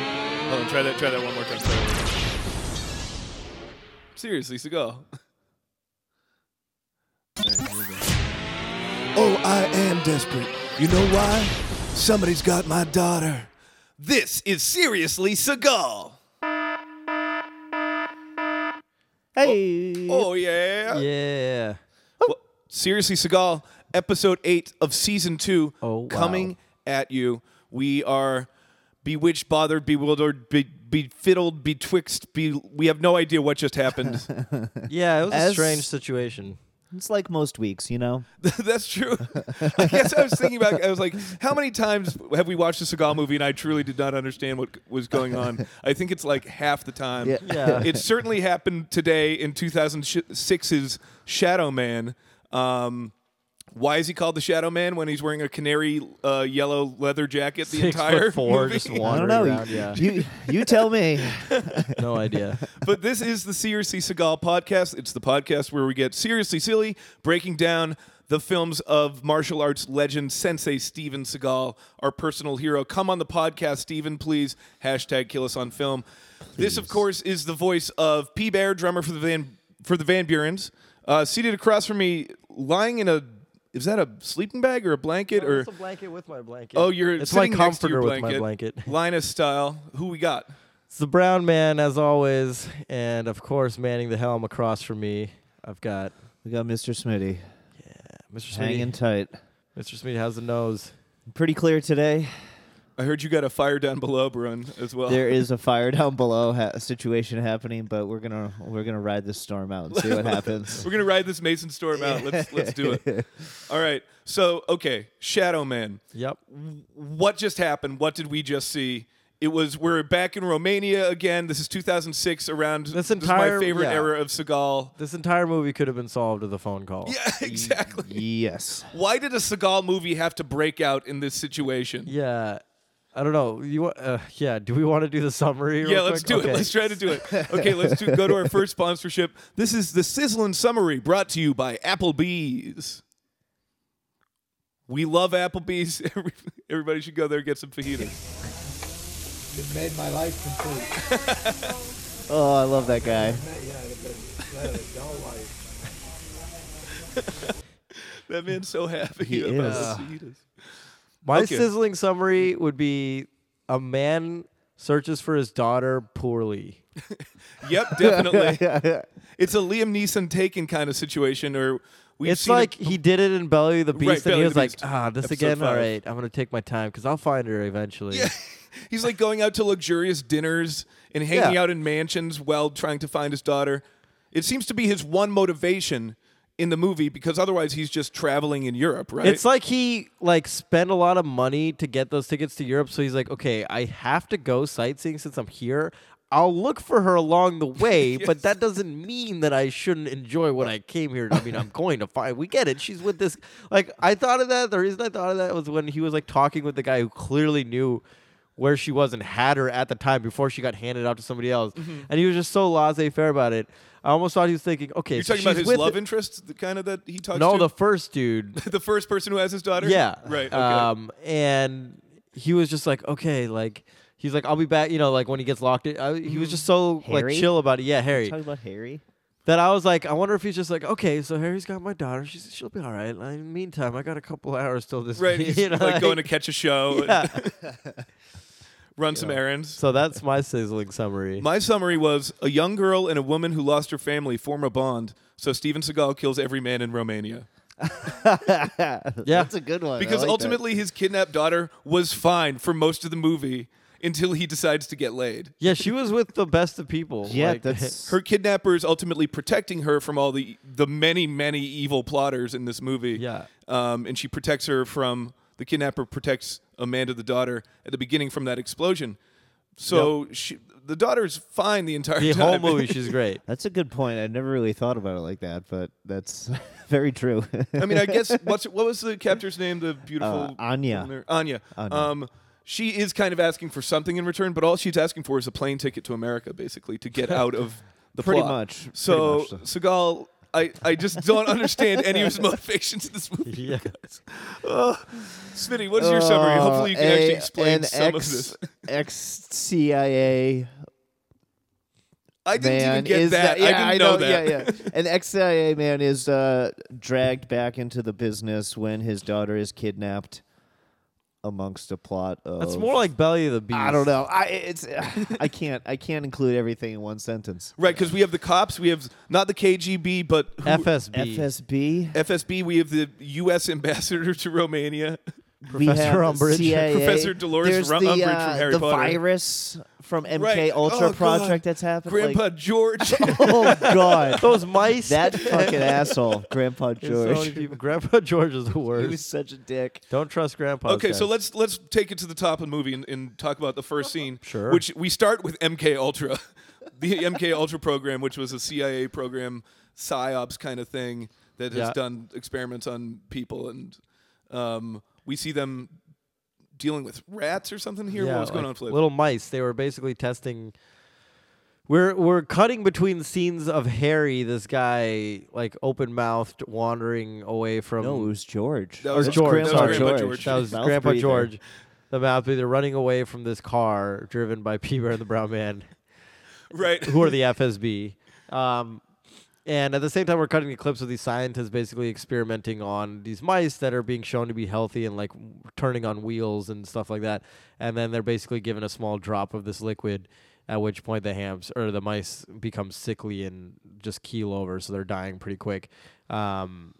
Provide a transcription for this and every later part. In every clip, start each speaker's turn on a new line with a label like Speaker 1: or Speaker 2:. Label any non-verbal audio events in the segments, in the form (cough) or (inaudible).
Speaker 1: Wait, try that. Try that one more time. Try that one more time. Seriously, Seagal.
Speaker 2: Oh, I am desperate. You know why? Somebody's got my daughter.
Speaker 1: This is seriously Seagal.
Speaker 3: Hey.
Speaker 1: Oh yeah.
Speaker 3: Yeah.
Speaker 1: Well, seriously, Seagal. Episode eight of season two
Speaker 3: Oh, wow.
Speaker 1: coming at you. We are bewitched, bothered, bewildered, be, befiddled, betwixt. Be, we have no idea what just
Speaker 3: (laughs)
Speaker 1: happened.
Speaker 4: Yeah, it was a
Speaker 3: As-
Speaker 4: strange situation.
Speaker 3: It's like most weeks, you know?
Speaker 1: (laughs) That's true. I guess I was thinking about. I was like, how many times have we watched a Seagal movie and I truly did not understand what was going on? I think it's like half the time.
Speaker 3: Yeah.
Speaker 4: Yeah.
Speaker 1: It certainly happened today in 2006's Shadow Man. Um, why is he called the Shadow Man when he's wearing a canary uh, yellow leather jacket the
Speaker 4: Six
Speaker 1: entire
Speaker 4: foot four,
Speaker 1: movie?
Speaker 4: just
Speaker 3: I don't
Speaker 4: wandering
Speaker 3: know. (laughs)
Speaker 4: around.
Speaker 3: You-
Speaker 4: Yeah,
Speaker 3: You you
Speaker 1: (laughs)
Speaker 3: tell me.
Speaker 4: no idea.
Speaker 1: but this is the Seriously Seagal podcast. It's the podcast where we get seriously silly, breaking down the films of martial arts legend Sensei Steven Seagal, our personal hero. Come on the podcast, Steven, please. Hashtag kill us on film. This, of course, is the voice of P. Bear, drummer for the Van for the Van Burens. Uh, seated across from me, lying in a is that a sleeping bag or a blanket or
Speaker 4: a blanket with my blanket.
Speaker 1: oh you're
Speaker 4: it's my
Speaker 1: sitting next to
Speaker 4: comforter
Speaker 1: your
Speaker 4: with
Speaker 1: blanket,
Speaker 4: my blanket.
Speaker 1: Linus style. Who we got?
Speaker 4: It's the brown man as always, and of course manning the helm across from me. I've got
Speaker 3: We got Mr. Smitty
Speaker 4: Mr.
Speaker 3: hanging
Speaker 4: Smitty.
Speaker 3: tight.
Speaker 4: Mr. Smitty, how's the nose?
Speaker 3: Pretty clear today.
Speaker 1: I heard you got a fire down below, Brun, as well.
Speaker 3: There is a fire (laughs) down below ha- situation happening, but we're gonna we're gonna ride this storm out and see
Speaker 1: (laughs)
Speaker 3: what happens.
Speaker 1: We're gonna ride this Mason storm out. Let's let's do it. All right. So okay, Shadow Man.
Speaker 4: Yep.
Speaker 1: What just happened? What did we just see? It was we're back in Romania again. This is 2006. Around
Speaker 4: This
Speaker 1: is
Speaker 4: entire-
Speaker 1: my favorite
Speaker 4: yeah.
Speaker 1: era of Seagal. (laughs)
Speaker 4: This entire movie could have been solved with a phone call.
Speaker 1: Yeah, exactly.
Speaker 3: yes.
Speaker 4: Mm.
Speaker 1: Why did a Seagal movie have to break out in this situation?
Speaker 4: Yeah. I don't know. You wa- uh, yeah, do we want to do the summary? real
Speaker 1: Yeah, let's
Speaker 4: quick?
Speaker 1: do
Speaker 4: Okay.
Speaker 1: it. Let's try to do it.
Speaker 4: (laughs)
Speaker 1: Okay, let's do, go to our first sponsorship. This is the Sizzlin' Summary brought to you by Applebee's. We love Applebee's. (laughs) Every- Everybody should go there and get some fajitas.
Speaker 5: It made my life complete.
Speaker 3: Oh, I love that guy.
Speaker 5: Yeah, it made it a dull life.
Speaker 1: That man's so happy
Speaker 3: He
Speaker 1: about
Speaker 3: is.
Speaker 1: the fajitas.
Speaker 4: My
Speaker 1: Okay.
Speaker 4: sizzling summary would be a man searches for his daughter poorly.
Speaker 1: Yep,
Speaker 4: (laughs)
Speaker 1: definitely. it's a Liam Neeson taken kind of situation, or we've
Speaker 4: it's
Speaker 1: seen it-
Speaker 4: like he did it in Belly of the Beast, and
Speaker 1: Belly
Speaker 4: he
Speaker 1: of
Speaker 4: was
Speaker 1: the
Speaker 4: like,
Speaker 1: Beast,
Speaker 4: "Ah, this
Speaker 1: episode
Speaker 4: again. All
Speaker 1: five.
Speaker 4: right, I'm gonna take my time because I'll find her eventually."
Speaker 1: Yeah. He's like going out to luxurious dinners and hanging
Speaker 4: Yeah.
Speaker 1: out in mansions while trying to find his daughter. It seems to be his one motivation in the movie because otherwise he's just traveling in Europe, right?
Speaker 4: It's like he like spent a lot of money to get those tickets to Europe, so he's like, "Okay, I have to go sightseeing since I'm here." I'll look for her along the
Speaker 1: (laughs)
Speaker 4: way, but that doesn't mean that I shouldn't enjoy what I came here. to- I mean, I'm going to find. We get it. She's with this. Like I thought of that. The reason I thought of that was when he was like talking with the guy who clearly knew where she was and had her at the time before she got handed out to somebody else,
Speaker 1: Mm-hmm.
Speaker 4: and he was just so laissez-faire about it. I almost thought he was thinking, "Okay,
Speaker 1: You're
Speaker 4: so
Speaker 1: talking about
Speaker 4: she's
Speaker 1: his
Speaker 4: with
Speaker 1: love interest, the kind of that he talks
Speaker 4: No, the
Speaker 1: to?
Speaker 4: first dude.
Speaker 1: (laughs) The, first person who has his daughter?
Speaker 4: Yeah.
Speaker 1: Right. Okay.
Speaker 4: Um, and he was just like, okay, like he's like, I'll be back. You know, like when he gets locked in, I, he was just so
Speaker 3: Harry?
Speaker 4: like chill about it. Yeah, Harry.
Speaker 3: Talking about
Speaker 1: (laughs)
Speaker 3: Harry.
Speaker 4: That I was like, I wonder if he's just like, okay, so Harry's got my daughter. She's she'll be all right. Like, in the meantime, I got a couple hours till this.
Speaker 1: right. He's
Speaker 4: (laughs) you know,
Speaker 1: like, going to catch a show and
Speaker 4: Yeah.
Speaker 1: (laughs) run some errands.
Speaker 4: (laughs) so that's my sizzling summary.
Speaker 1: My summary was a young girl and a woman who lost her family form a bond, so Steven Seagal kills every man in Romania.
Speaker 4: Yeah.
Speaker 3: That's a good one. I
Speaker 1: Because
Speaker 3: like that.
Speaker 1: ultimately, his kidnapped daughter was fine for most of the movie until he decides to get laid.
Speaker 4: yeah, she was with the best of people.
Speaker 3: Yeah,
Speaker 4: like-
Speaker 1: (laughs)
Speaker 3: that's
Speaker 1: Her kidnapper is ultimately protecting her from all the the many many evil plotters in this movie.
Speaker 4: (laughs) Yeah.
Speaker 1: um, and she protects her from the kidnapper protects Amanda the daughter at the beginning from that explosion. So she, the daughter's fine the entire
Speaker 4: the whole
Speaker 1: time. (laughs)
Speaker 4: movie. She's great.
Speaker 3: That's a good point. I never really thought about it like that, but that's (laughs) very true.
Speaker 1: I mean, I guess what's what was the captor's name? The beautiful
Speaker 3: Uh, Anya.
Speaker 1: woman there? Anya. Um, she is kind of asking for something in return, but all she's asking for is a plane ticket to America, basically, to get out of the
Speaker 3: (laughs) Pretty
Speaker 1: plot.
Speaker 3: much. Pretty
Speaker 1: So
Speaker 3: much.
Speaker 1: Seagal, I, I just don't understand any
Speaker 3: (laughs)
Speaker 1: of his motivations in this movie.
Speaker 4: yeah.
Speaker 1: Smitty, what's your
Speaker 3: Uh,
Speaker 1: summary? Hopefully, you can actually explain some of this.
Speaker 3: Ex
Speaker 1: (laughs)
Speaker 3: CIA
Speaker 1: I didn't
Speaker 3: man
Speaker 1: even get
Speaker 3: is
Speaker 1: that.
Speaker 3: yeah,
Speaker 1: I didn't know, that.
Speaker 3: Yeah, yeah. An ex CIA man is uh, dragged back into the business when his daughter is kidnapped amongst a plot of.
Speaker 4: That's more like Belly of the Beast.
Speaker 3: I don't know. I
Speaker 1: (laughs)
Speaker 3: it's I can't I can't include everything in one sentence.
Speaker 1: (laughs) Right, because we have the cops, we have not the KGB, but who-
Speaker 4: FSB.
Speaker 3: FSB.
Speaker 1: FSB, we have the U.S. ambassador to Romania.
Speaker 3: we have
Speaker 4: Professor Umbridge.
Speaker 3: CIA.
Speaker 1: Professor Dolores
Speaker 3: There's
Speaker 1: Ru-
Speaker 3: the,
Speaker 1: Umbridge from
Speaker 3: uh,
Speaker 1: Harry
Speaker 3: the
Speaker 1: Potter.
Speaker 3: virus from MK
Speaker 1: Right.
Speaker 3: Ultra
Speaker 1: Oh, God.
Speaker 3: project that's happened.
Speaker 1: Grandpa
Speaker 3: (laughs) Like,
Speaker 1: George.
Speaker 3: (laughs) oh
Speaker 1: (laughs)
Speaker 3: god,
Speaker 4: (laughs) Those
Speaker 3: (laughs)
Speaker 4: mice.
Speaker 3: that
Speaker 4: (laughs)
Speaker 3: fucking asshole, Grandpa
Speaker 4: There's
Speaker 3: (laughs)
Speaker 4: so many
Speaker 3: George.
Speaker 4: people- (laughs) Grandpa George is the
Speaker 3: he
Speaker 4: worst.
Speaker 3: was such a dick.
Speaker 4: Don't trust Grandpa.
Speaker 1: Okay, so let's let's take it to the top of the movie and, and talk about the first scene.
Speaker 4: Sure.
Speaker 1: Which we start with MK Ultra, (laughs) the MK Ultra program, which was a CIA program, psyops kind of thing that has
Speaker 4: Yeah.
Speaker 1: done experiments on people, and um, we see them dealing with rats or something here. what was going
Speaker 4: like
Speaker 1: on, Flip?
Speaker 4: Little mice. They were basically testing. We're we're cutting between scenes of Harry, this guy, like open mouthed, wandering away from.
Speaker 3: No, it was George.
Speaker 1: That was
Speaker 3: That's
Speaker 1: George.
Speaker 4: That
Speaker 3: Grandpa
Speaker 4: was Grandpa
Speaker 1: George.
Speaker 4: that was
Speaker 3: Mouth
Speaker 4: Grandpa
Speaker 3: breather.
Speaker 4: George, the mouth breather, running away from this car driven by P Bear and the Brown Man,
Speaker 1: (laughs) right.
Speaker 4: who are the FSB. Um, and at the same time, we're cutting the clips of these scientists basically experimenting on these mice that are being shown to be healthy and like w- turning on wheels and stuff like that. And then they're basically given a small drop of this liquid, at which point the hams or the mice become sickly and just keel over, so they're dying pretty quick. Um,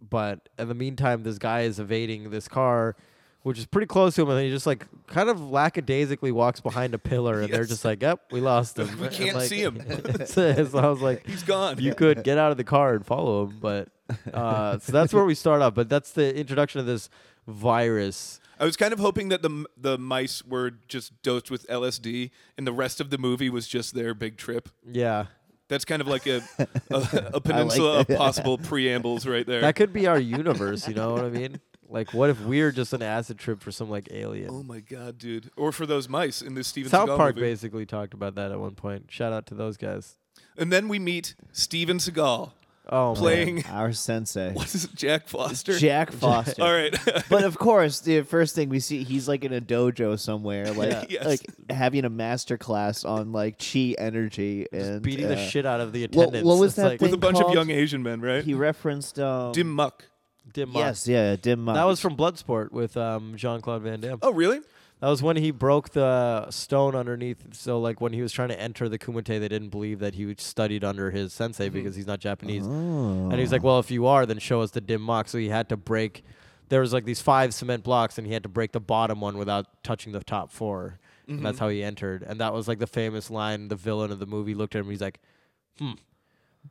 Speaker 4: but in the meantime, this guy is evading this car, which is pretty close to him, and he just like kind of lackadaisically walks behind a pillar, and they're
Speaker 1: Yes.
Speaker 4: just like, "Yep, we lost him.
Speaker 1: We
Speaker 4: And,
Speaker 1: can't
Speaker 4: like,
Speaker 1: see him.
Speaker 4: (laughs) so I was
Speaker 1: (laughs)
Speaker 4: like,
Speaker 1: He's gone.
Speaker 4: you could get out of the car and follow him, but uh, so that's where we start off. But that's the introduction of this virus.
Speaker 1: I was kind of hoping that the m- the mice were just dosed with LSD, and the rest of the movie was just their big trip.
Speaker 4: Yeah,
Speaker 1: That's kind of
Speaker 4: (laughs)
Speaker 1: like a a, a peninsula of possible preambles right there.
Speaker 4: that could be our universe. You know what I mean? Like, what if we're just an acid trip for some like alien?
Speaker 1: Oh my god, dude! Or for those mice in the Steven
Speaker 4: South
Speaker 1: Seagal
Speaker 4: Park
Speaker 1: movie.
Speaker 4: basically talked about that at one point. Shout out to those guys.
Speaker 1: And then we meet Steven Seagal
Speaker 4: Oh, man.
Speaker 1: playing
Speaker 3: (laughs) Our
Speaker 1: (laughs)
Speaker 3: sensei,
Speaker 1: what is it, Jack Foster?
Speaker 4: (laughs)
Speaker 3: Jack Foster.
Speaker 1: (laughs) All right,
Speaker 3: But of course, the first thing we see, he's like in a dojo
Speaker 4: (laughs)
Speaker 3: somewhere, like
Speaker 1: Yes.
Speaker 3: like having a master class on like chi energy and
Speaker 4: beating
Speaker 3: uh,
Speaker 4: the shit out of the
Speaker 3: what-
Speaker 4: attendants.
Speaker 3: what was
Speaker 4: It's
Speaker 3: that
Speaker 1: (laughs)
Speaker 4: like
Speaker 1: with a
Speaker 3: thing
Speaker 1: bunch of
Speaker 3: called-
Speaker 1: young Asian men, right?
Speaker 3: He referenced um,
Speaker 1: Dim Muck.
Speaker 4: Dim Mak.
Speaker 3: Yes, yeah, Dim Mak.
Speaker 4: That was from Bloodsport with um, Jean Claude Van Damme.
Speaker 1: Oh, really?
Speaker 4: That was when he broke the stone underneath. So, like, when he was trying to enter the Kumite, they didn't believe that he studied under his
Speaker 1: Mm-hmm.
Speaker 4: sensei because he's not Japanese.
Speaker 1: Oh.
Speaker 4: And he's like, Well, if you are, then show us the dim mock. So, he had to break. There was like these five cement blocks, and he had to break the bottom one without touching the top 4 And
Speaker 1: Mm-hmm.
Speaker 4: that's how he entered. And that was like the famous line the villain of the movie looked at him. He's like, Hmm,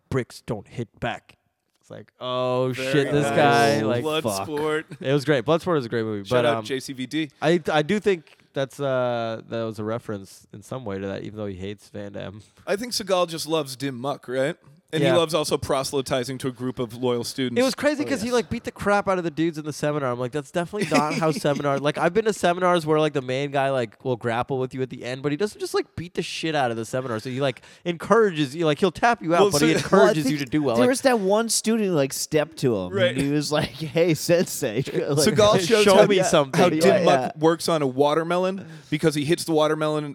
Speaker 4: bricks don't hit back. It's like, Oh shit, this
Speaker 1: nice.
Speaker 4: guy. Like,
Speaker 1: blood sport.
Speaker 4: it was great. Bloodsport is a great movie.
Speaker 1: Shout
Speaker 4: but,
Speaker 1: out
Speaker 4: um,
Speaker 1: JCVD.
Speaker 4: I I do think that's uh that was a reference in some way to that, even though he hates Van Damme.
Speaker 1: I think Seagal just loves Dim Muck, right? And
Speaker 4: Yeah.
Speaker 1: he loves also proselytizing to a group of loyal students.
Speaker 4: It was crazy
Speaker 3: Oh,
Speaker 4: because he like beat the crap out of the dudes in the seminar. I'm like, that's definitely not (laughs) how seminar. Like I've been to seminars where like the main guy like will grapple with you at the end, but he doesn't just like beat the shit out of the seminar. So he like encourages you, like he'll tap you out,
Speaker 1: Well,
Speaker 4: but
Speaker 1: so-
Speaker 4: he
Speaker 1: Well, I
Speaker 4: encourages
Speaker 3: Well, I
Speaker 4: you to
Speaker 3: think
Speaker 4: do (laughs) well.
Speaker 3: There
Speaker 4: Like,
Speaker 3: was that one student who, like stepped to him,
Speaker 1: Right.
Speaker 3: and he was like, "Hey, sensei." (laughs) like,
Speaker 1: Seagal shows
Speaker 4: show
Speaker 1: how,
Speaker 4: me
Speaker 1: yeah,
Speaker 4: something.
Speaker 1: how
Speaker 4: Yeah,
Speaker 1: Dim
Speaker 3: yeah.
Speaker 1: Muck works on a watermelon because he hits the watermelon.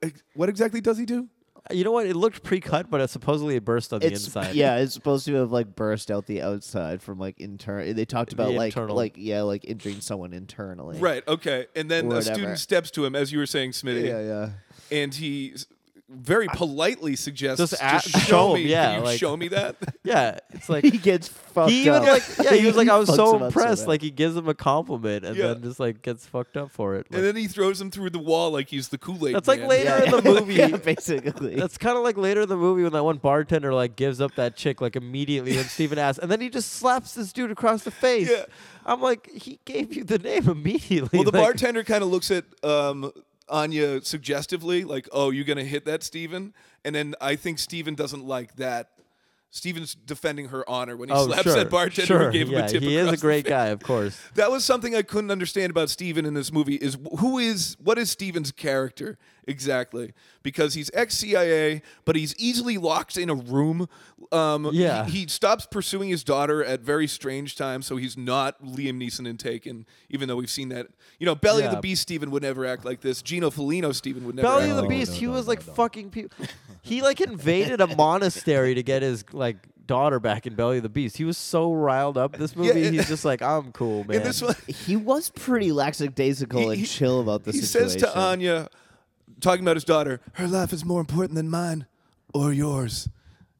Speaker 1: And what exactly does he do?
Speaker 4: you know what? It looked pre-cut, but it supposedly it burst on
Speaker 3: It's
Speaker 4: the inside.
Speaker 3: yeah, it's supposed to have like burst out the outside from like internal. They talked about like
Speaker 4: internal.
Speaker 3: like yeah, like injuring someone internally.
Speaker 1: Right. Okay. And then a
Speaker 3: Whatever.
Speaker 1: student steps to him, as you were saying, Smitty.
Speaker 3: Yeah, yeah.
Speaker 1: and he s- very politely suggests
Speaker 4: Just
Speaker 1: just, show,
Speaker 4: a- show
Speaker 1: me
Speaker 4: him, yeah,
Speaker 1: can you
Speaker 4: like-
Speaker 1: show me that
Speaker 4: (laughs) yeah. It's like
Speaker 3: (laughs) He gets fucked
Speaker 4: he even
Speaker 3: up.
Speaker 4: like yeah he
Speaker 3: (laughs)
Speaker 4: was like I was
Speaker 3: fucks him up
Speaker 4: so
Speaker 3: so
Speaker 4: impressed
Speaker 3: bad.
Speaker 4: like he gives him a compliment and
Speaker 1: Yeah.
Speaker 4: then just like gets fucked up for it. Like,
Speaker 1: and then he throws him through the wall like he's the kool-aid
Speaker 4: That's like
Speaker 1: man.
Speaker 4: later in the movie.
Speaker 3: yeah, (laughs) basically.
Speaker 4: That's kind of like later in the movie when that one bartender like gives up that chick like immediately when Steven asks, and then he just slaps this dude across the face.
Speaker 1: Yeah.
Speaker 4: I'm like, he gave you the name immediately.
Speaker 1: well the
Speaker 4: like,
Speaker 1: bartender kind of looks at um, anya suggestively like oh you gonna hit that steven and then i think steven doesn't like that Steven's defending her honor when he
Speaker 4: Oh,
Speaker 1: slaps
Speaker 4: sure,
Speaker 1: that bartender
Speaker 4: sure.
Speaker 1: who gave him
Speaker 4: yeah,
Speaker 1: a tip.
Speaker 4: He is a
Speaker 1: across the
Speaker 4: great
Speaker 1: face.
Speaker 4: guy, of course.
Speaker 1: That was something I couldn't understand about Steven in this movie is wh- who is what is Steven's character exactly? Because he's ex CIA, but he's easily locked in a room. Um,
Speaker 4: Yeah.
Speaker 1: he, he stops pursuing his daughter at very strange times, so he's not Liam Neeson in Taken, even though we've seen that. You know, Belly of the
Speaker 4: Yeah.
Speaker 1: Beast Steven would never act like this. Gino Felino Steven would (laughs) never.
Speaker 4: Belly
Speaker 1: act
Speaker 4: of the
Speaker 1: like
Speaker 4: Beast, he was like fucking people. He like invaded a monastery to get his like daughter back in Belly of the Beast. He was so riled up this movie.
Speaker 1: it-
Speaker 4: he's just like, I'm cool, man.
Speaker 1: In this one,
Speaker 3: He was pretty lackadaisical
Speaker 1: He-
Speaker 3: and
Speaker 1: he-
Speaker 3: chill about the
Speaker 1: he
Speaker 3: situation.
Speaker 1: says to Anya, talking about his daughter,
Speaker 2: Her life is more important than mine or yours.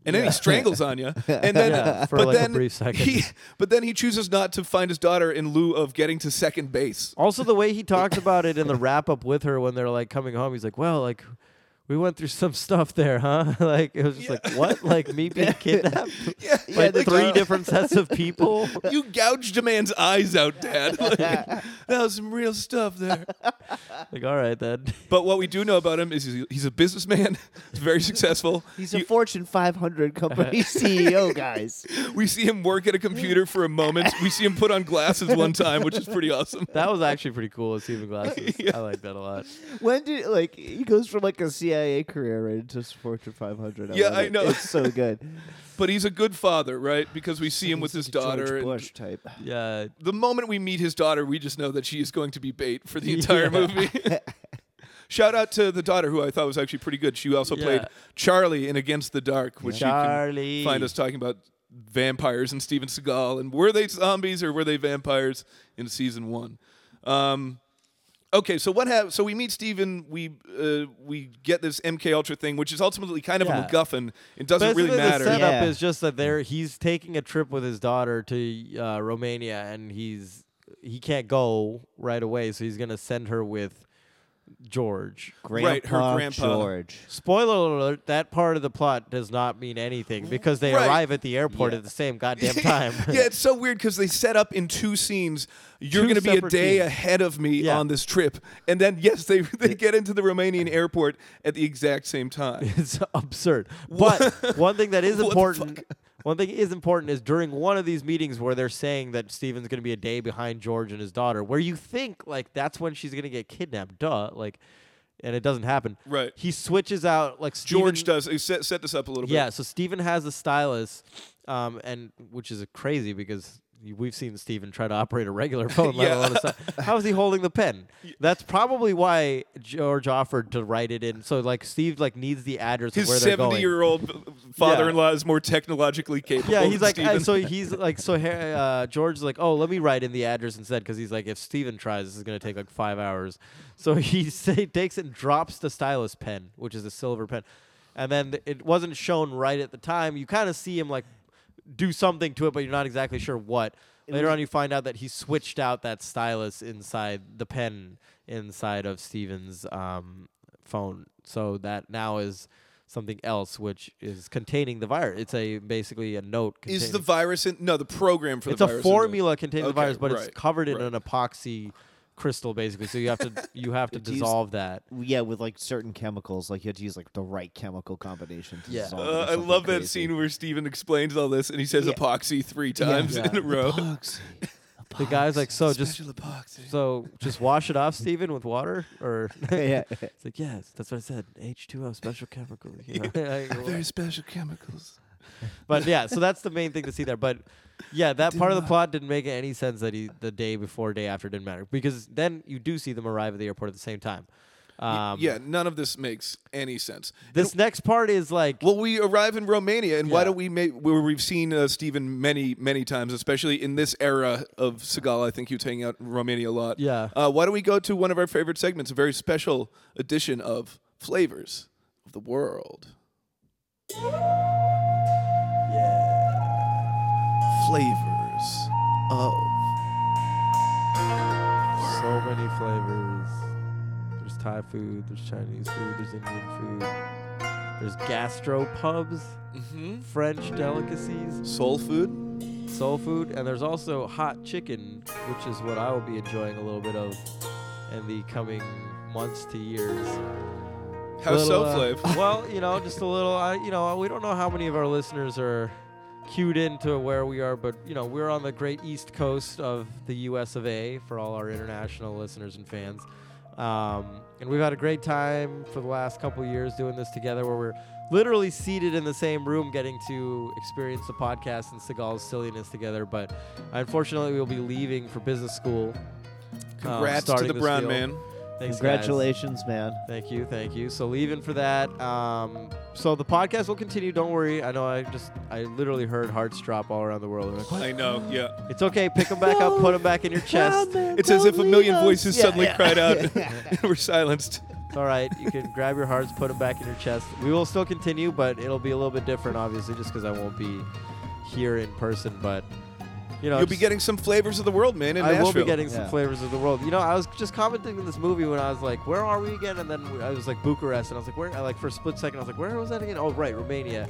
Speaker 1: and then he strangles
Speaker 3: (laughs)
Speaker 1: Anya, and then
Speaker 4: Yeah, for
Speaker 1: but
Speaker 4: like a
Speaker 1: then
Speaker 4: brief second.
Speaker 1: he but then he chooses not to find his daughter in lieu of getting to second base.
Speaker 4: Also, the
Speaker 1: (laughs)
Speaker 4: way he talks about it in the wrap up with her when they're like coming home, he's like, "Well, like, we went through some stuff there, huh?" (laughs) like it was just like, "What? Like
Speaker 1: (laughs)
Speaker 4: me being kidnapped
Speaker 1: Yeah,
Speaker 4: (laughs) by
Speaker 1: (laughs) like,
Speaker 4: three
Speaker 1: you-
Speaker 4: different sets of people?"
Speaker 1: (laughs) You gouged a man's eyes out, Dad. (laughs)
Speaker 3: (laughs)
Speaker 1: Like, that was some real stuff there.
Speaker 4: like, all right then. (laughs)
Speaker 1: But what we do know about him is he's- he's a businessman. (laughs) He's very successful.
Speaker 3: He's a Fortune 500
Speaker 4: (laughs)
Speaker 3: company CEO, guys.
Speaker 1: We see him work at a computer for a moment. We see him put on glasses one time, which is pretty awesome.
Speaker 4: That was actually pretty cool.
Speaker 1: (laughs)
Speaker 4: Steven glasses. I like that a lot.
Speaker 3: When did like he goes from like a CIA career right into Fortune 500?
Speaker 1: Yeah,
Speaker 3: love
Speaker 1: I
Speaker 3: it.
Speaker 1: know.
Speaker 3: It's so
Speaker 1: (laughs)
Speaker 3: good.
Speaker 1: But he's a good father, right? Because we see him with his daughter.
Speaker 3: George
Speaker 1: and-
Speaker 3: Bush type.
Speaker 4: Yeah.
Speaker 1: the moment we meet his daughter, we just know that she is going to be bait for
Speaker 4: (laughs)
Speaker 1: the entire movie. Shout out to the daughter who I thought was actually pretty good. She also
Speaker 4: Yeah.
Speaker 1: played Charlie in Against the Dark, which you
Speaker 4: Charlie.
Speaker 1: can find us talking about vampires and Steven Seagal and were they zombies or were they vampires in season one. Um, okay, so what have so we meet Steven, we uh, we get this MK Ultra thing, which is ultimately kind of
Speaker 4: Yeah.
Speaker 1: a MacGuffin. It doesn't
Speaker 4: Basically,
Speaker 1: really matter.
Speaker 4: The setup
Speaker 3: Yeah.
Speaker 4: is just that there he's taking a trip with his daughter to uh, Romania, and he's he can't go right away, so he's gonna send her with George.
Speaker 3: Grandpa
Speaker 1: Right, her grandpa.
Speaker 3: George.
Speaker 4: Spoiler alert, that part of the plot does not mean anything because they
Speaker 1: Right.
Speaker 4: arrive at the airport at the
Speaker 1: (laughs)
Speaker 4: same goddamn time.
Speaker 1: yeah, it's so weird because they set up in two scenes. You're
Speaker 4: Two
Speaker 1: going to be a
Speaker 4: separate
Speaker 1: day
Speaker 4: scenes.
Speaker 1: ahead of me
Speaker 4: Yeah.
Speaker 1: on this trip, and then yes, they (laughs) they get into the Romanian airport at the exact same time.
Speaker 4: (laughs) it's absurd. But one
Speaker 1: (laughs)
Speaker 4: thing that is
Speaker 1: What the
Speaker 4: important one thing is important is during one of these meetings where they're saying that Steven's going to be a day behind George and his daughter, where you think like that's when she's going to get kidnapped, duh, like and it doesn't happen.
Speaker 1: Right.
Speaker 4: He switches out like
Speaker 1: (laughs)
Speaker 4: Steven,
Speaker 1: George does uh, set, set this up a little bit.
Speaker 4: Yeah, so Steven has a stylus, um, and which is crazy because y- we've seen Steven try to operate a regular (laughs) phone, let
Speaker 1: Yeah.
Speaker 4: alone a sty- How is he holding
Speaker 1: (laughs)
Speaker 4: the pen? That's probably why George offered to write it in. So like Steve like needs the address of
Speaker 1: His
Speaker 4: where they're going. (laughs)
Speaker 1: seventy-year-old father-in-law is more technologically capable.
Speaker 4: yeah,
Speaker 1: than
Speaker 4: he's like uh,
Speaker 1: Steven.
Speaker 4: so (laughs) he's like so Har- uh, George is like oh let me write in the address instead because he's like if Steven tries this is gonna take like five hours, so (laughs) he say, takes it and drops the stylus pen which is a silver pen, and then th- it wasn't shown right at the time. You kind of see him like do something to it, but you're not exactly sure what. Later on, you find out that he switched out that stylus inside the pen inside of Steven's um, phone, so that now is. Something else, which is containing the virus. It's a basically a note. Containing
Speaker 1: (laughs) is the virus in? No, the program for
Speaker 4: it's
Speaker 1: the
Speaker 4: a
Speaker 1: virus. in there.
Speaker 4: formula containing the
Speaker 1: Okay,
Speaker 4: virus, but
Speaker 1: right,
Speaker 4: it's covered in
Speaker 1: right.
Speaker 4: an epoxy crystal, basically. So you have to you have to (laughs)
Speaker 3: It's used-
Speaker 4: dissolve that.
Speaker 3: Yeah, with like certain chemicals, like you had to use like the right chemical combination. To
Speaker 4: Yeah.
Speaker 3: dissolve it or
Speaker 1: Uh, I
Speaker 3: something
Speaker 1: love that
Speaker 3: crazy.
Speaker 1: scene where Steven explains all this, and he says
Speaker 3: Yeah.
Speaker 1: epoxy three times
Speaker 4: Yeah.
Speaker 1: in a row.
Speaker 4: The guy's like, so just
Speaker 2: Special epoxy.
Speaker 4: so just wash it off, Steven, with water, or
Speaker 3: (laughs)
Speaker 4: (laughs)
Speaker 3: yeah,
Speaker 4: it's like yes, that's what I said. H two O special chemical. you (laughs) know? Like, what?
Speaker 2: Very special chemicals.
Speaker 4: but yeah, so that's the main thing to see there. But yeah, that part of the plot didn't make any sense that he the day before, day after didn't matter because then you do see them arrive at the airport at the same time. Um,
Speaker 1: yeah, none of this makes any sense.
Speaker 4: This next part is like
Speaker 1: Well, we arrive in Romania, and why
Speaker 4: Yeah.
Speaker 1: don't we make where we've seen uh, Stephen many, many times, especially in this era of Seagal. I think he was hanging out in Romania a lot.
Speaker 4: Yeah.
Speaker 1: Uh, why don't we go to one of our favorite segments, a very special edition of Flavors of the World? Yeah. Flavors of.
Speaker 4: So many flavors. There's Thai food, there's Chinese food, there's Indian food, there's gastro pubs,
Speaker 1: Mm-hmm.
Speaker 4: French delicacies,
Speaker 1: Soul food?
Speaker 4: soul food, and there's also hot chicken, which is what I will be enjoying a little bit of in the coming months to years.
Speaker 1: How's so,
Speaker 4: little, uh,
Speaker 1: Flav?
Speaker 4: (laughs) well, you know, just a little. I, you know, we don't know how many of our listeners are cued into where we are, but you know, we're on the great east coast of the U.S. of A. For all our international listeners and fans, um, and we've had a great time for the last couple years doing this together, where we're literally seated in the same room, getting to experience the podcast and Seagal's silliness together. But unfortunately, we'll be leaving for business school. um,
Speaker 1: Congrats to
Speaker 4: starting
Speaker 1: the
Speaker 4: this
Speaker 1: brown
Speaker 4: deal.
Speaker 1: man.
Speaker 4: Thanks, guys.
Speaker 3: Congratulations, man.
Speaker 4: Thank you, thank you. So leaving for that. Um, so the podcast will continue. Don't worry. I know. I just I literally heard hearts drop all around the world. I'm like, "What?"
Speaker 1: I know. Yeah.
Speaker 4: It's okay. Pick them back up. Put them back in your chest.
Speaker 1: It's as if a million voices suddenly cried out
Speaker 3: (laughs)
Speaker 4: (laughs)
Speaker 1: and (laughs) were silenced.
Speaker 4: It's all right. You can grab your hearts. Put them back in your chest. We will still continue, but it'll be a little bit different, obviously, just because I won't be here in person. But you know,
Speaker 1: You'll be
Speaker 4: just-
Speaker 1: getting some flavors of the world, man. In
Speaker 4: I
Speaker 1: Nashville.
Speaker 4: will be getting some
Speaker 3: Yeah.
Speaker 4: flavors of the world. You know, I was just commenting on this movie when I was like, "Where are we again?" And then w- I was like Bucharest, and I was like, "Where?" I like for a split second, I was like, "Where was that again?" Oh, right, Romania.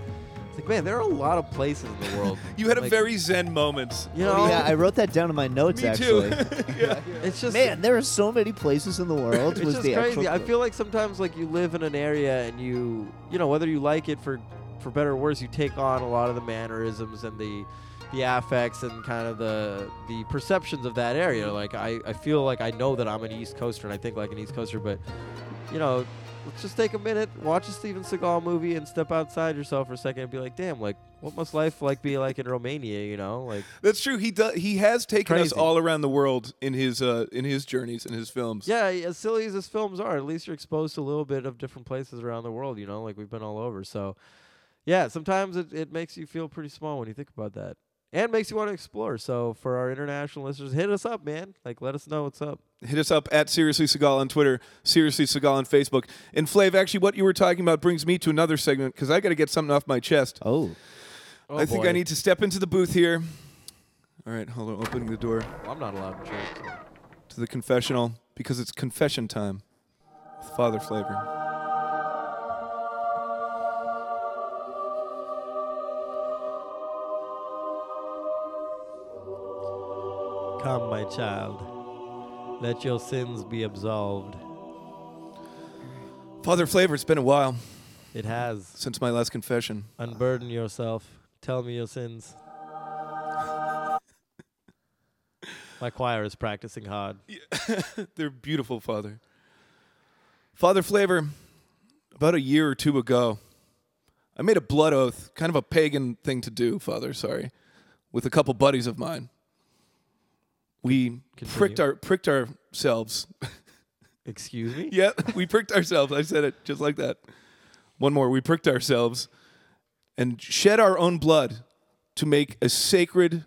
Speaker 4: It's like, man, there are a lot of places in
Speaker 3: (laughs)
Speaker 4: the world.
Speaker 1: You had a
Speaker 4: Like,
Speaker 1: very zen moment.
Speaker 4: you know,
Speaker 1: (laughs)
Speaker 3: Oh, yeah, I wrote that down in my notes,
Speaker 1: Me too. (laughs)
Speaker 3: actually.
Speaker 4: (laughs)
Speaker 1: yeah.
Speaker 4: it's just
Speaker 3: Man, there are so many places in
Speaker 1: (laughs)
Speaker 3: the world.
Speaker 4: It's
Speaker 3: was
Speaker 4: just
Speaker 3: the
Speaker 4: crazy.
Speaker 3: Actual
Speaker 4: I feel like sometimes like you live in an area and you you know whether you like it for for better or worse, you take on a lot of the mannerisms and the the affects and kind of the the perceptions of that area. Like I, I feel like I know that I'm an East Coaster and I think like an East Coaster, but you know, let's just take a minute, watch a Steven Seagal movie and step outside yourself for a second and be like, damn, like what must life like be like in Romania, you know? Like
Speaker 1: That's true. He does. He has taken us
Speaker 4: Crazy.
Speaker 1: all around the world in his uh, in his journeys in his films.
Speaker 4: Yeah, as silly as his films are, at least you're exposed to a little bit of different places around the world, you know, like we've been all over. So, yeah, sometimes it, it makes you feel pretty small when you think about that and makes you want to explore. So, for our international listeners, hit us up, man. Like, let us know what's up.
Speaker 1: Hit us up at Seriously Seagal on Twitter, Seriously Seagal on Facebook. And Flav, actually, what you were talking about brings me to another segment because I got to get something off my chest.
Speaker 3: oh,
Speaker 4: Oh,
Speaker 1: I think
Speaker 4: boy.
Speaker 1: I need to step into the booth here. All right, hold on. Opening the door
Speaker 4: I'm not allowed to drink.
Speaker 1: to the confessional because it's confession time with Father Flavor.
Speaker 4: Come, my child. Let your sins be absolved.
Speaker 1: Father Flavor, it's been a while
Speaker 4: It has.
Speaker 1: since my last confession.
Speaker 4: Unburden yourself. Tell me
Speaker 1: (laughs)
Speaker 4: your sins. My choir is practicing hard.
Speaker 1: They're beautiful, Father. Father Flavor, about a year or two ago, I made a blood oath, kind of a pagan thing to do, Father, sorry, with a couple buddies of mine. We
Speaker 4: Continue.
Speaker 1: pricked our pricked ourselves. (laughs)
Speaker 4: Excuse me?
Speaker 1: yeah, we pricked ourselves. I said it just like that. One more, we pricked ourselves and shed our own blood to make a sacred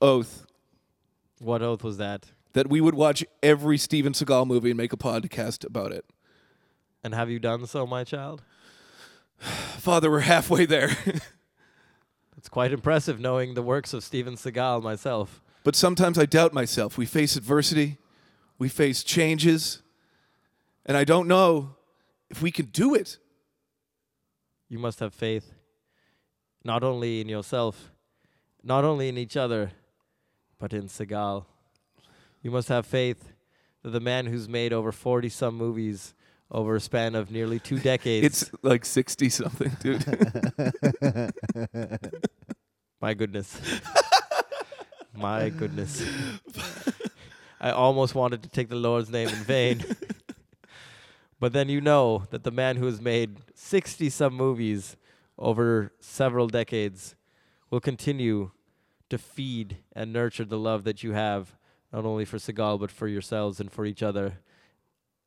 Speaker 1: oath
Speaker 4: What oath was that?
Speaker 1: that we would watch every Steven Seagal movie and make a podcast about it.
Speaker 4: And have you done so, my child?
Speaker 1: Father, we're halfway there. (laughs)
Speaker 4: It's quite impressive knowing the works of Steven Seagal myself.
Speaker 1: but sometimes I doubt myself. We face adversity, we face changes, and I don't know if we can do it.
Speaker 4: You must have faith, not only in yourself, not only in each other, but in Seagal. You must have faith that the man who's made over 40 some movies over a span of nearly (laughs) two decades.
Speaker 1: It's like 60 something, (laughs) dude.
Speaker 4: My goodness. (laughs) My goodness. I almost wanted to take the Lord's name in (laughs) vain. but then you know that the man who has made 60 some movies over several decades will continue to feed and nurture the love that you have, not only for Seagal, but for yourselves and for each other.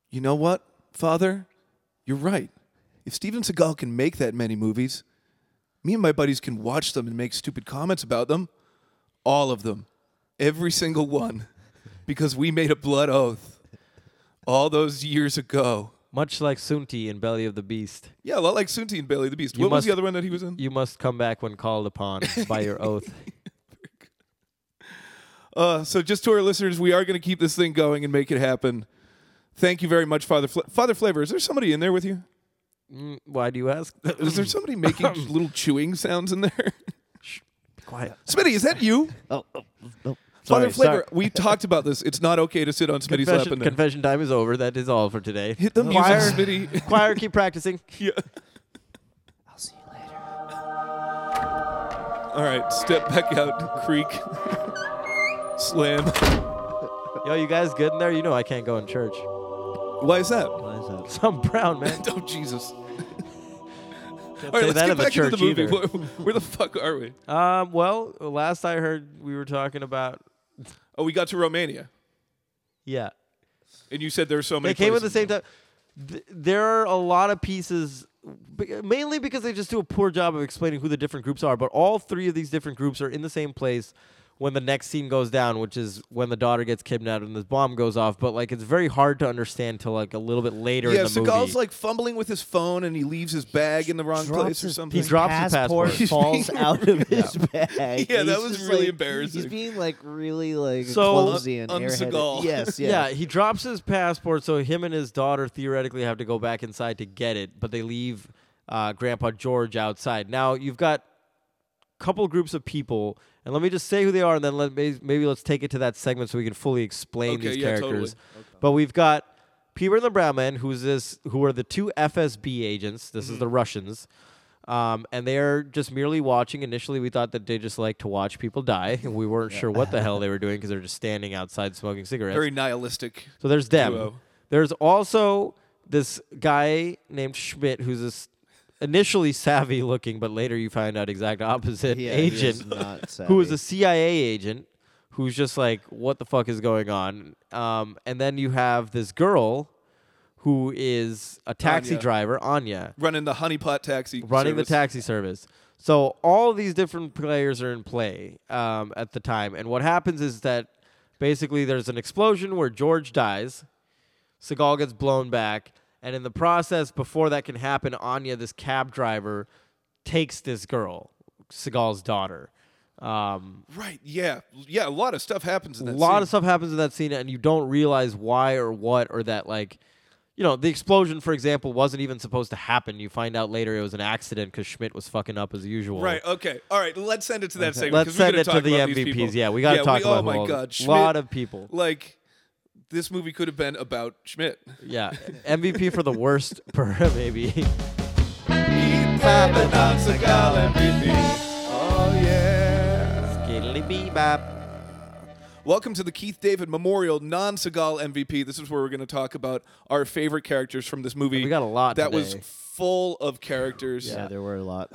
Speaker 1: you know what, Father? You're right. If Steven Seagal can make that many movies, me and my buddies can watch them and make stupid comments about them. All of them. Every single one. Because we made a blood oath all those years ago.
Speaker 4: Much like Sunti in Belly of the Beast,
Speaker 1: Yeah, a lot like Sunti and Bailey the Beast.
Speaker 4: You
Speaker 1: what was
Speaker 4: must-
Speaker 1: the other one that he was in?
Speaker 4: you must come back when called upon by (laughs) your oath.
Speaker 1: Uh, so, just to our listeners, we are going to keep this thing going and make it happen. Thank you very much, Father Fla- Father Flavor. Is there somebody in there with you?
Speaker 4: Mm, Why do you ask?
Speaker 1: Is there somebody making little chewing sounds in there?
Speaker 4: (laughs) Quiet.
Speaker 1: Smitty, is that you?
Speaker 3: oh, oh, oh.
Speaker 1: Other flavor. We talked about this. It's not okay to sit on Smitty's lap
Speaker 4: Confession,
Speaker 1: and then
Speaker 4: confession time is over. That is all for today.
Speaker 1: hit the music,
Speaker 4: choir,
Speaker 1: Smitty.
Speaker 4: choir, keep practicing.
Speaker 1: (laughs) yeah.
Speaker 3: I'll see you later.
Speaker 1: All right, step back out, creak, slam.
Speaker 4: Yo, you guys good in there? You know I can't go in church. (laughs)
Speaker 1: Why is that? (laughs)
Speaker 3: Why is that?
Speaker 4: So I'm brown, man.
Speaker 1: Oh Jesus! All
Speaker 4: say
Speaker 1: right, let's
Speaker 4: that
Speaker 1: get
Speaker 4: of a
Speaker 1: back into the
Speaker 4: church
Speaker 1: movie.
Speaker 4: either.
Speaker 1: Where, where the fuck are we?
Speaker 4: Um, well, last I heard, we were talking about
Speaker 1: Oh, we got to Romania,
Speaker 4: yeah.
Speaker 1: and you said there are so many.
Speaker 4: They came at the
Speaker 1: places.
Speaker 4: same time. Th- there are a lot of pieces, b- mainly because they just do a poor job of explaining who the different groups are. But all three of these different groups are in the same place when the next scene goes down, which is when the daughter gets kidnapped and this bomb goes off. But like, it's very hard to understand till like a little bit later
Speaker 1: Yeah,
Speaker 4: in the
Speaker 1: Seagal's
Speaker 4: movie.
Speaker 1: like fumbling with his phone, and he leaves his bag in the wrong
Speaker 3: Drops
Speaker 1: place or
Speaker 3: his-
Speaker 1: something.
Speaker 4: He drops his
Speaker 3: passport,
Speaker 4: passport.
Speaker 3: falls out of his bag.
Speaker 1: Yeah, that
Speaker 3: He's
Speaker 1: was
Speaker 3: just,
Speaker 1: really
Speaker 3: like-
Speaker 1: embarrassing.
Speaker 3: He's being like really like
Speaker 4: So-
Speaker 3: clumsy and
Speaker 1: Um, um,
Speaker 3: airheaded.
Speaker 1: Seagal.
Speaker 3: (laughs) Yes,
Speaker 4: yeah.
Speaker 3: yeah.
Speaker 4: he drops his passport, so him and his daughter theoretically have to go back inside to get it, but they leave uh, Grandpa George outside. Now you've got a couple groups of people, and let me just say who they are, and then let, may- maybe let's take it to that segment so we can fully explain
Speaker 1: Okay,
Speaker 4: these
Speaker 1: yeah, totally.
Speaker 4: characters. But we've got Peter and the Brown Man, who's this, who are the two FSB agents. This
Speaker 1: Mm-hmm.
Speaker 4: is the Russians. Um, and they are just merely watching. Initially, we thought that they just like to watch people die, (laughs) and we weren't sure what
Speaker 1: (laughs)
Speaker 4: the hell they were doing because they're just standing outside smoking cigarettes.
Speaker 1: Very nihilistic.
Speaker 4: So there's them.
Speaker 1: Duo.
Speaker 4: There's also this guy named Schmidt, who's this initially savvy looking, but later you find out exact opposite
Speaker 3: Yeah, he is
Speaker 4: agent,
Speaker 3: not
Speaker 4: (laughs) who is
Speaker 3: savvy.
Speaker 4: a CIA agent, who's just like, what the fuck is going on? Um, and then you have this girl, who is a taxi
Speaker 1: Anya.
Speaker 4: driver, Anya
Speaker 1: Running the honeypot taxi.
Speaker 4: running
Speaker 1: service.
Speaker 4: the taxi service. So all these different players are in play um, at the time, and what happens is that basically there's an explosion where George dies, Seagal gets blown back, and in the process, before that can happen, Anya, this cab driver, takes this girl, Seagal's daughter. Um,
Speaker 1: Right. Yeah. Yeah. A lot of stuff happens in
Speaker 4: a
Speaker 1: that.
Speaker 4: lot
Speaker 1: scene.
Speaker 4: of stuff happens in that scene and you don't realize why or what or that like you know the explosion for example wasn't even supposed to happen you find out later it was an accident because schmidt was fucking up as usual
Speaker 1: Right. Okay. All right. Let's send it to that segment.
Speaker 4: let's
Speaker 1: 'cause we gotta
Speaker 4: send it to
Speaker 1: talk
Speaker 4: the
Speaker 1: about these
Speaker 4: MVPs.
Speaker 1: people.
Speaker 4: Yeah, we gotta talk about
Speaker 1: Oh
Speaker 4: who all-
Speaker 1: my god, Schmidt,
Speaker 4: lot of people.
Speaker 1: Like, this movie could have been about Schmidt.
Speaker 4: yeah mvp for the worst (laughs) per maybe
Speaker 1: Oh yeah.
Speaker 4: Skiddly-bee-bop.
Speaker 1: Welcome to the Keith David Memorial Non Seagal MVP. This is where we're going to talk about our favorite characters from this movie.
Speaker 4: We got a lot
Speaker 1: that was
Speaker 4: today.
Speaker 1: full of characters.
Speaker 3: Yeah, there were a lot.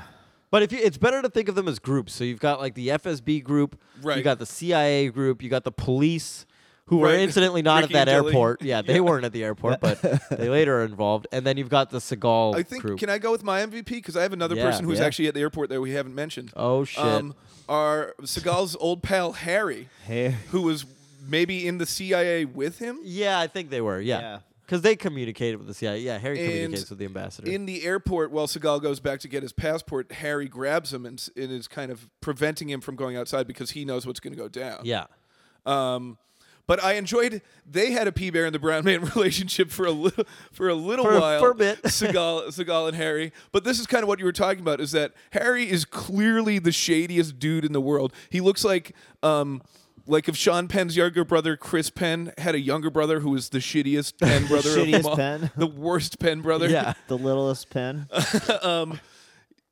Speaker 4: but if you, it's better to think of them as groups so you've got like the fsb group
Speaker 1: Right.
Speaker 4: you got the cia group you got the police who were
Speaker 1: Right.
Speaker 4: incidentally not
Speaker 1: Ricky
Speaker 4: at that
Speaker 1: and Dilly.
Speaker 4: airport. Yeah, they weren't at the airport, but they later are involved. And then you've got the Seagal
Speaker 1: I think
Speaker 4: group.
Speaker 1: can I go with my MVP because I have another
Speaker 4: Yeah,
Speaker 1: person who's
Speaker 4: yeah.
Speaker 1: actually at the airport that we haven't mentioned.
Speaker 4: Oh, shit.
Speaker 1: our Um, Seagal's old pal Harry,
Speaker 3: Harry.
Speaker 1: who was maybe in the CIA with him
Speaker 4: Yeah, I think they were. Yeah,
Speaker 3: Yeah.
Speaker 4: because they communicated with the CIA. Yeah, Harry
Speaker 1: And
Speaker 4: communicates with the ambassador.
Speaker 1: in the airport while Seagal goes back to get his passport. Harry grabs him and, s- and is kind of preventing him from going outside because he knows what's going to go down.
Speaker 4: yeah,
Speaker 1: Um, but I enjoyed they had a P Bear and the Brown Man (laughs) relationship for a little for a little
Speaker 4: For-
Speaker 1: while.
Speaker 4: for a bit.
Speaker 1: Seagal, Seagal and Harry. But this is kind of what you were talking about is that Harry is clearly the shadiest dude in the world. He looks like um like if Sean Penn's younger brother Chris Penn had a younger brother who was the shittiest Penn brother of
Speaker 3: shittiest
Speaker 1: them all,
Speaker 3: Penn.
Speaker 1: (laughs) the worst Penn brother.
Speaker 4: yeah.
Speaker 3: (laughs) The littlest pen.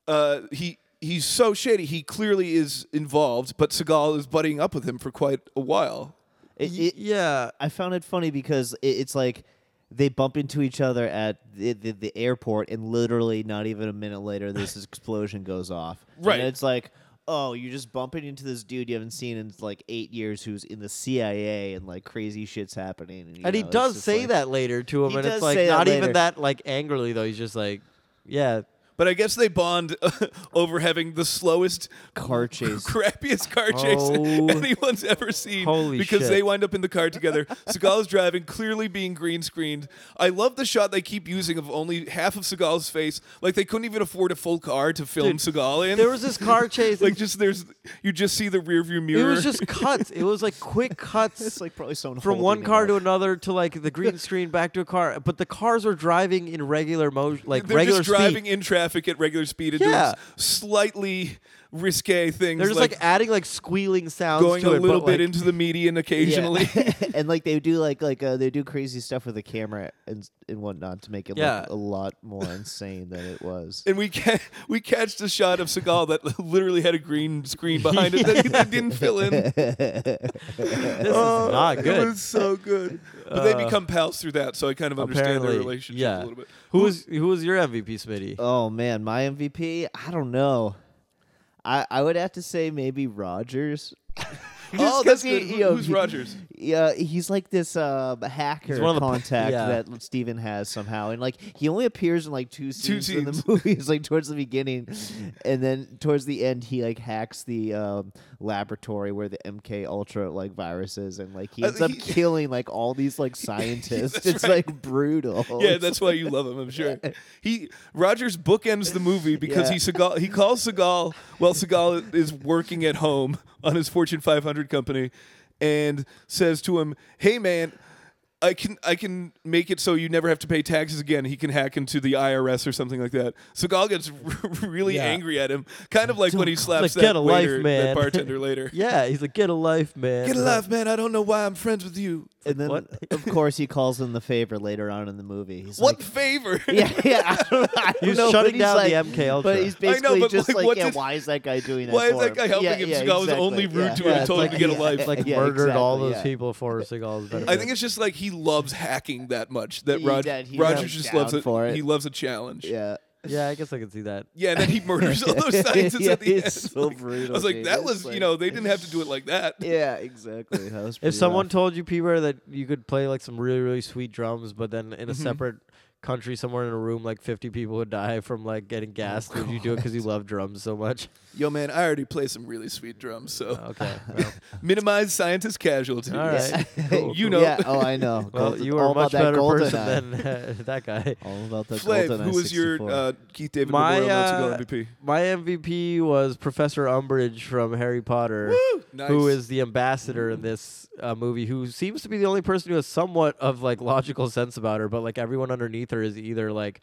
Speaker 1: Uh, he he's so shady. He clearly is involved, but Seagal is buddying up with him for quite a while.
Speaker 3: It-
Speaker 4: Y-
Speaker 3: it-
Speaker 4: yeah.
Speaker 3: I found it funny because it, it's like they bump into each other at the, the, the airport, and literally not even a minute later,
Speaker 4: (laughs)
Speaker 3: this explosion goes off.
Speaker 1: Right.
Speaker 3: And it's like, oh, you're just bumping into this dude you haven't seen in like eight years who's in the CIA and like crazy shit's happening. And, you
Speaker 4: And he
Speaker 3: know, it's
Speaker 4: does
Speaker 3: just
Speaker 4: say
Speaker 3: like-
Speaker 4: that later to him,
Speaker 3: He
Speaker 4: and it's
Speaker 3: does
Speaker 4: like
Speaker 3: say that
Speaker 4: not even
Speaker 3: later.
Speaker 4: that like angrily though. He's just like, yeah,
Speaker 1: But I guess they bond (laughs) over having the slowest,
Speaker 4: (laughs)
Speaker 3: Car chase.
Speaker 1: crappiest car chase
Speaker 4: Oh.
Speaker 1: anyone's ever seen.
Speaker 4: Holy
Speaker 1: because
Speaker 4: shit.
Speaker 1: they wind up in the car together. Seagal's driving, clearly being green screened. I love the shot they keep using of only half of Seagal's face. Like they couldn't even afford a full car to film Seagal in.
Speaker 4: there was this car
Speaker 1: (laughs)
Speaker 4: chase.
Speaker 1: like
Speaker 4: and
Speaker 1: just there's you just see the rearview
Speaker 4: it
Speaker 1: mirror.
Speaker 4: was just cuts. It was like
Speaker 1: (laughs)
Speaker 4: quick cuts.
Speaker 3: It's like probably someone
Speaker 4: from one car (laughs) to another to like
Speaker 1: (laughs)
Speaker 4: the green screen back to a car, but the cars are driving in regular motion, like
Speaker 1: they're
Speaker 4: regular
Speaker 1: just driving
Speaker 4: speed.
Speaker 1: in traffic at regular speed and
Speaker 4: Yeah.
Speaker 1: doing s- slightly risque things.
Speaker 4: They're just like, adding like squealing sounds
Speaker 1: going
Speaker 4: to
Speaker 1: a
Speaker 4: it,
Speaker 1: little
Speaker 4: but,
Speaker 1: bit
Speaker 4: like,
Speaker 1: into the median occasionally.
Speaker 3: and like they do like like uh, they do crazy stuff with the camera and and whatnot to make it
Speaker 4: Yeah.
Speaker 3: look a lot more insane than it was.
Speaker 1: and we ca- (laughs) we catched a shot of Seagal that (laughs) literally had a green screen behind it that they didn't fill in.
Speaker 4: (laughs) This is not
Speaker 1: It Oh,
Speaker 4: Ah, good. Uh,
Speaker 1: was so good. But they become pals through that, so I kind of understand their
Speaker 4: Apparently,
Speaker 1: relationship
Speaker 4: yeah.
Speaker 1: a little bit. Uh,
Speaker 4: Who was who was your MVP, Smitty?
Speaker 3: Oh man, my MVP. I don't know. I I would have to say
Speaker 1: (laughs)
Speaker 3: maybe Rogers.
Speaker 1: Oh,
Speaker 3: 'cause
Speaker 1: that's
Speaker 3: he-
Speaker 1: good.
Speaker 3: you
Speaker 1: Who-
Speaker 3: know,
Speaker 1: Who's
Speaker 3: he-
Speaker 1: Rogers?
Speaker 3: Yeah, he's like this uh, hacker
Speaker 4: one of the
Speaker 1: (laughs)
Speaker 4: po-
Speaker 3: contact
Speaker 4: yeah.
Speaker 3: that Steven has somehow, and like he only appears in like two scenes in the (laughs)
Speaker 1: scenes.
Speaker 3: movie. It's like towards the beginning, and then towards the end, he like hacks the um, laboratory where the MK Ultra like viruses, and like he
Speaker 1: Uh,
Speaker 3: ends up
Speaker 1: he-
Speaker 3: killing like all
Speaker 1: (laughs)
Speaker 3: these like scientists.
Speaker 1: That's
Speaker 3: it's
Speaker 1: right.
Speaker 3: like brutal.
Speaker 1: Yeah,
Speaker 3: It's-
Speaker 1: that's why you love him, I'm
Speaker 4: (laughs)
Speaker 1: sure. He Rogers bookends the movie because he
Speaker 3: Yeah.
Speaker 1: Seagal, he calls Seagal while Seagal is working at home on his Fortune 500 company and says to him, "Hey man, I can I can make it so you never have to pay taxes again. He can hack into the IRS or something like that." Seagal gets (laughs) really
Speaker 4: Yeah.
Speaker 1: angry at him, kind of like when he slaps
Speaker 4: like,
Speaker 1: that
Speaker 4: "Get a life,
Speaker 1: waiter, that
Speaker 4: man." (laughs)
Speaker 1: bartender later.
Speaker 4: Yeah, he's like, get a life, man.
Speaker 1: Get a life, man. I don't know why I'm friends with you.
Speaker 3: and then
Speaker 4: what?
Speaker 3: of course he calls him the favor later on in the movie. He's
Speaker 1: What
Speaker 3: like-
Speaker 1: favor?
Speaker 3: yeah, yeah. I don't, I don't
Speaker 4: He's
Speaker 3: know, but
Speaker 4: shutting
Speaker 3: he's
Speaker 4: down the
Speaker 3: like-
Speaker 4: MKUltra.
Speaker 3: But he's
Speaker 1: I know,
Speaker 3: basically
Speaker 1: but,
Speaker 3: just
Speaker 1: like,
Speaker 3: like,
Speaker 1: what
Speaker 3: yeah,
Speaker 1: did-
Speaker 3: why is that guy doing that?
Speaker 1: why is
Speaker 3: for
Speaker 1: that
Speaker 3: him?
Speaker 1: guy helping
Speaker 3: yeah,
Speaker 1: him?
Speaker 3: Yeah,
Speaker 1: Seagal was only rude
Speaker 3: yeah,
Speaker 1: to him
Speaker 3: yeah,
Speaker 1: and
Speaker 3: it's
Speaker 1: told him
Speaker 3: like-
Speaker 1: to get a
Speaker 3: yeah,
Speaker 1: life.
Speaker 4: It's like
Speaker 3: yeah,
Speaker 4: murdered
Speaker 3: exactly,
Speaker 4: all those
Speaker 3: yeah.
Speaker 4: people for Seagal's benefit.
Speaker 1: I think it's just like he loves hacking that much that
Speaker 3: He-
Speaker 1: Rog-
Speaker 3: that he's
Speaker 1: Rogers just
Speaker 3: down
Speaker 1: loves it.
Speaker 3: for it.
Speaker 1: He loves a challenge.
Speaker 3: Yeah.
Speaker 4: yeah, I guess I can see that.
Speaker 1: Yeah, and then he murders all
Speaker 3: (laughs)
Speaker 1: those scientists
Speaker 3: Yeah,
Speaker 1: at the
Speaker 3: it's
Speaker 1: end. (laughs)
Speaker 3: so
Speaker 1: Like, I
Speaker 3: brutal,
Speaker 1: was like,
Speaker 3: dude.
Speaker 1: that
Speaker 3: It's
Speaker 1: was, you
Speaker 3: like-
Speaker 1: know, they didn't have to do it like that.
Speaker 3: (laughs) Yeah, exactly. That was
Speaker 4: If
Speaker 3: pretty
Speaker 4: someone
Speaker 3: rough.
Speaker 4: told you, Peter, that you could play like some really, really sweet drums, but then in a separate country, somewhere in a room, like 50 people would die from like getting gassed, would you do it because you love drums so much?
Speaker 1: Yo, man, I already play some really sweet drums, so
Speaker 4: Okay. (laughs) well,
Speaker 1: minimize scientist casualties.
Speaker 4: all right. (laughs) Cool,
Speaker 1: You
Speaker 4: cool.
Speaker 1: know-
Speaker 3: yeah, oh, I know.
Speaker 4: Well,
Speaker 3: Golden-
Speaker 4: you were
Speaker 3: all
Speaker 4: a
Speaker 3: about
Speaker 4: much
Speaker 3: that
Speaker 4: better
Speaker 3: golden
Speaker 4: person
Speaker 3: eye.
Speaker 4: (laughs) than uh, that guy.
Speaker 3: All about that
Speaker 1: Flav,
Speaker 3: golden eye
Speaker 1: who was your
Speaker 3: 64.
Speaker 1: uh, Keith David
Speaker 4: My,
Speaker 1: Memorial Not
Speaker 4: uh,
Speaker 1: to Go MVP?
Speaker 4: My MVP was Professor Umbridge from Harry Potter, who
Speaker 1: Nice.
Speaker 4: is the ambassador in this uh, movie, who seems to be the only person who has somewhat of like logical sense about her, but like everyone underneath her is either like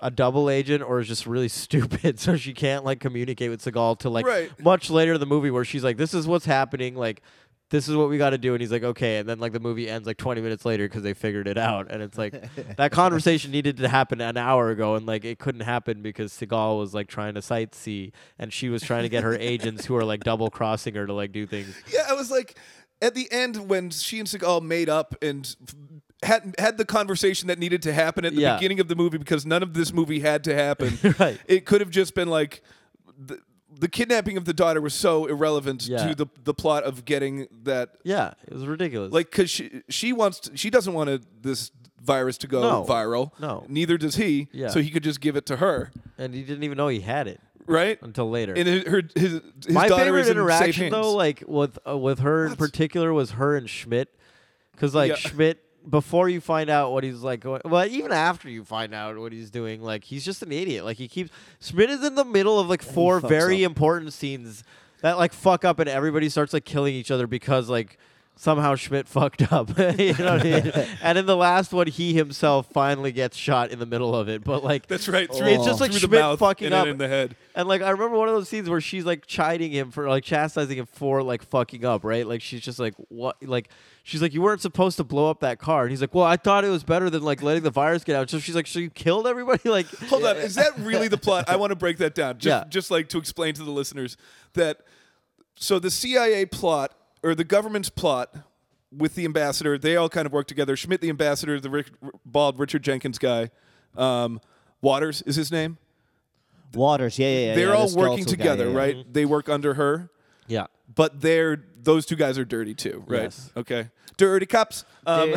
Speaker 4: a double agent or is just really (laughs) stupid, so she can't like communicate with Seagal to like
Speaker 1: Right.
Speaker 4: much later in the movie where she's like, "This is what's happening," like. This is what we got to do, and he's like, "Okay." And then, like, the movie ends like 20 minutes later because they figured it out, and it's like that conversation needed to happen an hour ago, and like it couldn't happen because Seagal was like trying to sightsee, and she was trying to get her agents who are like double crossing her to like do things.
Speaker 1: Yeah, I was like, at the end when she and Seagal made up and had had the conversation that needed to happen at the
Speaker 4: Yeah.
Speaker 1: beginning of the movie because none of this movie had to happen.
Speaker 4: (laughs) Right.
Speaker 1: It could have just been like. The, the kidnapping of the daughter was so irrelevant
Speaker 4: Yeah.
Speaker 1: to the the plot of getting that
Speaker 4: Yeah, it was ridiculous.
Speaker 1: like because she she wants to, she doesn't want to, this virus to go
Speaker 4: No.
Speaker 1: viral
Speaker 4: No.
Speaker 1: neither does he
Speaker 4: Yeah.
Speaker 1: so he could just give it to her
Speaker 4: and he didn't even know he had it
Speaker 1: right
Speaker 4: until later.
Speaker 1: and it- her his, his
Speaker 4: my
Speaker 1: daughter
Speaker 4: favorite
Speaker 1: is in safe
Speaker 4: interaction
Speaker 1: hands.
Speaker 4: though, like with uh, with her in particular, was her and Schmidt, because like
Speaker 1: Yeah.
Speaker 4: Schmidt, before you find out what he's like, going, well, even after you find out what he's doing, like he's just an idiot. Like he keeps Schmidt is in the middle of like four
Speaker 3: fucks
Speaker 4: very important scenes that like fuck up, and everybody starts like killing each other because like. Somehow Schmidt (laughs) fucked up, you know what I mean? and in the last one, he himself finally gets shot in the middle of it. But like,
Speaker 1: that's right through,
Speaker 4: It's just like
Speaker 1: through the
Speaker 4: Schmidt
Speaker 1: mouth
Speaker 4: fucking
Speaker 1: and
Speaker 4: up.
Speaker 1: then in the head
Speaker 4: and like I remember one of those scenes where she's like chiding him for like chastising him for like fucking up, right? Like she's just like what like she's like you weren't supposed to blow up that car. And he's like, "Well, I thought it was better than like letting the virus get out." So she's like, "So you killed everybody?" (laughs) Like
Speaker 1: Hold on, is that really the plot? I want to break that down. Just,
Speaker 4: Yeah.
Speaker 1: just like to explain to the listeners that so the CIA plot or the government's plot with the ambassador, they all kind of work together. Schmidt, the ambassador, the Rick, bald Richard Jenkins guy, um, Waters is his name.
Speaker 3: Waters, yeah, yeah, yeah.
Speaker 1: They're
Speaker 3: yeah,
Speaker 1: all
Speaker 3: the
Speaker 1: working
Speaker 3: skeletal guy,
Speaker 1: together,
Speaker 3: yeah, yeah.
Speaker 1: right? They work under her,
Speaker 4: Yeah.
Speaker 1: but they're those two guys are dirty too, right?
Speaker 4: Yes.
Speaker 1: Okay, dirty cops. Um,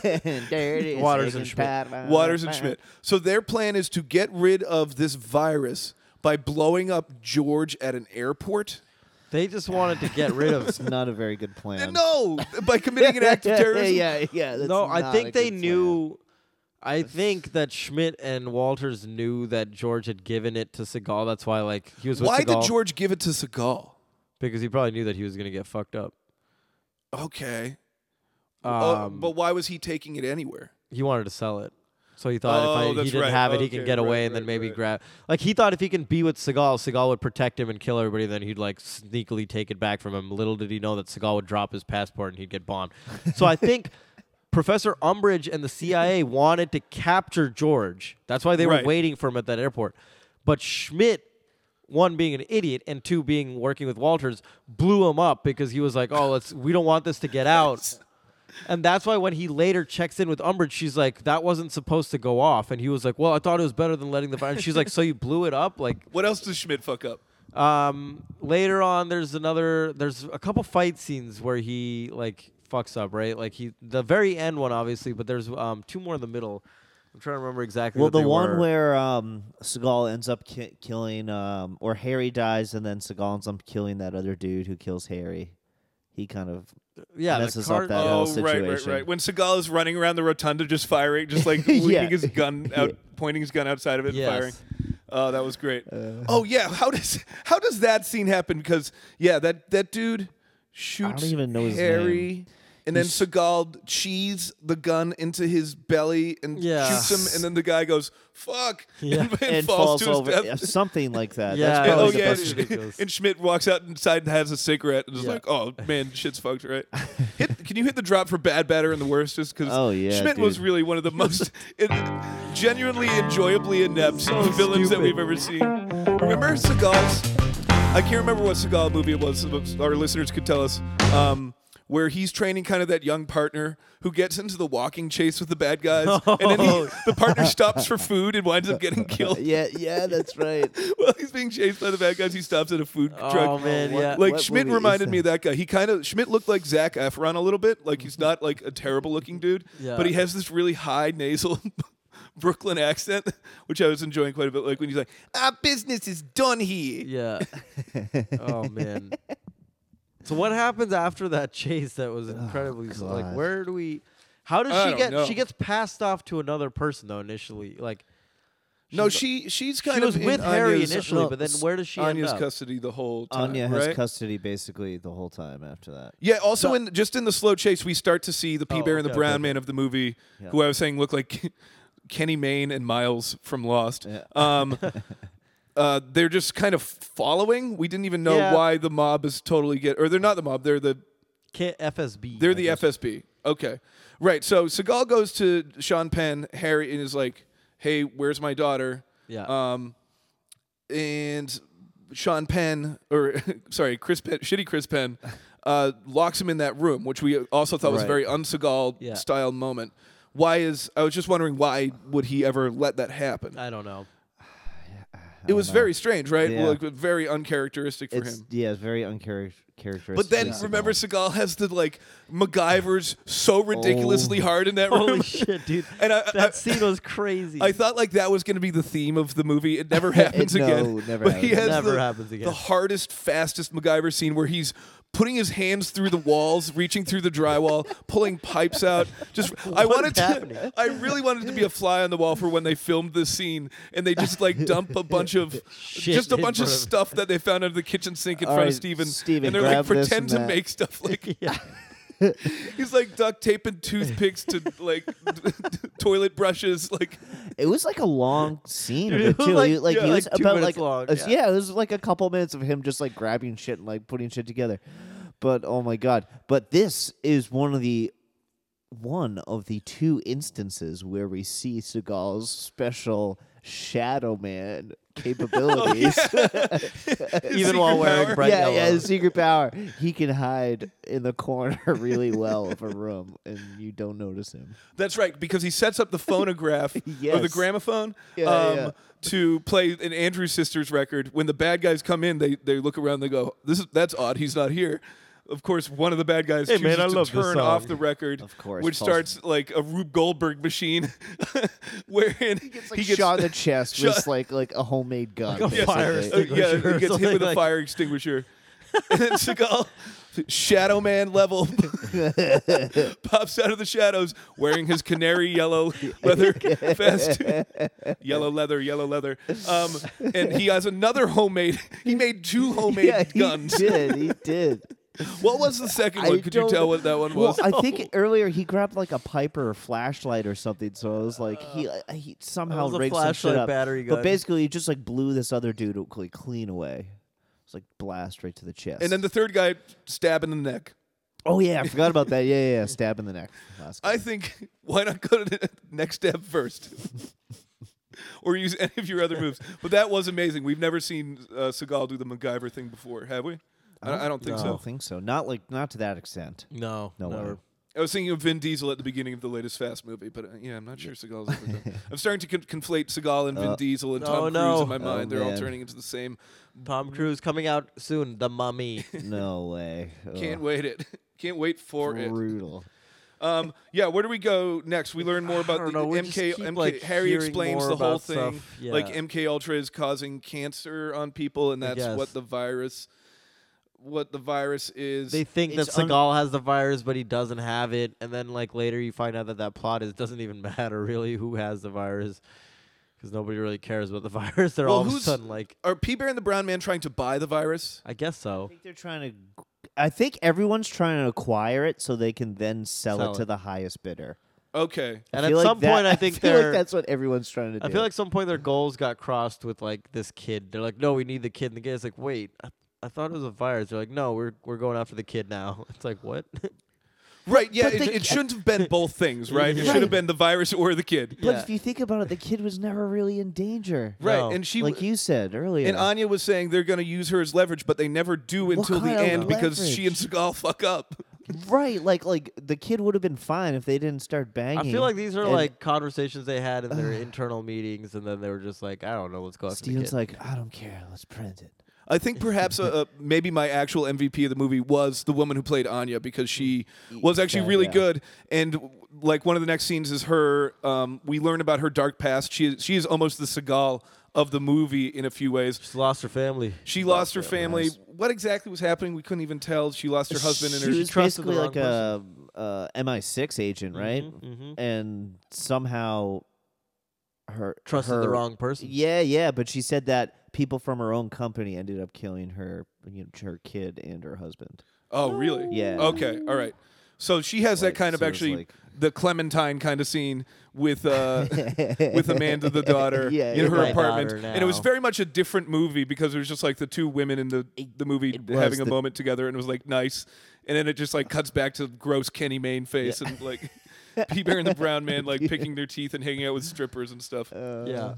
Speaker 3: Dirty
Speaker 4: Waters and
Speaker 3: stinking
Speaker 4: Schmidt.
Speaker 3: Pat-
Speaker 1: Waters and Schmidt. So their plan is to get rid of this virus by blowing up George at an airport.
Speaker 4: They just wanted to get rid
Speaker 3: (laughs)
Speaker 4: of
Speaker 3: It's not a very good plan.
Speaker 1: No, by committing an act of terrorism.
Speaker 3: (laughs) yeah, yeah, yeah. that's
Speaker 4: No, I
Speaker 3: not a
Speaker 4: think they
Speaker 3: good plan.
Speaker 4: knew I think that Schmidt and Walters knew that George had given it to Seagal. That's why like he was with
Speaker 1: Why
Speaker 4: Seagal
Speaker 1: did George give it to Seagal?
Speaker 4: because he probably knew that he was going to get fucked up.
Speaker 1: Okay,
Speaker 4: Um,
Speaker 3: Um,
Speaker 1: Uh, but why was he taking it anywhere?
Speaker 4: he wanted to sell it. So he
Speaker 1: Oh,
Speaker 4: thought if I,
Speaker 1: that's
Speaker 4: he didn't
Speaker 1: right.
Speaker 4: have it, he can
Speaker 1: Okay,
Speaker 4: get away
Speaker 1: right,
Speaker 4: and then
Speaker 1: right,
Speaker 4: maybe
Speaker 1: right.
Speaker 4: grab. Like he thought if he can be with Seagal, Seagal would protect him and kill everybody. Then he'd like sneakily take it back from him. Little did he know that Seagal would drop his passport and he'd get
Speaker 1: (laughs)
Speaker 4: bombed. So I think Professor Umbridge and the CIA wanted to capture George. That's why they
Speaker 1: Right.
Speaker 4: were waiting for him at that airport. But Schmidt. One being an idiot and two being working with Walters blew him up because he was like, "Oh, let's we don't want this to get out." And that's why when he later checks in with Umbridge, she's like, "That wasn't supposed to go off." And he was like, "Well, I thought it was better than letting the fire." And she's like, "So you blew it up?" Like
Speaker 1: What else does Schmidt fuck up?
Speaker 4: um, later on, there's another, there's a couple fight scenes where he like fucks up, right? Like he, the very end one, obviously, but there's um two more in the middle. I'm trying to remember exactly.
Speaker 3: Well,
Speaker 4: what
Speaker 3: the
Speaker 4: they
Speaker 3: one
Speaker 4: were.
Speaker 3: where um, Seagal ends up ki- killing, um, or Harry dies, and then Seagal ends up killing that other dude who kills Harry. He kind of
Speaker 4: yeah, the
Speaker 3: messes
Speaker 4: car-
Speaker 3: up that
Speaker 1: oh,
Speaker 3: whole
Speaker 1: right,
Speaker 3: situation.
Speaker 1: right, right. When Seagal is running around the rotunda, just firing, just like
Speaker 3: (laughs) Yeah.
Speaker 1: leaving his
Speaker 3: (laughs)
Speaker 1: gun out, pointing his gun outside of it,
Speaker 4: Yes.
Speaker 1: and firing. Oh, that was great.
Speaker 3: Uh.
Speaker 1: oh yeah, how does how does that scene happen? Because yeah, that that dude shoots
Speaker 3: even know his
Speaker 1: Harry,
Speaker 3: name.
Speaker 1: and then Seagal cheese the gun into his belly and
Speaker 4: Yeah.
Speaker 1: shoots him, and then the guy goes fuck (laughs)
Speaker 4: Yeah.
Speaker 1: (laughs) and,
Speaker 3: And
Speaker 1: falls,
Speaker 3: falls,
Speaker 1: to his
Speaker 3: over,
Speaker 1: death.
Speaker 3: yeah, something like that.
Speaker 4: Yeah.
Speaker 3: That's
Speaker 1: Yeah,
Speaker 3: probably
Speaker 1: oh
Speaker 3: the
Speaker 1: yeah,
Speaker 3: best
Speaker 4: that's
Speaker 1: and-
Speaker 4: ridiculous.
Speaker 1: and Schmidt walks out inside and has a cigarette and is
Speaker 4: Yeah.
Speaker 1: like, "Oh man, shit's fucked,
Speaker 3: (laughs)
Speaker 1: right?" Hit, can you hit the drop for bad batter and the worst? Just because
Speaker 3: Oh, yeah,
Speaker 1: Schmidt was
Speaker 3: dude.
Speaker 1: really one of the
Speaker 3: (laughs)
Speaker 1: most it, genuinely enjoyably inept villains that
Speaker 4: stupid.
Speaker 1: we've ever seen. Remember Seagal's? I can't remember what Seagal movie it was. but Our listeners could tell us. Um, where he's training kind of that young partner who gets into the walking chase with the bad guys, and then
Speaker 3: (laughs)
Speaker 1: he, the partner stops for food and winds up getting killed.
Speaker 3: yeah, yeah, that's right. (laughs)
Speaker 1: (laughs) While he's being chased by the bad guys, he stops at a food
Speaker 4: Oh,
Speaker 1: truck.
Speaker 4: man, yeah.
Speaker 1: Like
Speaker 3: What
Speaker 1: Schmidt
Speaker 3: movie is
Speaker 1: reminded me of that guy. He kind of Schmidt looked like Zach Efron a little bit. Like
Speaker 3: Mm-hmm.
Speaker 1: he's not like a terrible looking dude,
Speaker 4: Yeah.
Speaker 1: but he has this really high nasal (laughs) Brooklyn accent, (laughs) which I was enjoying quite a bit. Like when he's like, "Our business is done here."
Speaker 4: Yeah. oh man. (laughs) So what happens after that chase that
Speaker 1: Oh,
Speaker 4: was incredibly s- like
Speaker 3: God.
Speaker 4: where do we how does
Speaker 1: I
Speaker 4: she
Speaker 1: don't
Speaker 4: get
Speaker 1: know.
Speaker 4: she gets passed off to another person though initially like
Speaker 1: No, she she's kind
Speaker 4: she
Speaker 1: of
Speaker 4: was
Speaker 1: in
Speaker 4: with Harry
Speaker 1: Anya's-
Speaker 4: initially
Speaker 3: no,
Speaker 4: but then where does she
Speaker 1: Anya's
Speaker 4: end up?
Speaker 1: custody the whole time.
Speaker 3: Anya
Speaker 1: right?
Speaker 3: has custody basically the whole time after that.
Speaker 1: Yeah. Also, in just in the slow chase, we start to see the P
Speaker 4: Oh,
Speaker 1: Bear and the
Speaker 4: okay,
Speaker 1: Brown
Speaker 4: okay.
Speaker 1: Man of the movie, who I was saying look like (laughs) Kenny Mayne and Miles from Lost.
Speaker 3: Yeah.
Speaker 4: (laughs)
Speaker 1: Um, uh, they're just kind of following. We didn't even know
Speaker 4: Yeah.
Speaker 1: why the mob is totally get, or they're not the mob. They're the
Speaker 4: K- FSB.
Speaker 1: they're
Speaker 4: I
Speaker 1: the
Speaker 4: guess.
Speaker 1: FSB. Okay, right. So Seagal goes to Sean Penn, Harry, and is like, "Hey, where's my daughter?"
Speaker 4: Yeah.
Speaker 1: Um, and Sean Penn, or (laughs) sorry, Chris Penn, shitty Chris Penn, uh, locks him in that room, which we also thought was a very
Speaker 3: Right.
Speaker 1: unsegal
Speaker 4: Yeah.
Speaker 1: style moment. Why is I was just wondering why would he ever let that happen?
Speaker 4: I
Speaker 1: (laughs)
Speaker 4: don't know.
Speaker 1: it was very strange, right?
Speaker 3: Yeah.
Speaker 1: Like very uncharacteristic for
Speaker 3: It's
Speaker 1: him.
Speaker 3: yeah, it's very uncharacteristic.
Speaker 1: But then remember, Seagal has the like MacGyver's so ridiculously hard in that room.
Speaker 4: (laughs) Holy shit, dude.
Speaker 1: And I- I-
Speaker 4: that scene was crazy.
Speaker 1: I thought like that was going to be the theme of the movie. It never happens
Speaker 3: no,
Speaker 1: again.
Speaker 3: never
Speaker 1: but he
Speaker 3: happens.
Speaker 1: has
Speaker 4: Never
Speaker 1: the,
Speaker 4: happens again.
Speaker 1: the hardest, fastest MacGyver scene where he's putting his hands through the walls, reaching through the drywall, pulling pipes out. Just I wanted to.
Speaker 4: happening?
Speaker 1: I really wanted to be a fly on the wall for when they filmed this scene and they just like dump a bunch of
Speaker 4: Shit
Speaker 1: just a
Speaker 4: in
Speaker 1: bunch of
Speaker 4: front of-
Speaker 1: stuff that they found out of the kitchen sink in
Speaker 3: All
Speaker 1: front of
Speaker 3: right,
Speaker 1: Steven,
Speaker 3: Steven,
Speaker 1: and they're like
Speaker 3: grab this
Speaker 1: pretend
Speaker 3: and
Speaker 1: to
Speaker 3: that.
Speaker 1: make stuff like
Speaker 4: yeah.
Speaker 1: (laughs) he's like duct taping toothpicks to like (laughs) toilet brushes like
Speaker 3: It was like a long scene of
Speaker 4: Dude, it
Speaker 3: it
Speaker 4: was
Speaker 3: too.
Speaker 4: like-
Speaker 3: He- like
Speaker 4: yeah,
Speaker 3: he was
Speaker 4: like two
Speaker 3: about like
Speaker 4: minutes long,
Speaker 3: a-
Speaker 4: yeah.
Speaker 3: yeah. it was like a couple minutes of him just like grabbing shit and like putting shit together. But oh my god! But this is one of the one of the two instances where we see Seagal's special shadow (laughs) man capabilities. (laughs)
Speaker 4: Even while
Speaker 1: secret
Speaker 4: wearing
Speaker 1: power.
Speaker 4: bright
Speaker 3: yeah,
Speaker 4: yellow.
Speaker 3: yeah, his secret power. He can hide in the corner (laughs) really well of a room, and you don't notice him.
Speaker 1: That's right, because he sets
Speaker 3: (laughs)
Speaker 1: up the phonograph or the
Speaker 3: Yes.
Speaker 1: gramophone
Speaker 3: Yeah,
Speaker 1: um,
Speaker 3: yeah.
Speaker 1: to play an Andrew Sisters record. When the bad guys come in, they they look around, they go, "This is that's odd. He's not here." Of course, one of the bad guys
Speaker 4: Hey, man,
Speaker 1: chooses
Speaker 4: I
Speaker 1: to
Speaker 4: love this
Speaker 1: turn
Speaker 4: song.
Speaker 1: off the record,
Speaker 3: Of course,
Speaker 1: which
Speaker 3: false-
Speaker 1: starts like a Rube Goldberg machine, (laughs) wherein he gets,
Speaker 3: It's like shot (laughs) in the chest
Speaker 1: shot-
Speaker 3: with like like a homemade gun.
Speaker 4: Like a fire
Speaker 3: basically.
Speaker 1: uh, yeah,
Speaker 4: extinguisher or
Speaker 1: he gets hit
Speaker 4: something
Speaker 1: with a
Speaker 4: like-
Speaker 1: fire extinguisher. (laughs) and then Seagal, Shadow Man level, (laughs) pops out of the shadows wearing his canary yellow leather vest. yellow leather, yellow leather. Um, and he has another homemade, he made two homemade
Speaker 3: (laughs) yeah, he
Speaker 1: guns. (laughs)
Speaker 3: did. He did.
Speaker 1: What was the second
Speaker 3: I
Speaker 1: one? Could you
Speaker 3: don't-
Speaker 1: tell what that one
Speaker 3: Well,
Speaker 1: was?
Speaker 3: I think earlier he grabbed like a piper or flashlight or something, so I was like, he
Speaker 1: Uh,
Speaker 3: I- he somehow
Speaker 4: was a
Speaker 3: rigged some shit
Speaker 4: flashlight
Speaker 3: up.
Speaker 4: battery
Speaker 3: But
Speaker 4: gun.
Speaker 3: basically, he just like blew this other dude like, clean away. It's like blast right to the chest.
Speaker 1: and then the third guy stab in the neck.
Speaker 3: oh yeah, I forgot about that. Yeah, yeah, yeah. stab in
Speaker 1: (laughs)
Speaker 3: the neck. Last
Speaker 1: I
Speaker 3: guy.
Speaker 1: think (laughs) why not go to the (laughs) next step first, (laughs) or use any of your other moves. But that was amazing. We've never seen uh, Seagal do the MacGyver thing before, have we? I, I don't think
Speaker 3: I
Speaker 1: so.
Speaker 3: don't think so. Not like not to that extent.
Speaker 4: No,
Speaker 3: No
Speaker 4: never.
Speaker 3: way.
Speaker 1: I was thinking of Vin Diesel at the beginning of the latest Fast movie, but uh, yeah, I'm not sure Seagal's ever done. I'm starting to con- conflate Seagal and Vin Diesel and
Speaker 4: oh,
Speaker 1: Tom Cruise
Speaker 4: no.
Speaker 1: in my mind. They're all
Speaker 3: man.
Speaker 1: turning into the same.
Speaker 4: Tom Cruise coming out soon. The Mummy.
Speaker 3: No
Speaker 1: (laughs)
Speaker 3: way. Ugh,
Speaker 1: Can't wait it. Can't wait for it.
Speaker 3: brutal.
Speaker 1: Um, yeah, where do we go next? We learn more about
Speaker 4: don't
Speaker 1: the
Speaker 4: know, we just
Speaker 1: MK.
Speaker 4: keep,
Speaker 1: MK
Speaker 4: like,
Speaker 1: Harry
Speaker 4: hearing
Speaker 1: explains
Speaker 4: more
Speaker 1: the whole
Speaker 4: about
Speaker 1: thing.
Speaker 4: stuff. Yeah.
Speaker 1: Like MK Ultra is causing cancer on people, and that's
Speaker 4: guess.
Speaker 1: what the virus. What the virus is.
Speaker 4: They think
Speaker 3: It's
Speaker 4: that
Speaker 3: un-
Speaker 4: Seagal has the virus, but he doesn't have it, and then like later you find out that that plot is doesn't even (laughs) matter really who has the virus, because nobody really cares about the (laughs) virus. They're
Speaker 1: Well,
Speaker 4: all of a
Speaker 1: who's-
Speaker 4: sudden like,
Speaker 1: Are P Bear and the Brown Man trying to buy the virus?
Speaker 4: I guess so.
Speaker 3: I think they're trying to. I think everyone's trying to acquire it so they can then sell,
Speaker 4: Sell
Speaker 3: it to
Speaker 4: it.
Speaker 3: the highest bidder.
Speaker 1: Okay.
Speaker 3: (laughs)
Speaker 4: And
Speaker 3: I
Speaker 4: at
Speaker 3: feel like
Speaker 4: some
Speaker 3: that-
Speaker 4: point, I think
Speaker 3: feel like
Speaker 4: they're.
Speaker 3: that's what everyone's trying to do.
Speaker 4: I feel like some point their goals got crossed with like this kid. They're like, no, we need the kid. And the kid's like, wait, I, I thought it was a virus. They're like, no, we're we're going after the kid now. (laughs) It's like
Speaker 3: (laughs)
Speaker 4: what?
Speaker 1: Right. Yeah.
Speaker 3: But
Speaker 1: It,
Speaker 3: the-
Speaker 1: it shouldn't have been both things, right? It should
Speaker 3: Right.
Speaker 1: have been the virus or the kid.
Speaker 3: but
Speaker 4: yeah.
Speaker 3: if you think about it, the kid was never really in danger,
Speaker 1: Right.
Speaker 4: No.
Speaker 1: And she.
Speaker 3: like you said earlier.
Speaker 1: and Anya was saying they're going to use her as leverage, but they never do until the
Speaker 3: kind of
Speaker 1: end because she and
Speaker 3: leverage?
Speaker 1: Seagal fuck up.
Speaker 3: right, like like the kid would have been fine if they didn't start banging.
Speaker 4: I feel like these are
Speaker 3: and
Speaker 4: like conversations they had in
Speaker 3: (sighs)
Speaker 4: their internal meetings, and then they were just like, I don't know, let's go after the
Speaker 3: Steven's
Speaker 4: kid.
Speaker 3: like, I don't care, let's print it.
Speaker 1: I think perhaps uh, uh, maybe my actual MVP of the movie was the woman who played Anya because she was actually
Speaker 3: Yeah,
Speaker 1: really
Speaker 3: yeah.
Speaker 1: good. And like one of the next scenes is her. Um, we learn about her dark past. She she is almost the Seagal of the movie in a few ways.
Speaker 4: She lost her family.
Speaker 1: She lost her family. What exactly was happening? We couldn't even tell. She lost her husband and
Speaker 3: she
Speaker 1: her.
Speaker 3: was
Speaker 4: trusted the
Speaker 3: basically
Speaker 4: wrong Mm-hmm,
Speaker 3: like a, uh MI6 agent, right? And somehow her
Speaker 4: Trusted the
Speaker 3: her-
Speaker 4: wrong person.
Speaker 3: Yeah, yeah, but she said that people from her own company ended up killing her, you know, her kid and her husband.
Speaker 1: Oh, really?
Speaker 3: Yeah.
Speaker 1: Okay. All right. So she has that
Speaker 3: Like,
Speaker 1: kind of
Speaker 3: so it's
Speaker 1: actually
Speaker 3: like-
Speaker 1: the Clementine kind of scene with
Speaker 3: (laughs)
Speaker 1: uh, (laughs) with Amanda the daughter
Speaker 3: Yeah,
Speaker 1: in her
Speaker 4: my
Speaker 1: apartment,
Speaker 4: daughter
Speaker 1: and it was
Speaker 4: now.
Speaker 1: very much a different movie because it was just like the two women in the the movie
Speaker 3: it was
Speaker 1: having a
Speaker 3: the-
Speaker 1: moment together, and it was like nice, and then it just like cuts back to gross Kenny Maine face and like (laughs) P Bear and the Brown Man
Speaker 3: (laughs)
Speaker 1: like picking their teeth and hanging out with strippers and stuff.
Speaker 3: Uh,
Speaker 4: Yeah.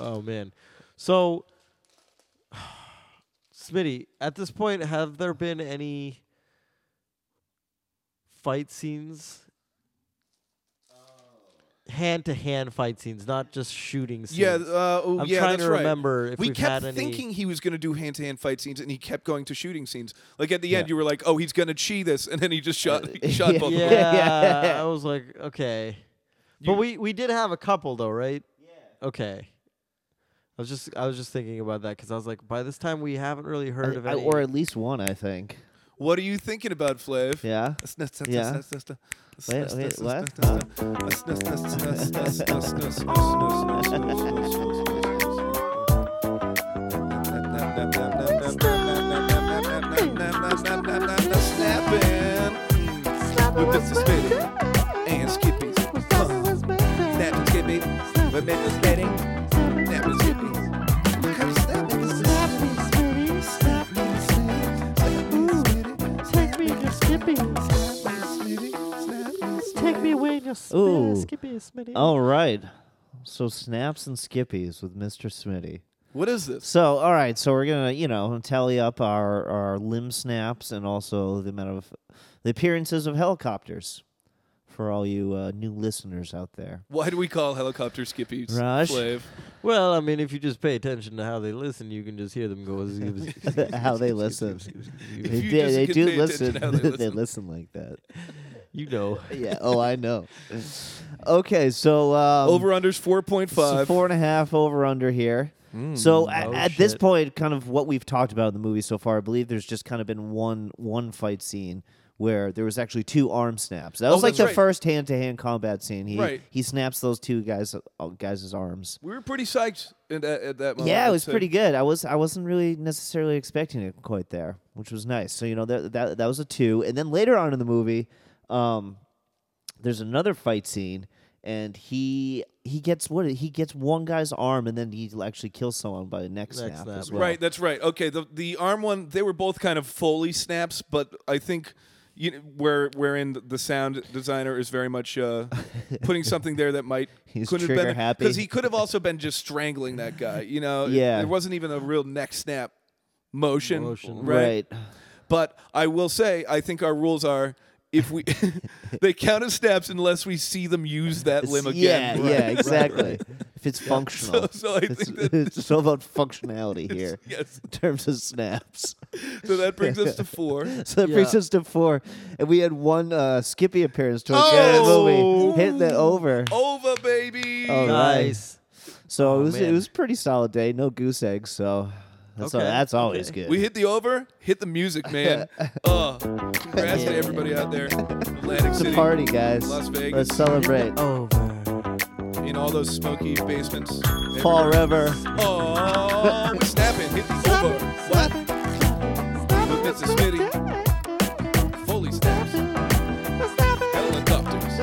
Speaker 4: Oh man. So, (sighs) Smitty, at this point, have there been any fight scenes? Hand to hand Oh. fight scenes, not just shooting scenes.
Speaker 1: Yeah, uh, oh,
Speaker 4: I'm
Speaker 1: yeah,
Speaker 4: trying
Speaker 1: that's
Speaker 4: to
Speaker 1: right.
Speaker 4: remember if
Speaker 1: we
Speaker 4: we've
Speaker 1: kept
Speaker 4: had any-
Speaker 1: thinking he was going to do hand-to-hand fight scenes, and he kept going to shooting scenes. Like at the end, you were like, "Oh, he's going to chi this," and then he just
Speaker 3: Uh,
Speaker 1: shot, he
Speaker 3: (laughs)
Speaker 1: shot both. of them.
Speaker 4: (laughs) yeah, I was like, okay. but we we did have a couple though, right? Yeah. Okay. I was just I was just thinking about that because I was like, by this time we haven't really heard of
Speaker 3: I-
Speaker 4: any.
Speaker 3: or at least one, I think.
Speaker 1: What are you thinking about, Flav?
Speaker 3: Yeah. Yeah. Wait, wait, what? Huh?
Speaker 1: Snapping with the spitting and skippies. Huh. Snapping skippies. With the spitting. Snapping skippies. Come snapping the
Speaker 6: Take me in your skippies. Take me away in your sp-
Speaker 3: Ooh. Oh.
Speaker 6: skippies, Smitty.
Speaker 3: All right. So snaps and skippies with Mr. Smitty.
Speaker 1: What is this?
Speaker 3: So all right, so we're gonna you know tally up our our limb snaps and also the amount of the appearances of helicopters for all you uh, new listeners out there. (laughs)
Speaker 1: Why do we call helicopter skippies?
Speaker 3: Raj?
Speaker 1: Flav?
Speaker 4: well, I mean, if you just pay attention to how they listen, you can just hear them go. zoom, zoom, zoom.
Speaker 1: (laughs)
Speaker 3: how they listen.
Speaker 4: (laughs)
Speaker 3: They,
Speaker 1: you
Speaker 3: do-
Speaker 1: just
Speaker 3: they
Speaker 1: could
Speaker 3: do
Speaker 1: pay attention
Speaker 3: listen.
Speaker 1: how they
Speaker 3: (laughs) they
Speaker 1: listen.
Speaker 3: listen like that.
Speaker 4: you know.
Speaker 3: Yeah. Oh, I know. Okay, so um,
Speaker 1: Over unders four point
Speaker 3: so
Speaker 1: five. Hmm,
Speaker 3: four and a half over under here. so a- at,
Speaker 4: oh
Speaker 3: this
Speaker 4: shit.
Speaker 3: point, kind of what we've talked about in the movie so far, I believe there's just kind of been one one fight scene where there was actually two arm snaps. That was like
Speaker 1: Oh, that's
Speaker 3: the
Speaker 1: right.
Speaker 3: first hand to hand combat scene. He
Speaker 1: Right.
Speaker 3: he snaps those two guys uh, guys' arms.
Speaker 1: We were pretty psyched at that, at Oh, that moment.
Speaker 3: Yeah, it
Speaker 1: I'd
Speaker 3: was
Speaker 1: say.
Speaker 3: pretty good. I was I wasn't really necessarily expecting it quite there, which was nice. So you know that that that was a two, and then later on in the movie, um, there's another fight scene, and he he gets what he gets one guy's arm, and then he actually kills someone by the neck
Speaker 4: Neck
Speaker 3: snap.
Speaker 4: snap,
Speaker 3: as
Speaker 4: yeah.
Speaker 3: well.
Speaker 1: Right, that's right. Okay, the the arm one, they were both kind of Foley snaps, but I think you know, where wherein the sound designer is very much
Speaker 3: (laughs)
Speaker 1: uh, putting something there that might
Speaker 3: He's
Speaker 1: could have been
Speaker 3: trigger happy.
Speaker 1: because he could have also been just strangling that guy. You know,
Speaker 3: Yeah.
Speaker 1: there wasn't even a real neck snap motion,
Speaker 4: Motion.
Speaker 1: right?
Speaker 3: Right.
Speaker 1: But I will say, I think our rules are. If we, (laughs) they count as snaps unless we see them use that limb
Speaker 3: yeah,
Speaker 1: again.
Speaker 3: yeah, exactly. If it's functional,
Speaker 1: (laughs) So- so I
Speaker 3: it's,
Speaker 1: think that-
Speaker 3: (laughs) it's all about functionality here
Speaker 1: (laughs) yes.
Speaker 3: in terms of snaps.
Speaker 1: So that brings us to four.
Speaker 3: (laughs) So that brings
Speaker 4: Yeah.
Speaker 3: us to four, and we had one uh, Skippy appearance towards the end of
Speaker 4: Oh!
Speaker 3: the movie, hitting it over.
Speaker 1: Over, baby.
Speaker 3: All right.
Speaker 4: Nice.
Speaker 3: So
Speaker 4: Oh,
Speaker 3: it was it
Speaker 4: man.
Speaker 3: was a pretty solid day. No goose eggs, so that's
Speaker 4: Okay.
Speaker 3: all, that's always good.
Speaker 1: We hit the over, hit the music, (laughs) man. uh, congrats to everybody out there, Atlantic
Speaker 3: it's
Speaker 1: City,
Speaker 3: a party, guys.
Speaker 1: Las Vegas.
Speaker 3: Let's celebrate.
Speaker 4: Over.
Speaker 1: in all those smoky basements.
Speaker 3: Fall
Speaker 1: everywhere.
Speaker 3: River.
Speaker 1: Oh, we're snapping. Hit the over. What? Look, that's a Smitty. Fully snaps. Helicopters.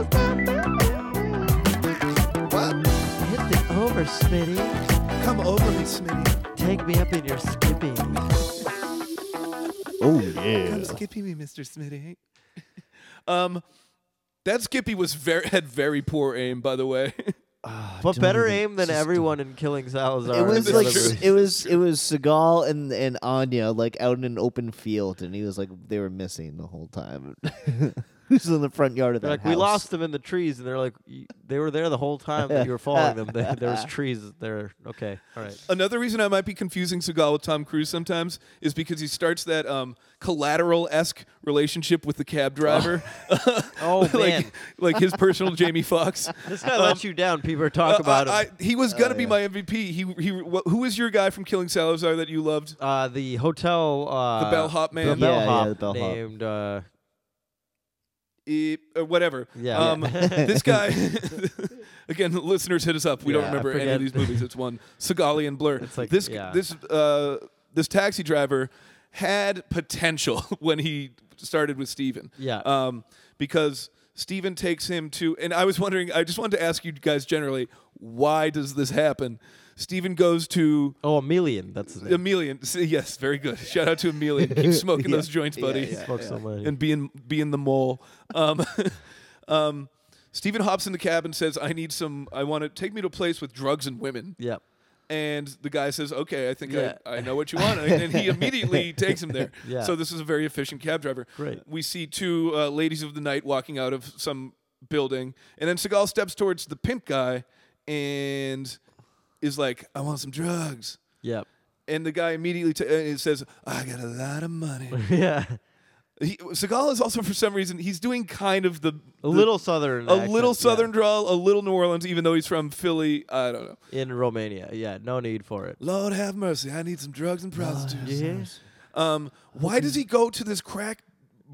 Speaker 4: Hit the over, Smitty.
Speaker 1: Come over me, Smitty.
Speaker 4: Take me up in your skippy.
Speaker 3: Oh yeah.
Speaker 1: Skippy me, Mr. Smitty. um, that Skippy was very had very poor aim, by the way. (laughs)
Speaker 4: But better aim than everyone in Killing Salazar.
Speaker 3: It was
Speaker 1: That's
Speaker 3: like
Speaker 1: true.
Speaker 3: it was it was Seagal and and Anya like out in an open field, and he was like they were missing the whole time. (laughs) Who's in the front yard of that
Speaker 4: They're like
Speaker 3: house?
Speaker 4: we
Speaker 1: (laughs)
Speaker 4: lost them in the trees, and they're like, y- they were there the whole time that you were following them. There there was trees there. Okay, all right.
Speaker 1: Another reason I might be confusing Seagal with Tom Cruise sometimes is because he starts that um, collateral esque relationship with the cab (laughs) driver.
Speaker 4: (laughs) Oh,
Speaker 1: (laughs) like,
Speaker 4: man.
Speaker 1: like his
Speaker 4: (laughs)
Speaker 1: personal Jamie Foxx. Uh,
Speaker 4: This guy let you down. People are talking about
Speaker 1: I- I-
Speaker 4: him.
Speaker 1: he was gonna be my MVP. He he. wh- Who was your guy from Killing Salazar that you loved?
Speaker 4: uh, the hotel. Uh,
Speaker 1: bellhop man.
Speaker 4: The
Speaker 3: Yeah, yeah,
Speaker 4: bellhop
Speaker 3: the bellhop.
Speaker 4: named. Uh,
Speaker 1: Eh, or whatever.
Speaker 4: Yeah.
Speaker 1: Um,
Speaker 4: Yeah.
Speaker 1: (laughs) this guy.
Speaker 4: (laughs)
Speaker 1: again, listeners hit us up. We
Speaker 4: Yeah, I
Speaker 1: don't remember any of
Speaker 4: forget.
Speaker 1: these movies. It's one Seagal and Blur.
Speaker 4: It's like-
Speaker 1: this
Speaker 4: yeah.
Speaker 1: this uh, this taxi driver had potential (laughs) when he started with Steven.
Speaker 4: Yeah.
Speaker 1: Um, because Steven takes him to, and I was wondering. I just wanted to ask you guys generally, why does this happen? Steven goes to
Speaker 4: oh, Emelian. That's his name.
Speaker 1: Emelian. (laughs) S- Yes, very good. Shout out to Emelian. Keep smoking those joints, buddy.
Speaker 4: Fuck somebody.
Speaker 1: And being being the mole. Um, (laughs) um, Stephen hops in the cab and says, "I need some. I want to take me to a place with drugs and women."
Speaker 4: Yep.
Speaker 1: And the guy says, "Okay, I think
Speaker 4: Yeah.
Speaker 1: I, I know what you want." And
Speaker 4: (laughs)
Speaker 1: and he immediately takes him there.
Speaker 4: Yeah.
Speaker 1: So this is a very efficient cab driver.
Speaker 4: Great.
Speaker 1: We see two uh, ladies of the night walking out of some building, and then Seagal steps towards the pimp guy and is like, "I want some drugs."
Speaker 4: Yep. (laughs)
Speaker 1: And the guy immediately t- and it says, "I got a lot of money."
Speaker 4: (laughs) yeah.
Speaker 1: He, Seagal is also for some reason he's doing kind of the,
Speaker 4: A little southern.
Speaker 1: a
Speaker 4: accent,
Speaker 1: little
Speaker 4: yeah.
Speaker 1: southern drawl, a little New Orleans, even though he's from Philly. I don't know.
Speaker 4: in Romania. Yeah. No need for it.
Speaker 1: Lord have mercy, I need some drugs and prostitutes.
Speaker 4: Yeah.
Speaker 1: Um, why does he go to this crack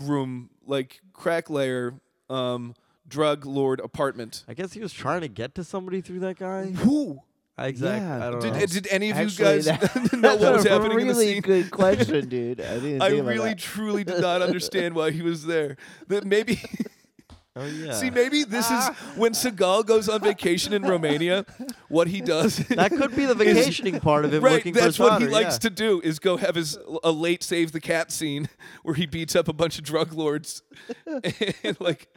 Speaker 1: room, like crack layer, um, drug lord apartment?
Speaker 4: I guess he was trying to get to somebody through that guy.
Speaker 1: Who
Speaker 4: Exactly.
Speaker 3: Yeah.
Speaker 4: I don't
Speaker 1: did,
Speaker 4: know.
Speaker 1: did any of
Speaker 3: Actually,
Speaker 1: you guys (laughs)
Speaker 3: that-
Speaker 1: know what was
Speaker 3: that's a
Speaker 1: happening
Speaker 3: (laughs) really
Speaker 1: in the scene? (laughs)
Speaker 3: good question, dude. I didn't.
Speaker 1: I
Speaker 3: think about
Speaker 1: really,
Speaker 3: that.
Speaker 1: truly did not understand why he was there. That maybe. (laughs)
Speaker 4: oh
Speaker 3: (laughs)
Speaker 4: yeah.
Speaker 1: See, maybe this
Speaker 3: Ah.
Speaker 1: is when Seagal goes on vacation in Romania. What he does
Speaker 4: that could be
Speaker 1: (laughs)
Speaker 4: the vacationing part of him
Speaker 1: right,
Speaker 4: looking for
Speaker 1: that's
Speaker 4: his
Speaker 1: what he
Speaker 4: daughter,
Speaker 1: likes
Speaker 4: yeah.
Speaker 1: to do is go have his a late save the cat scene (laughs) where he beats up a bunch of drug
Speaker 3: (laughs)
Speaker 1: lords (laughs) and like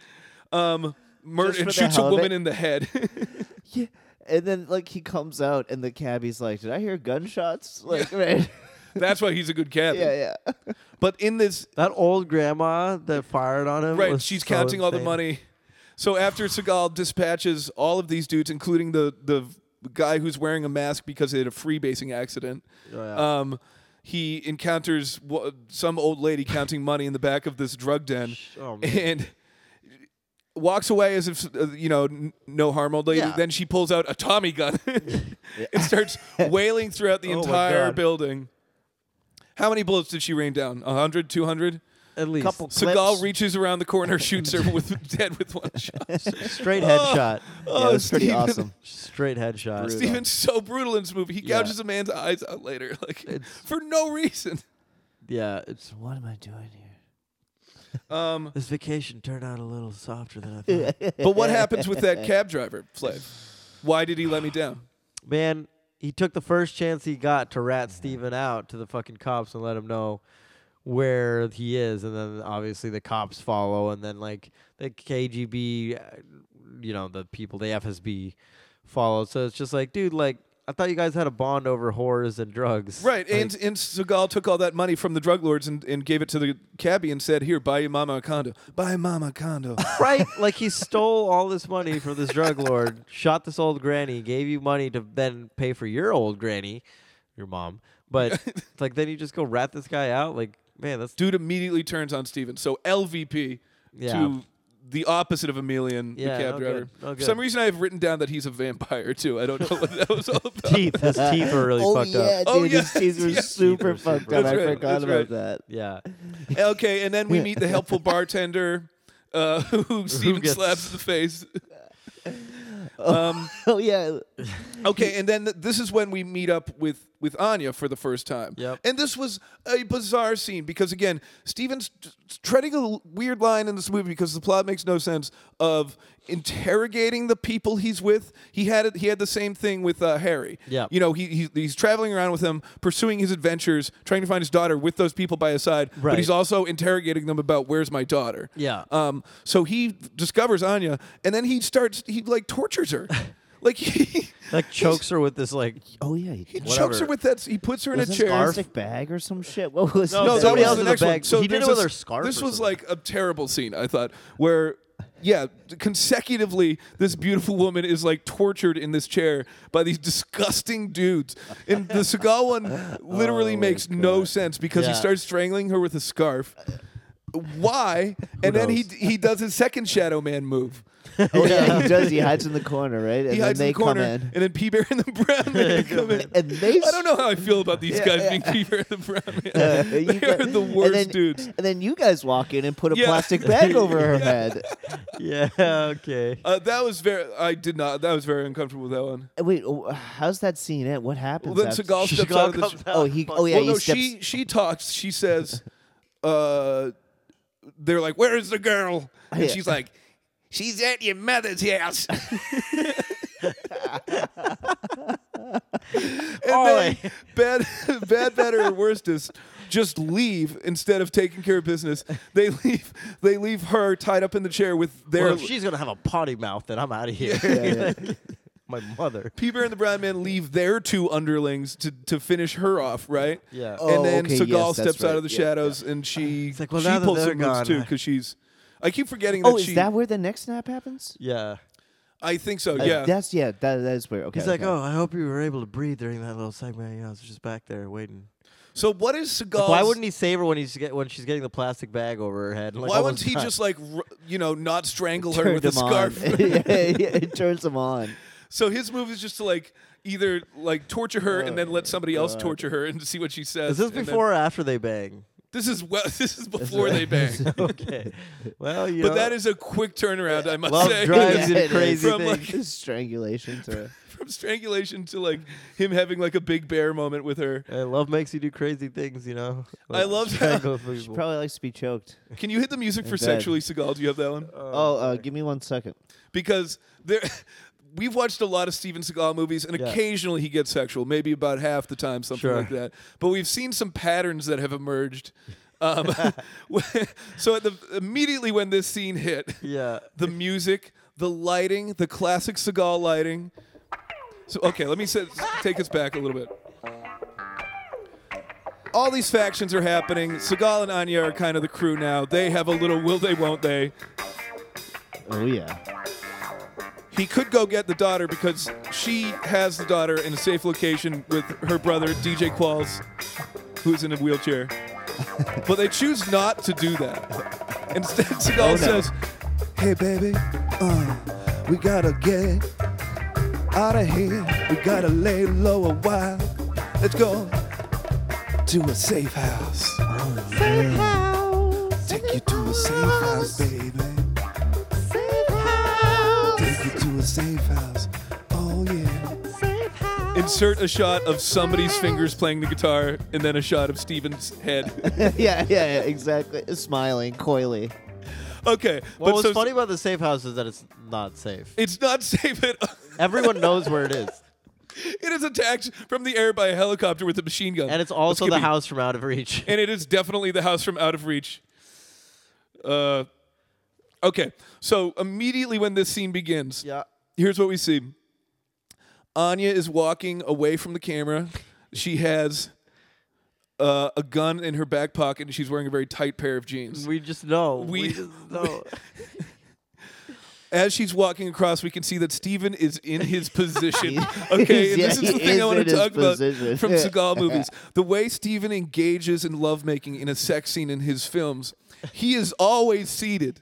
Speaker 1: um murder
Speaker 3: Just
Speaker 1: and
Speaker 3: for the
Speaker 1: shoots a
Speaker 3: hell of
Speaker 1: woman
Speaker 3: it.
Speaker 1: in the head. (laughs)
Speaker 3: (laughs) Yeah. And then like he comes out and the cabbie's like, Did I hear gunshots? Like right.
Speaker 1: (laughs) that's why he's a good cat.
Speaker 3: yeah, yeah.
Speaker 1: But in this
Speaker 4: That old grandma that fired on him.
Speaker 1: right,
Speaker 4: was
Speaker 1: she's
Speaker 4: so
Speaker 1: counting all the
Speaker 4: insane.
Speaker 1: money. So after Seagal dispatches all of these dudes, including the the guy who's wearing a mask because he had a freebasing accident.
Speaker 4: Oh, yeah.
Speaker 1: um, he encounters w- some old lady counting money in the back of this drug den
Speaker 4: oh, man.
Speaker 1: and walks away as if uh, you know n- no harm old lady
Speaker 4: Yeah.
Speaker 1: then she pulls out a tommy gun (laughs) and
Speaker 4: (laughs)
Speaker 1: starts wailing throughout the
Speaker 4: Oh my
Speaker 1: entire
Speaker 4: God.
Speaker 1: building how many bullets did she rain down 100 200
Speaker 4: at least.
Speaker 3: couple
Speaker 1: Seagal
Speaker 3: clips.
Speaker 1: reaches around the corner, (laughs) shoots her with dead with
Speaker 3: (laughs)
Speaker 1: one shot. (laughs)
Speaker 4: Straight
Speaker 3: yeah,
Speaker 4: headshot.
Speaker 1: Oh,
Speaker 3: (laughs) it was pretty
Speaker 1: Steven.
Speaker 3: awesome.
Speaker 4: Straight headshot.
Speaker 1: Steven's so brutal in this movie. He gouges a man's eyes out later, (laughs) like for no reason.
Speaker 4: Yeah, it's
Speaker 3: What am I doing here?
Speaker 1: Um,
Speaker 4: this vacation turned out a little softer than I thought.
Speaker 1: but what happens with
Speaker 3: (laughs)
Speaker 1: that cab driver, Flav? Why did he let me down?
Speaker 4: Man, he took the first chance he got to rat Steven out to the fucking cops and let him know where he is and then obviously the cops follow and then like the KGB uh, you know the people the FSB follow so it's just like dude like I thought you guys had a bond over whores and drugs
Speaker 1: Right,
Speaker 4: Like,
Speaker 1: and and Seagal took all that money from the drug lords and, and gave it to the cabbie and said, "Here, buy your mama a condo. Buy mama a condo."
Speaker 4: (laughs) right? Like he stole all this money from this drug lord, (laughs) shot this old granny, gave you money to then pay for your old granny, your mom. But
Speaker 1: (laughs)
Speaker 4: it's like then you just go rat this guy out. Like man, that's
Speaker 1: Dude immediately turns on Steven. So LVP
Speaker 4: Yeah.
Speaker 1: to the opposite of Emelian,
Speaker 4: Yeah,
Speaker 1: the cab
Speaker 4: no
Speaker 1: driver.
Speaker 4: good, no
Speaker 1: For some
Speaker 4: good.
Speaker 1: reason, I have written down that he's a vampire too. I don't know what that was all
Speaker 4: (laughs)
Speaker 1: about.
Speaker 4: teeth.
Speaker 1: (laughs)
Speaker 4: His teeth are really
Speaker 3: oh
Speaker 4: fucked
Speaker 3: yeah,
Speaker 4: up.
Speaker 3: dude,
Speaker 1: Oh,
Speaker 3: his
Speaker 1: yeah, (laughs)
Speaker 3: teeth were
Speaker 1: yeah.
Speaker 4: Teeth
Speaker 3: super
Speaker 4: were
Speaker 3: fucked
Speaker 4: super
Speaker 3: up.
Speaker 1: fucked
Speaker 3: I
Speaker 1: up.
Speaker 3: forgot
Speaker 1: That's
Speaker 3: about
Speaker 1: right,
Speaker 3: that. (laughs)
Speaker 4: Yeah,
Speaker 1: okay, and then we meet the helpful bartender uh, (laughs) who Steven
Speaker 4: gets-
Speaker 1: slaps in the face.
Speaker 3: Oh yeah,
Speaker 1: Okay, and then th- this is when we meet up with with Anya for the first time.
Speaker 4: Yep.
Speaker 1: And this was a bizarre scene because again, Steven's t- t- treading a l- weird line in this movie because the plot makes no sense of interrogating the people he's with. He had it he had the same thing with uh, Harry.
Speaker 4: Yep.
Speaker 1: You know, he, he he's traveling around with him, pursuing his adventures, trying to find his daughter with those people by his side, but
Speaker 4: Right.
Speaker 1: he's also interrogating them about where's my daughter.
Speaker 4: Yeah.
Speaker 1: Um, so he discovers Anya, and then he starts. He like tortures
Speaker 4: (laughs)
Speaker 1: her, like he
Speaker 4: like chokes her with
Speaker 1: (laughs)
Speaker 4: this like
Speaker 3: oh yeah. He
Speaker 1: he
Speaker 3: did.
Speaker 1: chokes her with that. He puts her in
Speaker 3: was
Speaker 1: a
Speaker 3: that
Speaker 1: chair.
Speaker 3: plastic bag or some shit? What was
Speaker 4: No,
Speaker 1: No,
Speaker 3: that?
Speaker 1: that
Speaker 4: somebody
Speaker 1: was
Speaker 4: else
Speaker 1: the
Speaker 4: in the
Speaker 1: next one.
Speaker 4: bag.
Speaker 1: So
Speaker 4: He did
Speaker 1: there's
Speaker 4: it with
Speaker 1: this-
Speaker 4: her scarf
Speaker 1: This
Speaker 4: or
Speaker 1: was
Speaker 4: something.
Speaker 1: like a terrible scene. I thought where. Yeah, consecutively, this beautiful woman is like tortured in this chair by these disgusting dudes. And
Speaker 4: (laughs)
Speaker 1: the Seagal one literally makes no sense because he
Speaker 4: Oh Yeah.
Speaker 1: starts strangling her with a scarf. Why? and then he
Speaker 4: knows?
Speaker 1: he does his second Shadow Man move.
Speaker 3: Oh (laughs) yeah, he does. He hides in the corner, right? And
Speaker 1: he
Speaker 3: then
Speaker 1: hides
Speaker 3: they
Speaker 1: in the corner,
Speaker 3: come in.
Speaker 1: and then P Bear and the Brown
Speaker 4: (laughs)
Speaker 1: Man come in.
Speaker 3: And they
Speaker 1: (laughs) I don't know how I feel about these guys being P Bear and the
Speaker 4: (laughs)
Speaker 1: Brown (laughs)
Speaker 3: Uh,
Speaker 1: Man.
Speaker 3: (laughs) you
Speaker 1: they are
Speaker 3: got-
Speaker 1: the worst
Speaker 3: and then,
Speaker 1: dudes.
Speaker 3: And then you guys walk in and put a
Speaker 1: Yeah.
Speaker 3: plastic bag
Speaker 1: (laughs)
Speaker 3: over her head.
Speaker 4: yeah okay.
Speaker 1: Uh, that was very. I did not. That was very uncomfortable. That one.
Speaker 3: Uh, Wait, oh, how's that scene end? What happens?
Speaker 1: Well, then
Speaker 3: after- (laughs)
Speaker 1: Seagal steps
Speaker 4: Seagal
Speaker 1: out of the. (laughs)
Speaker 4: comes out.
Speaker 3: Oh, he. Oh yeah,
Speaker 1: well,
Speaker 3: he
Speaker 1: no,
Speaker 3: steps.
Speaker 1: she she talks. She says, (laughs) uh, "They're like, where is the girl?" And
Speaker 3: Yeah.
Speaker 1: she's like, "She's at your mother's house." (laughs) and then
Speaker 4: Oi.
Speaker 1: bad, bad, better, or worse just just leave instead of taking care of business. They leave. They leave her tied up in the chair with their.
Speaker 4: Well, if she's gonna have a potty mouth, then I'm out of here. (laughs) My mother.
Speaker 1: P Bear and the Brown Man leave their two underlings to, to finish her off, right?
Speaker 4: Yeah.
Speaker 3: Oh,
Speaker 1: and then
Speaker 3: okay,
Speaker 1: Seagal
Speaker 3: yes, that's
Speaker 1: steps out of the
Speaker 3: right. Yeah,
Speaker 1: shadows and she
Speaker 4: like, well,
Speaker 1: she
Speaker 4: now that
Speaker 1: pulls
Speaker 4: they're
Speaker 1: some moves
Speaker 4: gone,
Speaker 1: too
Speaker 4: I-
Speaker 1: because she's. I keep forgetting that
Speaker 3: Oh,
Speaker 1: she.
Speaker 3: is that where the neck snap happens?
Speaker 4: Yeah.
Speaker 1: I think so.
Speaker 3: Uh,
Speaker 1: yeah.
Speaker 3: that's yeah. That that is where. Okay.
Speaker 4: He's like,
Speaker 3: okay.
Speaker 4: oh,
Speaker 3: (laughs)
Speaker 4: I hope you were able to breathe during that little segment. You know, I was just back there waiting.
Speaker 1: so what is Seagal?
Speaker 4: Why wouldn't he save her when he's get, when she's getting the plastic bag over her head? Like,
Speaker 1: Why
Speaker 4: all
Speaker 1: wouldn't
Speaker 4: the
Speaker 1: he
Speaker 4: time.
Speaker 1: just like r- you know not strangle her
Speaker 3: Turned
Speaker 1: with a
Speaker 3: him on.
Speaker 1: scarf?
Speaker 3: (laughs)
Speaker 4: (laughs)
Speaker 3: yeah, yeah, it turns
Speaker 1: (laughs)
Speaker 3: him on.
Speaker 1: so his move is just to like either like torture her and then let somebody else torture her and see what she says.
Speaker 4: Oh Is this
Speaker 1: and then-
Speaker 4: before or after
Speaker 1: (laughs)
Speaker 4: they bang?
Speaker 1: this is well, this is before
Speaker 4: (laughs)
Speaker 1: they bang.
Speaker 4: okay. Well, you
Speaker 1: But
Speaker 4: know,
Speaker 1: that is a quick turnaround, I must
Speaker 4: love
Speaker 1: say. (laughs)
Speaker 3: Yeah,
Speaker 4: drives you
Speaker 3: it
Speaker 4: to
Speaker 3: is.
Speaker 4: crazy
Speaker 1: From, like,
Speaker 4: things.
Speaker 3: His (laughs) strangulation to.
Speaker 1: from strangulation to like him having like a big bear moment with her.
Speaker 4: Uh, love makes you do crazy things, you know.
Speaker 1: I loved how-
Speaker 4: strangle
Speaker 3: She
Speaker 4: people.
Speaker 3: probably likes to be choked.
Speaker 1: Can you hit the music for
Speaker 3: bed.
Speaker 1: sexually Seagal? Do you have that one?
Speaker 3: Oh, uh, give me one second.
Speaker 1: Because there. (laughs) We've watched a lot of Steven Seagal movies, and
Speaker 4: Yeah.
Speaker 1: occasionally he gets sexual, maybe about half the time, something
Speaker 4: Sure.
Speaker 1: like that. But we've seen some patterns that have emerged.
Speaker 4: (laughs)
Speaker 1: Um, (laughs) so at the, immediately when this scene hit,
Speaker 4: Yeah.
Speaker 1: the music, the lighting, the classic Seagal lighting. So okay, let me set, take us back a little bit. All these factions are happening. Seagal and Anya are kind of the crew now. They have a little will they, won't they.
Speaker 3: Oh yeah. (laughs)
Speaker 1: He could go get the daughter because she has the daughter in a safe location with her brother, DJ Qualls, who's in a wheelchair. but they choose not to do that. Instead, Seagal says,
Speaker 2: Hey, baby, uh, we gotta get out of here. We gotta lay low a while. Let's go to a safe house.
Speaker 6: Safe house.
Speaker 2: a safe house, baby.
Speaker 6: Safe house.
Speaker 2: Take you to a safe house. Oh yeah.
Speaker 6: Safe house.
Speaker 1: Insert a shot of somebody's fingers playing the guitar, and then a shot of Steven's head.
Speaker 3: yeah, yeah, yeah, exactly. Smiling coyly.
Speaker 1: Okay,
Speaker 4: Well,
Speaker 1: but
Speaker 4: what's
Speaker 1: so
Speaker 4: funny about the safe house is that it's
Speaker 1: (laughs)
Speaker 4: not safe.
Speaker 1: it's not safe at.
Speaker 4: Everyone knows
Speaker 1: (laughs)
Speaker 4: where it is,
Speaker 1: It is attacked from the air by a helicopter with a machine gun,
Speaker 4: and it's
Speaker 1: This
Speaker 4: also
Speaker 1: could
Speaker 4: the
Speaker 1: be-
Speaker 4: house from out of
Speaker 1: (laughs)
Speaker 4: reach.
Speaker 1: and it is definitely the house from Out of Reach. Uh, okay, so immediately when this scene begins,
Speaker 4: Yeah.
Speaker 1: here's what we see. Anya is walking away from the camera. She has uh, a gun in her back pocket, and she's wearing a very tight pair of jeans.
Speaker 4: We just know.
Speaker 1: We- (laughs)
Speaker 4: We, just know.
Speaker 1: As she's walking across, we can see that Steven is in
Speaker 3: (laughs)
Speaker 1: his position. (laughs)
Speaker 3: He's-
Speaker 1: Okay, and
Speaker 3: yeah,
Speaker 1: this is
Speaker 3: he
Speaker 1: the thing
Speaker 3: is
Speaker 1: I want
Speaker 3: in
Speaker 1: to
Speaker 3: his
Speaker 1: talk about
Speaker 3: position. (laughs)
Speaker 1: from Seagal movies. The way Steven engages in lovemaking in a sex scene in his films, he is always seated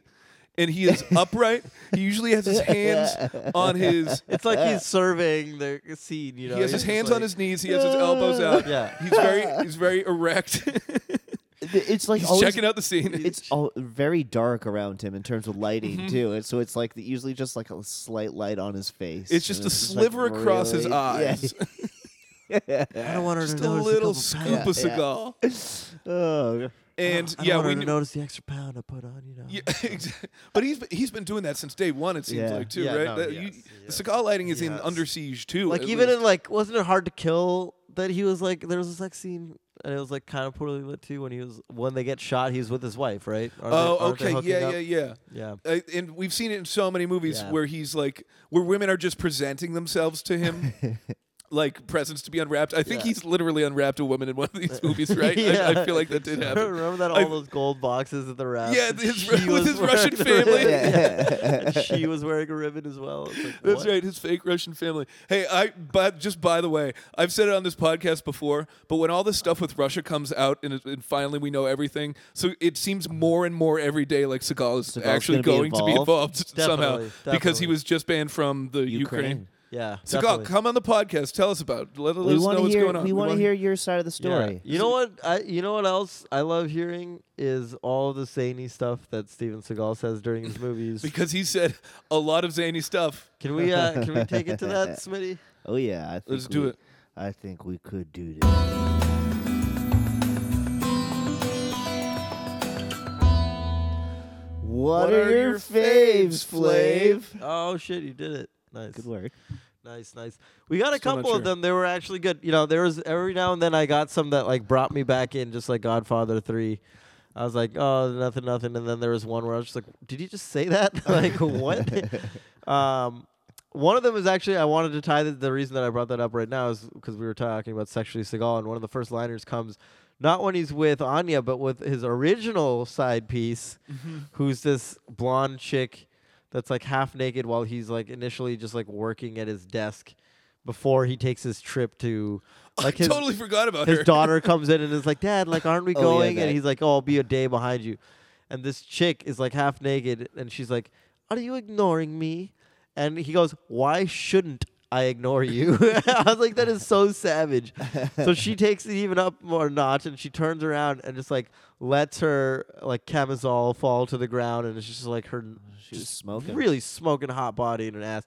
Speaker 1: and he
Speaker 3: (laughs)
Speaker 1: is upright. he usually has his hands on his
Speaker 4: it's like he's surveying the scene. You know,
Speaker 1: he has his
Speaker 4: He's just
Speaker 1: hands on
Speaker 4: like-
Speaker 1: his knees, he has his
Speaker 3: (laughs)
Speaker 1: elbows out.
Speaker 4: Yeah.
Speaker 1: He's very he's very erect. (laughs)
Speaker 3: Th- It's like
Speaker 1: he's
Speaker 3: always,
Speaker 1: (laughs) checking out the scene.
Speaker 3: It's all very dark around him in terms of
Speaker 1: Mm-hmm.
Speaker 3: lighting too, and so it's like the, usually just like a slight light on his
Speaker 1: It's
Speaker 3: face. and
Speaker 1: just a sliver across his eyes.
Speaker 4: (laughs) I don't want her
Speaker 1: Just
Speaker 4: to
Speaker 1: a
Speaker 4: notice
Speaker 1: little
Speaker 4: the
Speaker 1: scoop
Speaker 4: couple pounds.
Speaker 1: of Seagal.
Speaker 3: Oh,
Speaker 1: And
Speaker 4: I don't
Speaker 1: yeah,
Speaker 4: want
Speaker 1: we
Speaker 4: her
Speaker 1: kn-
Speaker 4: to notice the extra pound I put on. You know.
Speaker 1: Yeah, (laughs) exactly. But he's been, he's been doing that since day one. It seems
Speaker 3: Yeah.
Speaker 1: like too,
Speaker 4: Yeah,
Speaker 1: right?
Speaker 4: no,
Speaker 1: That
Speaker 4: yes,
Speaker 1: you-
Speaker 4: yes.
Speaker 1: The Seagal lighting is in
Speaker 4: Yes.
Speaker 1: Under Siege too.
Speaker 4: like
Speaker 1: at
Speaker 4: even
Speaker 1: least.
Speaker 4: in like wasn't it hard to kill that he was like there was a sex scene and it was like kind of poorly lit too when he was when they get shot he's with his wife right Aren't they-
Speaker 1: oh,
Speaker 4: aren't they
Speaker 1: okay,
Speaker 4: hooking
Speaker 1: yeah,
Speaker 4: up?
Speaker 1: yeah, yeah,
Speaker 4: yeah
Speaker 1: Uh, and we've seen it in so many movies
Speaker 4: Yeah.
Speaker 1: where he's like, where women are just presenting themselves to
Speaker 4: (laughs)
Speaker 1: him, like presents to be unwrapped. I think
Speaker 4: Yeah.
Speaker 1: he's literally unwrapped a woman in one of
Speaker 4: (laughs)
Speaker 1: these movies, right? I, I feel like that did happen.
Speaker 4: remember that all
Speaker 1: I-
Speaker 4: those gold boxes at the raft (laughs)
Speaker 1: Yeah,
Speaker 4: and
Speaker 1: his-
Speaker 4: she
Speaker 1: with
Speaker 4: was
Speaker 1: his Russian
Speaker 4: wearing a
Speaker 1: family.
Speaker 4: ribbon? (laughs)
Speaker 3: (laughs)
Speaker 4: Yeah. she was wearing a ribbon as well It's like,
Speaker 1: That's
Speaker 4: what?
Speaker 1: right, his fake Russian family. Hey, I but just by the way, I've said it on this podcast before, but when all this stuff with Russia comes out and, it- and finally we know everything, so it seems more and more every day like Seagal is
Speaker 3: Seagal's
Speaker 1: actually
Speaker 3: gonna be
Speaker 1: going to be involved (laughs)
Speaker 3: involved?
Speaker 1: somehow
Speaker 4: Definitely,
Speaker 1: because he
Speaker 4: definitely.
Speaker 1: was just banned from the Ukraine.
Speaker 4: yeah
Speaker 1: Seagal,
Speaker 4: definitely.
Speaker 1: come on the podcast, tell us about. it. Let, let
Speaker 3: we
Speaker 1: us
Speaker 3: want
Speaker 1: know
Speaker 3: to
Speaker 1: what's
Speaker 3: hear.
Speaker 1: going on.
Speaker 3: We want to
Speaker 1: wanna-
Speaker 3: hear your side of the
Speaker 4: Yeah.
Speaker 3: story.
Speaker 4: You know what? I you know what else I love hearing is all the zany stuff that Steven Seagal says during his
Speaker 1: (laughs)
Speaker 4: movies.
Speaker 1: because he said a lot of zany stuff.
Speaker 4: Can we uh, can we take it to that,
Speaker 3: (laughs)
Speaker 4: Smitty?
Speaker 3: Oh yeah, I think
Speaker 1: Let's do
Speaker 3: we-
Speaker 1: it.
Speaker 3: I think we could do this. What, are, your faves, Flav?
Speaker 4: Oh shit, you did it. Nice.
Speaker 3: Good work.
Speaker 4: Nice, nice. We got a
Speaker 1: Still not
Speaker 4: couple
Speaker 1: sure.
Speaker 4: of them. They were actually good. You know, there was every now and then I got some that like brought me back in, just like Godfather Three. I was like, oh, nothing, nothing. And then there was one where I was just like, did you just say that? (laughs) like
Speaker 1: (laughs)
Speaker 4: what? um, one of them is actually I wanted to tie the, the reason that I brought that up right now is because we were talking about sexually Seagal, and one of the first liners comes. Not when he's with Anya, but with his original side piece,
Speaker 1: Mm-hmm.
Speaker 4: who's this blonde chick that's like half naked while he's like initially just like working at his desk before he takes his trip
Speaker 3: (laughs)
Speaker 4: to like
Speaker 1: I
Speaker 4: his,
Speaker 1: totally forgot about
Speaker 4: his
Speaker 1: her.
Speaker 4: daughter comes in and is like, Dad, like aren't we
Speaker 3: Oh, yeah,
Speaker 4: going?
Speaker 3: that-
Speaker 4: and he's like, Oh, I'll be a day behind you. And this chick is like half naked and she's like, Are you ignoring me? And he goes, Why shouldn't I ignore you? (laughs) I was like, that is so savage.
Speaker 3: (laughs)
Speaker 4: so she takes it even up more notch and she turns around and just like lets her like camisole fall to the ground and it's just like her
Speaker 3: She was smoking.
Speaker 4: really smoking hot body and an ass.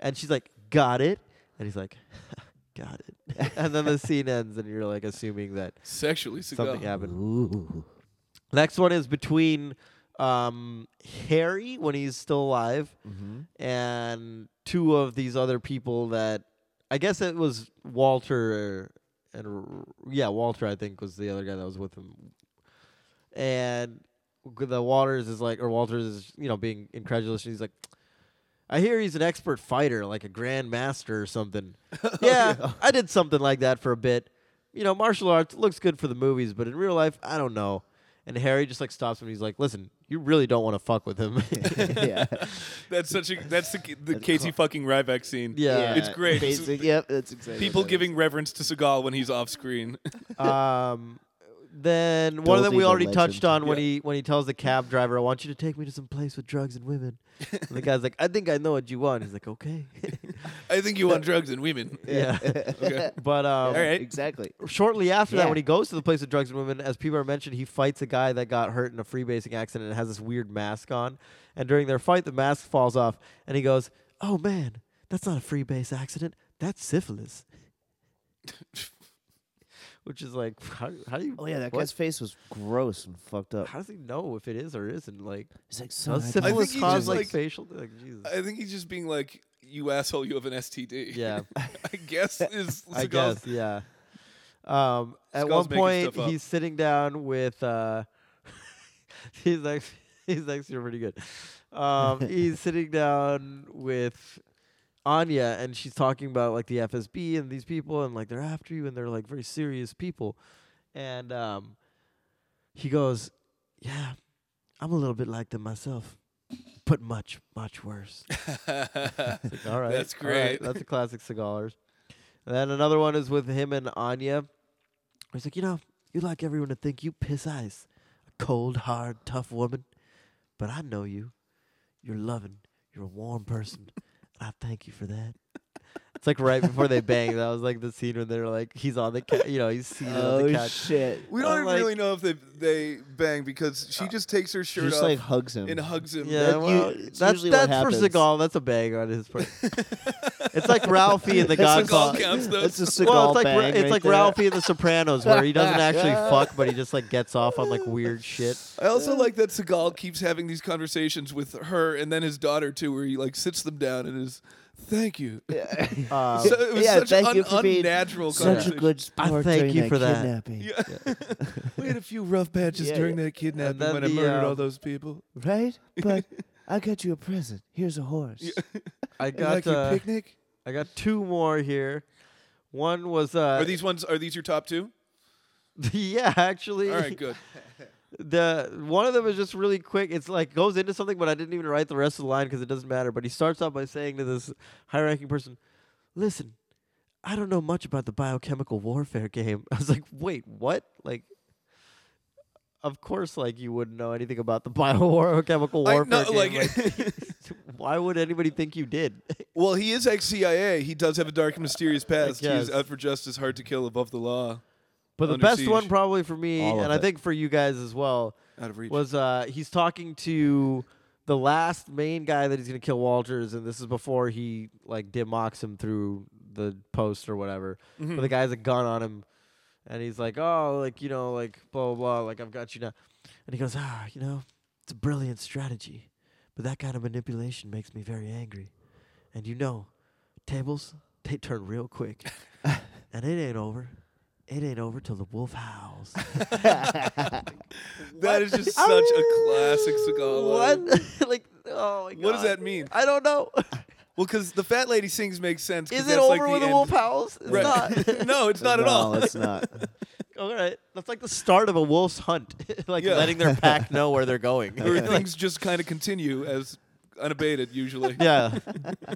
Speaker 4: And she's like, got it. And he's like, (laughs) got it. (laughs) and then the scene ends, and you're like assuming that
Speaker 1: Sexually,
Speaker 4: something
Speaker 1: Seagal.
Speaker 4: happened.
Speaker 3: Ooh. (laughs)
Speaker 4: Next one is between um, Harry when he's still alive and two of these other people that I guess it was Walter and R- yeah, Walter I think was the other guy that was with him. And g- the Waters is like or Walters is you know being incredulous and he's like I hear he's an expert fighter, like a grandmaster or something. yeah, I did something like that for a bit. You know, martial arts looks good for the movies, but in real life, I don't know. And Harry just like stops him and he's like, "Listen, you really don't want to fuck with him." (laughs)
Speaker 3: yeah.
Speaker 1: That's such a that's the, the Casey fucking Ryback scene.
Speaker 4: Yeah.
Speaker 1: (laughs) it's great. It's-
Speaker 3: Basic, yep, that's exactly. what
Speaker 1: People
Speaker 3: that
Speaker 1: giving reverence to Seagal when he's off screen.
Speaker 4: um, then one of them
Speaker 3: Goldie
Speaker 4: we
Speaker 3: the
Speaker 4: already
Speaker 3: legend.
Speaker 4: touched on when
Speaker 1: Yeah.
Speaker 4: he when he tells the cab driver, "I want you to take me to some place with drugs and women." and the guy's like, "I think I know what you want." He's like, "Okay."
Speaker 1: (laughs)
Speaker 4: (laughs)
Speaker 1: I think you (laughs) want drugs and women.
Speaker 4: Yeah.
Speaker 1: Okay.
Speaker 4: But um,
Speaker 1: All right.
Speaker 3: Exactly.
Speaker 4: shortly after
Speaker 3: Yeah.
Speaker 4: that, when he goes to the place of drugs and women, as people are mentioned, he fights a guy that got hurt in a freebasing accident and has this weird mask on. And during their fight, the mask falls off, and he goes, "Oh man, that's not a freebase accident. That's syphilis." (laughs) Which is like, how, how do you?
Speaker 3: Oh yeah, that
Speaker 4: what?
Speaker 3: guy's face was gross and fucked up.
Speaker 4: How does he know if it is or isn't? Like,
Speaker 3: He's like, son,
Speaker 4: does
Speaker 3: I don't-
Speaker 4: syphilis
Speaker 1: he
Speaker 4: cause
Speaker 1: just,
Speaker 4: like,
Speaker 1: like-
Speaker 4: facial? Like, Jesus.
Speaker 1: I think he's just being like, "You asshole, you have an STD."
Speaker 3: (laughs)
Speaker 4: yeah.
Speaker 1: (laughs) I guess is
Speaker 4: I
Speaker 1: Seagal's-
Speaker 4: guess, yeah. Um, at
Speaker 1: Skull's
Speaker 4: one
Speaker 1: making
Speaker 4: point,
Speaker 1: stuff up.
Speaker 4: he's sitting down with. Uh, (laughs) he's actually he's actually pretty good. Um, he's sitting down with Anya, and she's talking about like the FSB and these people, and like they're after you, and they're like very serious people. And um, he goes, "Yeah, I'm a little bit like them myself, but much much worse." It's like, all right,
Speaker 1: That's
Speaker 4: all right,
Speaker 1: great.
Speaker 3: (laughs)
Speaker 4: that's a classic Seagalers. And then another one is with him and Anya. He's like, you know, you like everyone to think you piss ice, a cold, hard, tough woman, but I know you. You're loving. You're a warm person, and I thank you for that. It's like right before they bang. That was like the scene when they're like, he's on the couch. You know, he's seated on the
Speaker 3: oh
Speaker 4: couch.
Speaker 3: shit.
Speaker 1: (laughs) We don't
Speaker 4: I'm
Speaker 1: even
Speaker 4: like-
Speaker 1: really know if they they bang because she just takes her
Speaker 3: She
Speaker 1: shirt
Speaker 3: just
Speaker 1: off
Speaker 3: like hugs him.
Speaker 1: and hugs him.
Speaker 4: Yeah,
Speaker 3: That you-
Speaker 4: well,
Speaker 3: it's
Speaker 4: that's
Speaker 3: usually
Speaker 4: that's
Speaker 3: what
Speaker 4: for
Speaker 3: happens.
Speaker 4: Seagal. That's a bang on
Speaker 3: (laughs)
Speaker 4: his part. it's like Ralphie in The
Speaker 3: That's
Speaker 1: Seagal
Speaker 4: Godfather.
Speaker 3: Seagal-
Speaker 1: counts those.
Speaker 3: That's a Seagal
Speaker 4: well, it's like
Speaker 3: bang
Speaker 4: Ra- it's
Speaker 3: right
Speaker 4: like
Speaker 3: there.
Speaker 4: Ralphie in The Sopranos, where he
Speaker 1: (laughs)
Speaker 4: doesn't actually fuck, but he just like gets off on like weird shit.
Speaker 1: I also like that Seagal keeps having these conversations with her and then his daughter too, where he like sits them down and is, "Thank you."
Speaker 4: Um,
Speaker 1: So it was
Speaker 3: yeah,
Speaker 1: such
Speaker 3: thank
Speaker 1: an
Speaker 3: you for being
Speaker 1: unnatural
Speaker 3: Such a
Speaker 1: conversation.
Speaker 3: good
Speaker 4: I
Speaker 3: sport
Speaker 4: thank
Speaker 3: during
Speaker 4: you
Speaker 3: that
Speaker 4: for that.
Speaker 3: kidnapping.
Speaker 1: Yeah. (laughs) we had a few rough patches
Speaker 3: Yeah,
Speaker 1: during
Speaker 3: yeah.
Speaker 1: that kidnapping
Speaker 4: then
Speaker 1: when I
Speaker 4: the,
Speaker 1: murdered
Speaker 4: um,
Speaker 1: all those people.
Speaker 3: Right? But I got you a present. Here's a horse.
Speaker 4: I
Speaker 1: You
Speaker 4: got
Speaker 1: like your
Speaker 4: uh,
Speaker 1: picnic?
Speaker 4: I got two more here. One was uh,
Speaker 1: Are these ones? Are these your top two?
Speaker 4: (laughs) yeah, actually,
Speaker 1: All right, good.
Speaker 4: the one of them is just really quick. It's like goes into something, but I didn't even write the rest of the line because it doesn't matter. But he starts off by saying to this high-ranking person, "Listen, I don't know much about the biochemical warfare game." (laughs) I was like, "Wait, what?" Like. Of course, like you wouldn't know anything about the (laughs) biochemical
Speaker 1: I- no,
Speaker 4: warfare game.
Speaker 1: like- (laughs)
Speaker 4: like, (laughs) why would anybody think you did?
Speaker 1: Well, he is ex CIA. He does have a dark and mysterious past. He
Speaker 4: guess.
Speaker 1: is out for justice, hard to kill, above the law,
Speaker 4: (laughs) But the
Speaker 1: Under
Speaker 4: best
Speaker 1: siege.
Speaker 4: one probably for me,
Speaker 3: All of
Speaker 4: and I
Speaker 3: it.
Speaker 4: think for you guys as well,
Speaker 1: out of reach.
Speaker 4: was uh, he's talking to the last main guy that he's gonna kill, Walters, and this is before he like democks him through the post or whatever. But the guy's a gun on him, and he's like, "Oh, like you know, like blah blah blah, like I've got you now," and he goes, "Ah, you know, it's a brilliant strategy, but that kind of manipulation makes me very angry, and you know, tables they turn real quick, and it ain't over." It ain't over till the wolf howls.
Speaker 1: that is
Speaker 4: (laughs)
Speaker 1: just such a classic Seagal. line.
Speaker 4: What? (laughs) like, oh my god.
Speaker 1: What does that mean?
Speaker 4: I don't
Speaker 1: (laughs)
Speaker 4: know.
Speaker 1: Well, because the fat lady sings makes sense. 'cause
Speaker 4: Is it
Speaker 1: that's,
Speaker 4: over
Speaker 1: like, the
Speaker 4: with the
Speaker 1: end.
Speaker 4: wolf howls? (laughs) It's
Speaker 1: Right. (laughs)
Speaker 4: not.
Speaker 1: no, it's not
Speaker 3: no,
Speaker 1: at all. (laughs)
Speaker 3: it's not.
Speaker 4: (laughs) All right. That's like the start of a wolf's hunt. (laughs) like
Speaker 1: Yeah.
Speaker 4: letting
Speaker 1: (laughs)
Speaker 4: their pack know where they're going.
Speaker 1: Where things just kind of continue as unabated usually.
Speaker 4: (laughs) yeah.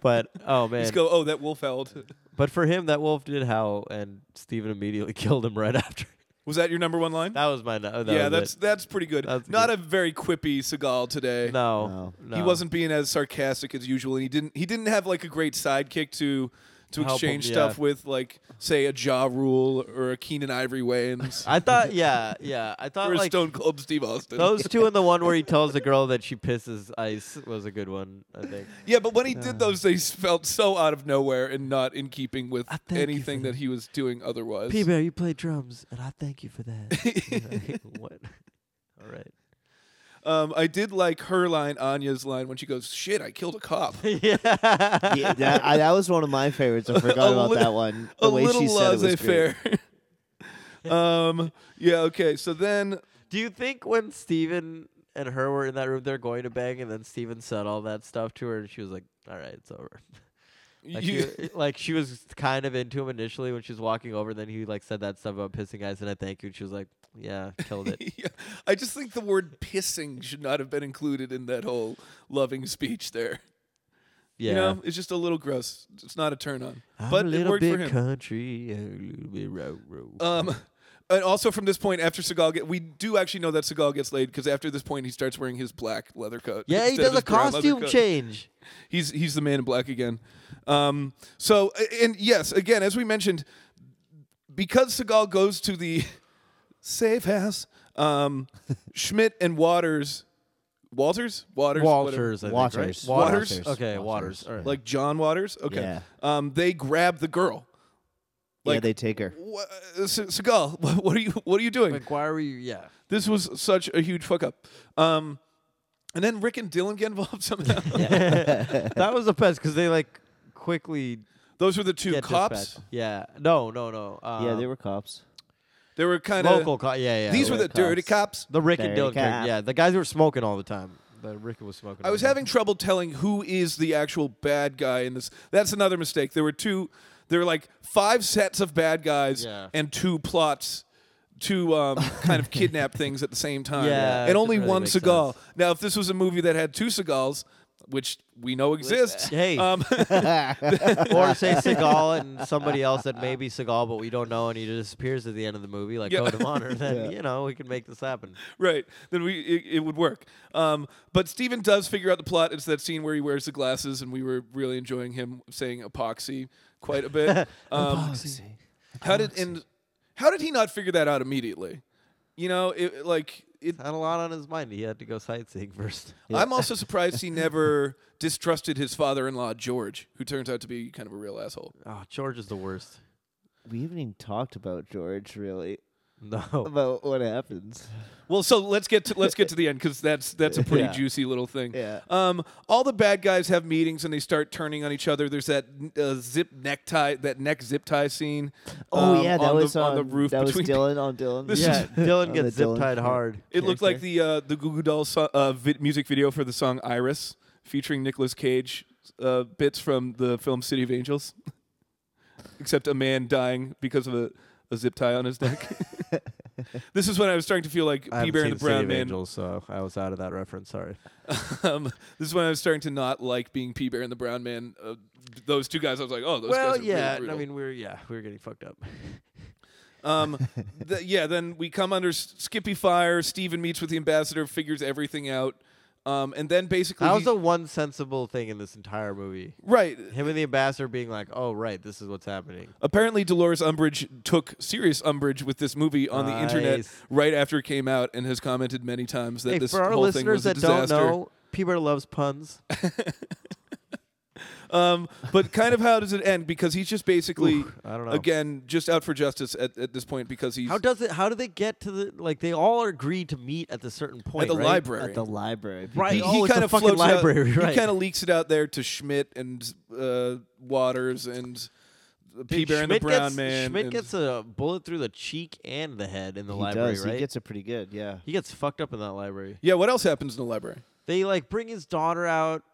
Speaker 4: But
Speaker 1: (laughs)
Speaker 4: oh man.
Speaker 1: Just go, oh, that wolf howled. (laughs)
Speaker 4: But for him that wolf did howl and Steven immediately (laughs) killed him right after.
Speaker 1: Was that your number one line?
Speaker 4: That was my no- that
Speaker 1: yeah,
Speaker 4: was
Speaker 1: that's
Speaker 4: it.
Speaker 1: that's pretty good.
Speaker 4: That's
Speaker 1: Not
Speaker 4: good.
Speaker 1: a very quippy Seagal today.
Speaker 4: no, no.
Speaker 1: He wasn't being as sarcastic as usual, and he didn't he didn't have like a great sidekick to to
Speaker 4: Help him,
Speaker 1: exchange
Speaker 4: yeah.
Speaker 1: stuff with, like say a Jaw Rule or a Keenan Ivory
Speaker 4: (laughs)
Speaker 1: Wayans
Speaker 4: I
Speaker 1: (laughs)
Speaker 4: thought yeah, yeah. I thought
Speaker 1: or a
Speaker 4: like
Speaker 1: Stone Cold Steve Austin.
Speaker 4: those two and the one where he tells the girl that she pisses ice was a good one, I think.
Speaker 1: (laughs) yeah, but when he did those, they s- felt so out of nowhere and not in keeping with
Speaker 4: I thank you
Speaker 1: anything
Speaker 4: for
Speaker 1: that he was doing otherwise.
Speaker 4: P Bear, you play drums, and I thank you
Speaker 1: (laughs)
Speaker 4: for that. what? (laughs) All right.
Speaker 1: Um, I did like her line, Anya's line, when she goes, "Shit, I killed a cop."
Speaker 4: Yeah.
Speaker 3: Yeah,
Speaker 1: (laughs)
Speaker 3: that, I, that was one of my favorites. I forgot
Speaker 1: A
Speaker 3: about
Speaker 1: lit-
Speaker 3: that one. The
Speaker 1: a
Speaker 3: way
Speaker 1: little
Speaker 3: she said it was great.
Speaker 1: laissez-faire. (laughs) um, yeah, okay. So then,
Speaker 4: Do you think when Steven and her were in that room, they're going to bang, and then Steven said all that stuff to her, and she was like, "All right,
Speaker 1: (laughs)
Speaker 4: it's over." Like,
Speaker 1: you, (laughs)
Speaker 4: she, like she was kind of into him initially when she was walking over. Then he like said that stuff about pissing ice, and I thank you. And she was like, "Yeah,
Speaker 1: (laughs)
Speaker 4: killed it."
Speaker 1: Yeah, I just think the word pissing should not have been included in that whole loving speech there.
Speaker 4: Yeah.
Speaker 1: You know, it's just a little gross. It's not a turn on.
Speaker 4: I'm
Speaker 1: but
Speaker 4: a
Speaker 1: it
Speaker 4: little
Speaker 1: worked
Speaker 4: bit
Speaker 1: for him. (laughs)
Speaker 4: country, a little bit row, row.
Speaker 1: Um And also from this point, after Seagal, get, we do actually know that Seagal gets laid because after this point, he starts wearing his black leather coat. (laughs)
Speaker 4: Yeah, he
Speaker 1: instead of
Speaker 4: does a
Speaker 1: his brown leather
Speaker 4: costume
Speaker 1: coat.
Speaker 4: change.
Speaker 1: He's he's the man in black again. Um, so and yes, again as we mentioned, because Seagal goes to the safe house,
Speaker 4: (laughs)
Speaker 1: um, Schmidt and Waters, Walters, Waters, whatever.
Speaker 4: Walters, I think, right?
Speaker 3: Waters.
Speaker 4: Waters.
Speaker 1: Waters.
Speaker 4: Okay,
Speaker 3: Waters.
Speaker 4: Waters. All right.
Speaker 1: like John Waters. Okay,
Speaker 3: Yeah.
Speaker 1: um, they grab the girl.
Speaker 3: yeah,
Speaker 1: Like-
Speaker 3: they take her.
Speaker 1: What, Seagal, (laughs) what are you what are you doing?
Speaker 4: Like, why were you? Yeah.
Speaker 1: this was such a huge fuck up. Um, and then Rick and Dylan get involved (laughs)
Speaker 4: (laughs)
Speaker 1: somehow.
Speaker 4: (laughs) that was the best because they like quickly
Speaker 1: Those were the two
Speaker 4: get
Speaker 1: cops.
Speaker 4: dispatched. Yeah. No, no, no. Um,
Speaker 1: uh,
Speaker 3: yeah, they were cops.
Speaker 1: They were kind of
Speaker 4: local cops. Yeah, yeah.
Speaker 1: These were the dirty cops.
Speaker 4: the Rick and
Speaker 3: Dirty
Speaker 4: Dylan. character.
Speaker 3: cop.
Speaker 4: Yeah, the guys who were smoking all the time. The Rick was smoking.
Speaker 1: I
Speaker 4: all
Speaker 1: was
Speaker 4: the time.
Speaker 1: having trouble telling who is the actual bad guy in this. That's another mistake. There were two. There were like five sets of bad guys
Speaker 4: Yeah.
Speaker 1: and two plots to
Speaker 4: (laughs)
Speaker 1: um, kind of kidnap things at the same time.
Speaker 4: Yeah,
Speaker 1: and
Speaker 4: it
Speaker 1: only
Speaker 4: didn't really
Speaker 1: one
Speaker 4: make
Speaker 1: Seagal.
Speaker 4: sense.
Speaker 1: Now, if this was a movie that had two Seagals, which we know exists,
Speaker 4: uh, Hey. (laughs)
Speaker 1: um, (laughs)
Speaker 4: or say Seagal and somebody else that may be Seagal, but we don't know, and he disappears at the end of the movie, like "Oh,
Speaker 1: Yeah.
Speaker 4: Code of Honor. Then you know we can make this happen.
Speaker 1: right, then we it, it would work. Um, but Steven does figure out the plot. It's that scene where he wears the glasses, and we were really enjoying him saying epoxy quite a
Speaker 4: (laughs)
Speaker 1: bit. Um, how did and how did he not figure that out immediately? You know, it like it.
Speaker 4: Had a lot on his mind. He had to go sightseeing first.
Speaker 1: I'm also surprised he never distrusted his father-in-law George, who turns out to be kind of a real asshole.
Speaker 4: Oh, George is the worst. (laughs)
Speaker 3: We haven't even talked about George really
Speaker 4: No.
Speaker 3: about
Speaker 1: (laughs)
Speaker 3: what happens.
Speaker 1: Well, so let's get to let's get to the end because that's that's a pretty
Speaker 3: Yeah.
Speaker 1: juicy little thing.
Speaker 3: Yeah.
Speaker 1: Um, all the bad guys have meetings and they start turning on each other. There's that uh, zip necktie, that neck zip tie scene.
Speaker 3: Oh
Speaker 1: um,
Speaker 3: yeah, that
Speaker 1: on
Speaker 3: was
Speaker 1: the, on, the roof
Speaker 3: That was
Speaker 1: between.
Speaker 3: Dylan on
Speaker 1: (laughs)
Speaker 3: Dylan.
Speaker 1: This
Speaker 4: Yeah, (laughs) Oh, Dylan
Speaker 3: (laughs) On
Speaker 4: gets
Speaker 3: the
Speaker 4: zip
Speaker 3: Dylan part.
Speaker 4: tied hard.
Speaker 1: It looked like the uh, the Goo Goo Dolls so- uh, vi- music video for the song "Iris," featuring Nicolas Cage uh, bits from the film City of Angels, (laughs) except a man dying because of a, a zip tie on his neck. (laughs) this is when I was starting to feel like
Speaker 4: I
Speaker 1: P
Speaker 4: haven't
Speaker 1: Bear
Speaker 4: seen
Speaker 1: and the
Speaker 4: City
Speaker 1: Brown
Speaker 4: of
Speaker 1: Man.
Speaker 4: Angels, so I was out of that reference. Sorry.
Speaker 1: (laughs) Um, this is when I was starting to not like being P Bear and the Brown Man. Uh, those two guys, I was like, oh, those
Speaker 4: well,
Speaker 1: guys are really
Speaker 4: yeah. I
Speaker 1: brutal.
Speaker 4: mean, we we're yeah, we were getting fucked (laughs) up.
Speaker 1: (laughs) Um, th- yeah, then we come under S- Skippy Fire. Steven meets with the ambassador, figures everything out. Um, and then basically,
Speaker 4: That was
Speaker 1: he-
Speaker 4: the one sensible thing in this entire movie.
Speaker 1: right.
Speaker 4: Him and the ambassador being like, "Oh, right, this is what's happening."
Speaker 1: Apparently, Dolores Umbridge took serious umbrage with this movie on the internet
Speaker 4: Nice.
Speaker 1: right after it came out, and has commented many times that
Speaker 4: Hey,
Speaker 1: this
Speaker 4: for our
Speaker 1: whole thing was
Speaker 4: listeners
Speaker 1: a
Speaker 4: that don't
Speaker 1: disaster.
Speaker 4: know, Peter
Speaker 1: (laughs)
Speaker 4: loves puns.
Speaker 1: Um, (laughs) but kind of how does it end? Because he's just basically,
Speaker 4: I don't know.
Speaker 1: again, just out for justice at, at this point because he's
Speaker 4: How does it? How do they get to the? Like they all agree to meet at the certain point.
Speaker 1: at the
Speaker 4: right?
Speaker 1: library.
Speaker 3: at the library.
Speaker 4: Right.
Speaker 1: he,
Speaker 4: oh, it's the
Speaker 1: kind of
Speaker 4: fucking
Speaker 1: floats
Speaker 4: library.
Speaker 1: It out,
Speaker 4: right.
Speaker 1: He kind of leaks it out there to Schmidt and uh, Waters and P
Speaker 4: Dude,
Speaker 1: Bear and the
Speaker 4: Schmidt
Speaker 1: Brown
Speaker 4: gets,
Speaker 1: Man.
Speaker 4: Schmidt
Speaker 1: and-
Speaker 4: gets a bullet through the cheek and the head in the
Speaker 3: he
Speaker 4: library.
Speaker 3: does.
Speaker 4: Right.
Speaker 3: He gets it pretty good. Yeah.
Speaker 4: He gets fucked up in that library.
Speaker 1: yeah. What else happens in the
Speaker 4: (laughs)
Speaker 1: library?
Speaker 4: They like bring his daughter out.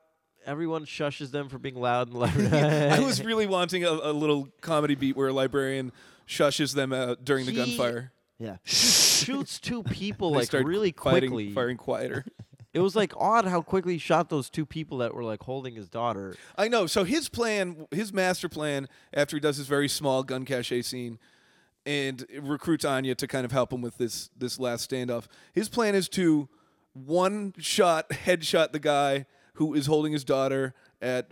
Speaker 4: Everyone shushes them for being loud in
Speaker 1: (laughs)
Speaker 4: the library.
Speaker 1: I was really wanting a, a little comedy beat where a librarian shushes them out during the
Speaker 4: He-
Speaker 1: gunfire.
Speaker 3: Yeah.
Speaker 4: (laughs) shoots two people
Speaker 1: They
Speaker 4: like
Speaker 1: start
Speaker 4: really
Speaker 1: fighting-
Speaker 4: quickly.
Speaker 1: firing
Speaker 4: (laughs)
Speaker 1: quieter.
Speaker 4: It was like odd how quickly he shot those two people that were like holding his daughter.
Speaker 1: I know. So his plan, his master plan, after he does his very small gun cache scene, and recruits Anya to kind of help him with this this last standoff. His plan is to one shot headshot the guy who is holding his daughter at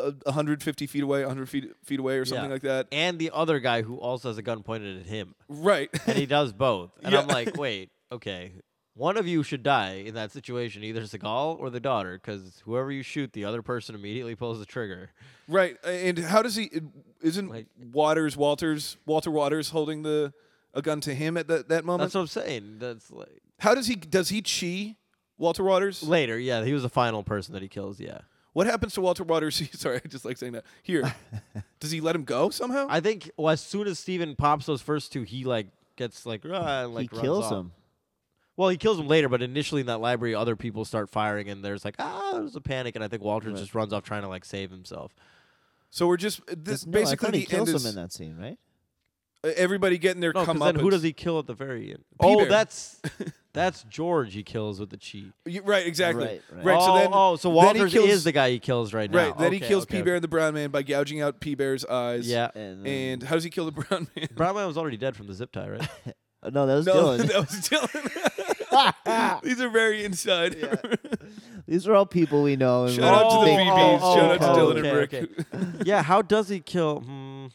Speaker 1: uh, 150 feet away, 100 feet feet away, or something
Speaker 4: Yeah.
Speaker 1: like that.
Speaker 4: And the other guy who also has a gun pointed at him.
Speaker 1: right.
Speaker 4: And he does both. And I'm
Speaker 1: Yeah.
Speaker 4: like, wait, okay. One of you should die in that situation, either Seagal or the daughter, because whoever you shoot, the other person immediately pulls the trigger.
Speaker 1: (laughs) Right, and how does he? Isn't
Speaker 4: Like-
Speaker 1: Waters Walters Walter Waters holding the a gun to him at that that moment?
Speaker 4: That's what I'm saying. That's like
Speaker 1: how does he? Does he chi Walter Waters?
Speaker 4: later. Yeah, he was the final person that he kills. Yeah,
Speaker 1: what happens to Walter Waters? (laughs) Sorry, I just like saying that.
Speaker 4: (laughs)
Speaker 1: Here, does he let him go somehow?
Speaker 4: I think. Well, as soon as Steven pops those first two, he like gets like, "Rah," and, like
Speaker 3: he
Speaker 4: runs
Speaker 3: kills
Speaker 4: off.
Speaker 3: him.
Speaker 4: Well, he kills him later, but initially in that library, other people start firing, and there's like ah, there's a panic, and I think Walter just runs off trying to like save himself.
Speaker 1: so we're just this
Speaker 3: No, I
Speaker 1: basically
Speaker 3: thought he
Speaker 1: the end
Speaker 3: kills
Speaker 1: is
Speaker 3: him in that scene, right?
Speaker 1: uh, everybody getting their
Speaker 4: No,
Speaker 1: come
Speaker 4: because
Speaker 1: up.
Speaker 4: then who does he kill at the very end?
Speaker 1: P-Bear.
Speaker 4: Oh, that's that's George. He kills with the cheat.
Speaker 1: Right, exactly.
Speaker 3: Right, right.
Speaker 4: oh,
Speaker 1: so then
Speaker 4: oh, so
Speaker 1: then he
Speaker 4: Walters
Speaker 1: kills-
Speaker 4: is the guy he kills right now.
Speaker 1: Right, then he
Speaker 4: Okay,
Speaker 1: kills
Speaker 4: okay,
Speaker 1: P Bear and the Brown Man by gouging out P Bear's eyes.
Speaker 4: Yeah.
Speaker 3: And, uh, then-
Speaker 1: and how does he kill the Brown Man?
Speaker 3: (laughs)
Speaker 4: Brown Man was already dead from the zip tie, right?
Speaker 3: Uh, (laughs) No, that
Speaker 1: (laughs)
Speaker 3: was
Speaker 1: No,
Speaker 3: Dylan.
Speaker 1: that was Dylan. (laughs)
Speaker 4: (laughs)
Speaker 1: These are very inside.
Speaker 3: (laughs) These are all people we know. And
Speaker 1: Shout out to the
Speaker 3: we're
Speaker 4: Oh,
Speaker 1: BBs.
Speaker 3: big
Speaker 4: oh,
Speaker 1: Shout out to
Speaker 4: oh,
Speaker 1: Dylan
Speaker 4: okay,
Speaker 1: and Rick.
Speaker 4: yeah, how does he kill? Hmm.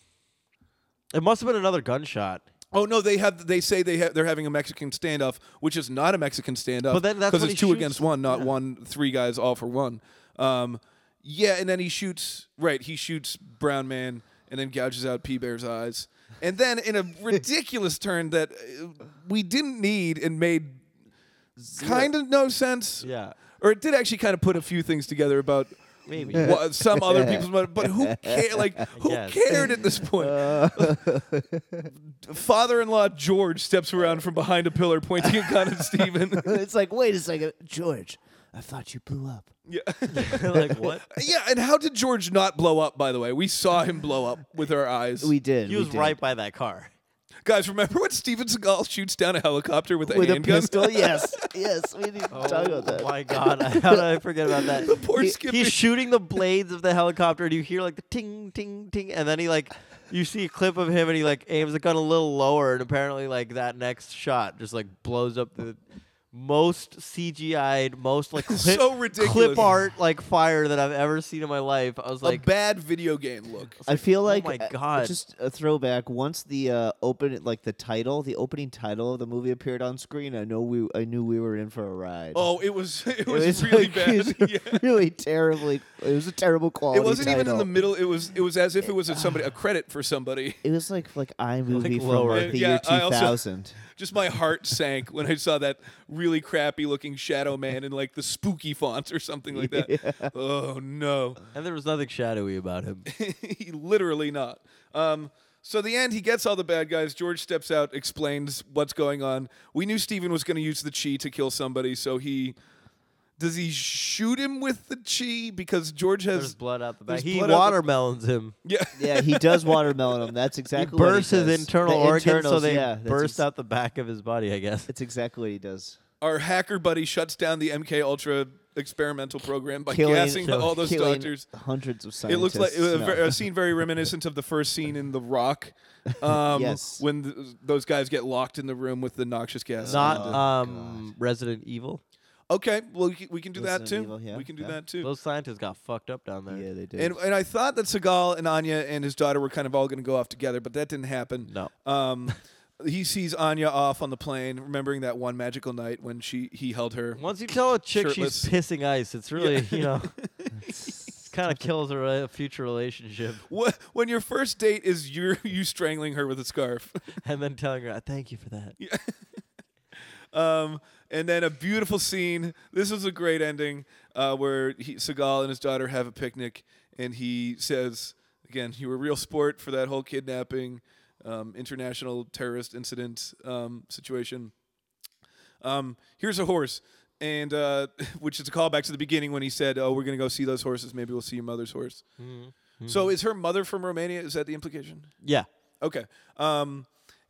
Speaker 4: It must have been another gunshot.
Speaker 1: Oh no, they have. They say they ha- they're having a Mexican standoff, which is not a Mexican standoff.
Speaker 4: But then that's when
Speaker 1: it's
Speaker 4: he
Speaker 1: two
Speaker 4: shoots-
Speaker 1: against one, not one three guys all for one. Um, yeah, and then he shoots. Right, he shoots Brown Man, and then gouges out P Bear's eyes, and then in
Speaker 4: (laughs)
Speaker 1: a ridiculous turn that uh, we didn't need and made kind of no sense.
Speaker 4: Yeah.
Speaker 1: or it did actually kind of put a few things together about.
Speaker 4: Maybe.
Speaker 3: (laughs)
Speaker 1: wha- some other people's money, but who cared? Like, who
Speaker 4: guess.
Speaker 1: cared at this
Speaker 3: (laughs)
Speaker 1: point? father-in-law George steps around from behind a pillar, pointing a gun at
Speaker 3: (laughs)
Speaker 1: Stephen.
Speaker 3: (laughs) it's like, wait a second, George. I thought you blew up.
Speaker 1: (laughs) yeah.
Speaker 4: (laughs) like what?
Speaker 1: yeah, and how did George not blow up? By the way, we saw him blow up with our eyes.
Speaker 3: We did.
Speaker 4: He
Speaker 3: we
Speaker 4: was
Speaker 3: did.
Speaker 4: right by that car.
Speaker 1: Guys, remember when Steven Seagal shoots down a helicopter with a
Speaker 3: with a
Speaker 1: handgun?
Speaker 4: (laughs)
Speaker 3: pistol. yes, yes. We need to talk about that.
Speaker 4: Oh my god! How did I forget about
Speaker 1: (laughs)
Speaker 4: that?
Speaker 1: Poor
Speaker 4: He-
Speaker 1: Skippy.
Speaker 4: He's shooting the blades of the helicopter, and you hear like the ting, ting, ting, and then he like, you see a clip of him, and he like aims the gun a little lower, and apparently like that next shot just like blows up the most CGI'd, most like clip,
Speaker 1: So ridiculous.
Speaker 4: clip art like fire that I've ever seen in my life. I was
Speaker 1: a
Speaker 4: like,
Speaker 1: bad video game look.
Speaker 3: I feel like
Speaker 4: Oh my
Speaker 3: uh,
Speaker 4: God.
Speaker 3: just a throwback. Once the uh, open, like the title, the opening title of the movie appeared on screen. I know we, I knew we were in for a ride.
Speaker 1: Oh, it was (laughs) it
Speaker 3: It
Speaker 1: was, really
Speaker 3: like- (laughs)
Speaker 1: bad. (laughs)
Speaker 3: it was
Speaker 1: Yeah.
Speaker 3: Really terribly. It was a terrible quality.
Speaker 1: It wasn't even in the
Speaker 3: title.
Speaker 1: middle. It was it was as if it was a somebody a credit for somebody.
Speaker 3: It was like like iMovie from
Speaker 4: lower.
Speaker 3: like, the
Speaker 1: Yeah,
Speaker 3: year
Speaker 1: I
Speaker 3: two
Speaker 1: also-
Speaker 3: thousand.
Speaker 1: Just my heart sank when I saw that really crappy looking Shadow Man in like the spooky font or something like
Speaker 3: (laughs)
Speaker 1: that. Oh no, (laughs)
Speaker 4: and there was nothing shadowy about him.
Speaker 1: he literally not. Um, so the end, he gets all the bad guys. George steps out, explains what's going on. We knew Steven was going to use the chi to kill somebody, so he does he shoot him with the chi because George
Speaker 4: There's
Speaker 1: has
Speaker 4: blood out the back.
Speaker 1: There's
Speaker 4: He
Speaker 1: blood out the-
Speaker 4: watermelons him.
Speaker 1: (laughs) yeah.
Speaker 3: Yeah, he does watermelon him. That's
Speaker 4: He
Speaker 3: exactly.
Speaker 4: bursts
Speaker 3: what
Speaker 4: his
Speaker 3: does.
Speaker 4: internal
Speaker 3: The
Speaker 4: organs, so
Speaker 3: internals,
Speaker 4: they
Speaker 3: yeah, that's
Speaker 4: burst
Speaker 3: ex-
Speaker 4: out the back of his body. I guess.
Speaker 3: That's exactly what he does.
Speaker 1: Our hacker buddy shuts down the MK Ultra experimental program by
Speaker 3: Killing
Speaker 1: gassing
Speaker 3: killing-
Speaker 1: all those
Speaker 3: killing
Speaker 1: doctors.
Speaker 3: Hundreds of
Speaker 1: It
Speaker 3: scientists.
Speaker 1: looks like a,
Speaker 3: No.
Speaker 1: ver- a scene very reminiscent of the first scene in The
Speaker 3: (laughs)
Speaker 1: Rock, um,
Speaker 3: Yes.
Speaker 1: when th those guys get locked in the room with the noxious gas. Uh,
Speaker 4: Not
Speaker 3: Oh,
Speaker 4: um, Resident Evil.
Speaker 1: okay. Well, we can, we can do that
Speaker 3: Resident
Speaker 1: too.
Speaker 3: Evil, yeah,
Speaker 1: we can do
Speaker 3: yeah.
Speaker 1: that too.
Speaker 4: Those scientists got fucked up down there.
Speaker 3: Yeah, they did.
Speaker 1: and and I thought that Seagal and Anya and his daughter were kind of all going to go off together, but that didn't happen.
Speaker 4: No.
Speaker 3: (laughs)
Speaker 1: Um, he sees Anya off on the plane, remembering that one magical night when she he held her.
Speaker 4: Once you tell a chick
Speaker 1: Shirtless.
Speaker 4: she's pissing ice, it's really you know, it's kind of kills a re- future relationship. (laughs)
Speaker 1: What when your first date is you (laughs) you strangling her with a scarf.
Speaker 4: And then telling her, "I "Thank you for that."
Speaker 1: Um, and then a beautiful scene. This is a great ending uh, where he, Seagal and his daughter have a picnic, and he says, "Again, you were a real sport for that whole kidnapping, um, international terrorist incident um, situation." um, here's a horse and uh, (laughs) which is a callback to the beginning when he said oh we're going to go see those horses maybe we'll see your mother's horse so is her mother from romania is that the implication
Speaker 4: Yeah,
Speaker 1: okay um,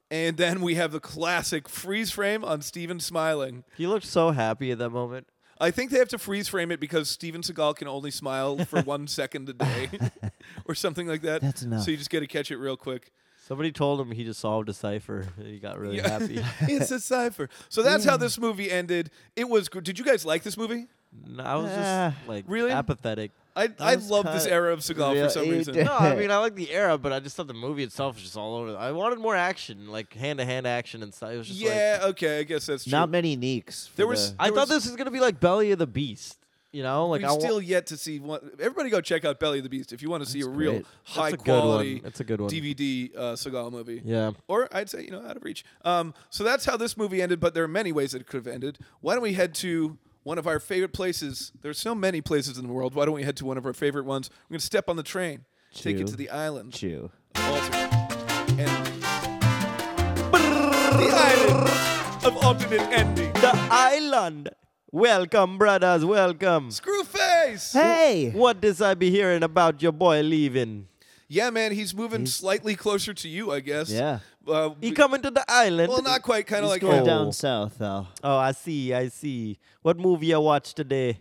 Speaker 1: and then we have the classic freeze frame on steven smiling
Speaker 4: he looked so happy at that moment.
Speaker 1: i think they have to freeze frame it because steven seagal can only smile
Speaker 4: (laughs)
Speaker 1: for one second a day (laughs) or something like that
Speaker 3: That's enough.
Speaker 1: so you just got to catch it real quick
Speaker 4: Somebody told him he just solved a cipher. and He got
Speaker 1: (laughs)
Speaker 4: really happy. (laughs)
Speaker 1: it's a cipher so that's how this movie ended it was gr- did you guys like this movie
Speaker 4: No, I was
Speaker 3: Ah.
Speaker 4: just like
Speaker 1: Really?
Speaker 3: (laughs)
Speaker 4: apathetic.
Speaker 1: I, I
Speaker 3: was
Speaker 1: love this
Speaker 3: kinda-
Speaker 1: era of Seagal
Speaker 3: Yeah,
Speaker 1: for some
Speaker 3: it
Speaker 1: reason.
Speaker 3: did.
Speaker 4: No, I mean I like the era, but I just thought the movie itself was just all over. the- I wanted more action, like hand to hand action and stuff. It was (laughs) just like
Speaker 1: Yeah, okay, I guess that's true.
Speaker 3: Not many neeks. for
Speaker 1: There was-
Speaker 3: the-
Speaker 4: I thought
Speaker 1: was-
Speaker 4: this was gonna be like Belly of the Beast. You know, like
Speaker 1: We've
Speaker 4: I wa-
Speaker 1: still yet to see one. Everybody go check out Belly of the Beast if you want to see a real
Speaker 3: great.
Speaker 4: That's
Speaker 1: high
Speaker 4: a good one.
Speaker 1: quality
Speaker 4: That's a good one.
Speaker 1: DVD uh, Seagal movie.
Speaker 4: yeah.
Speaker 1: Or I'd say, you know, out of reach. Um, so that's how this movie ended, but there are many ways that it could have ended. Why don't we head to one of our favorite places? There's so many places in the world. Why don't we head to one of our favorite ones? We're going to step on the train, take it
Speaker 3: Chew.
Speaker 1: to the island.
Speaker 3: Chew.
Speaker 1: alternate. And the island of alternate ending.
Speaker 4: The island. Welcome, brothers. Welcome.
Speaker 1: Screwface!
Speaker 3: Hey.
Speaker 4: What does I be hearing about your boy leaving?
Speaker 1: Yeah, man, he's moving slightly closer to you, I guess.
Speaker 3: Yeah.
Speaker 1: Uh,
Speaker 4: He coming to the island.
Speaker 1: well, not quite, kind of like
Speaker 3: He's
Speaker 1: oh,
Speaker 3: going
Speaker 1: that.
Speaker 3: down south though.
Speaker 4: Oh, I see. I see. What movie you watch today?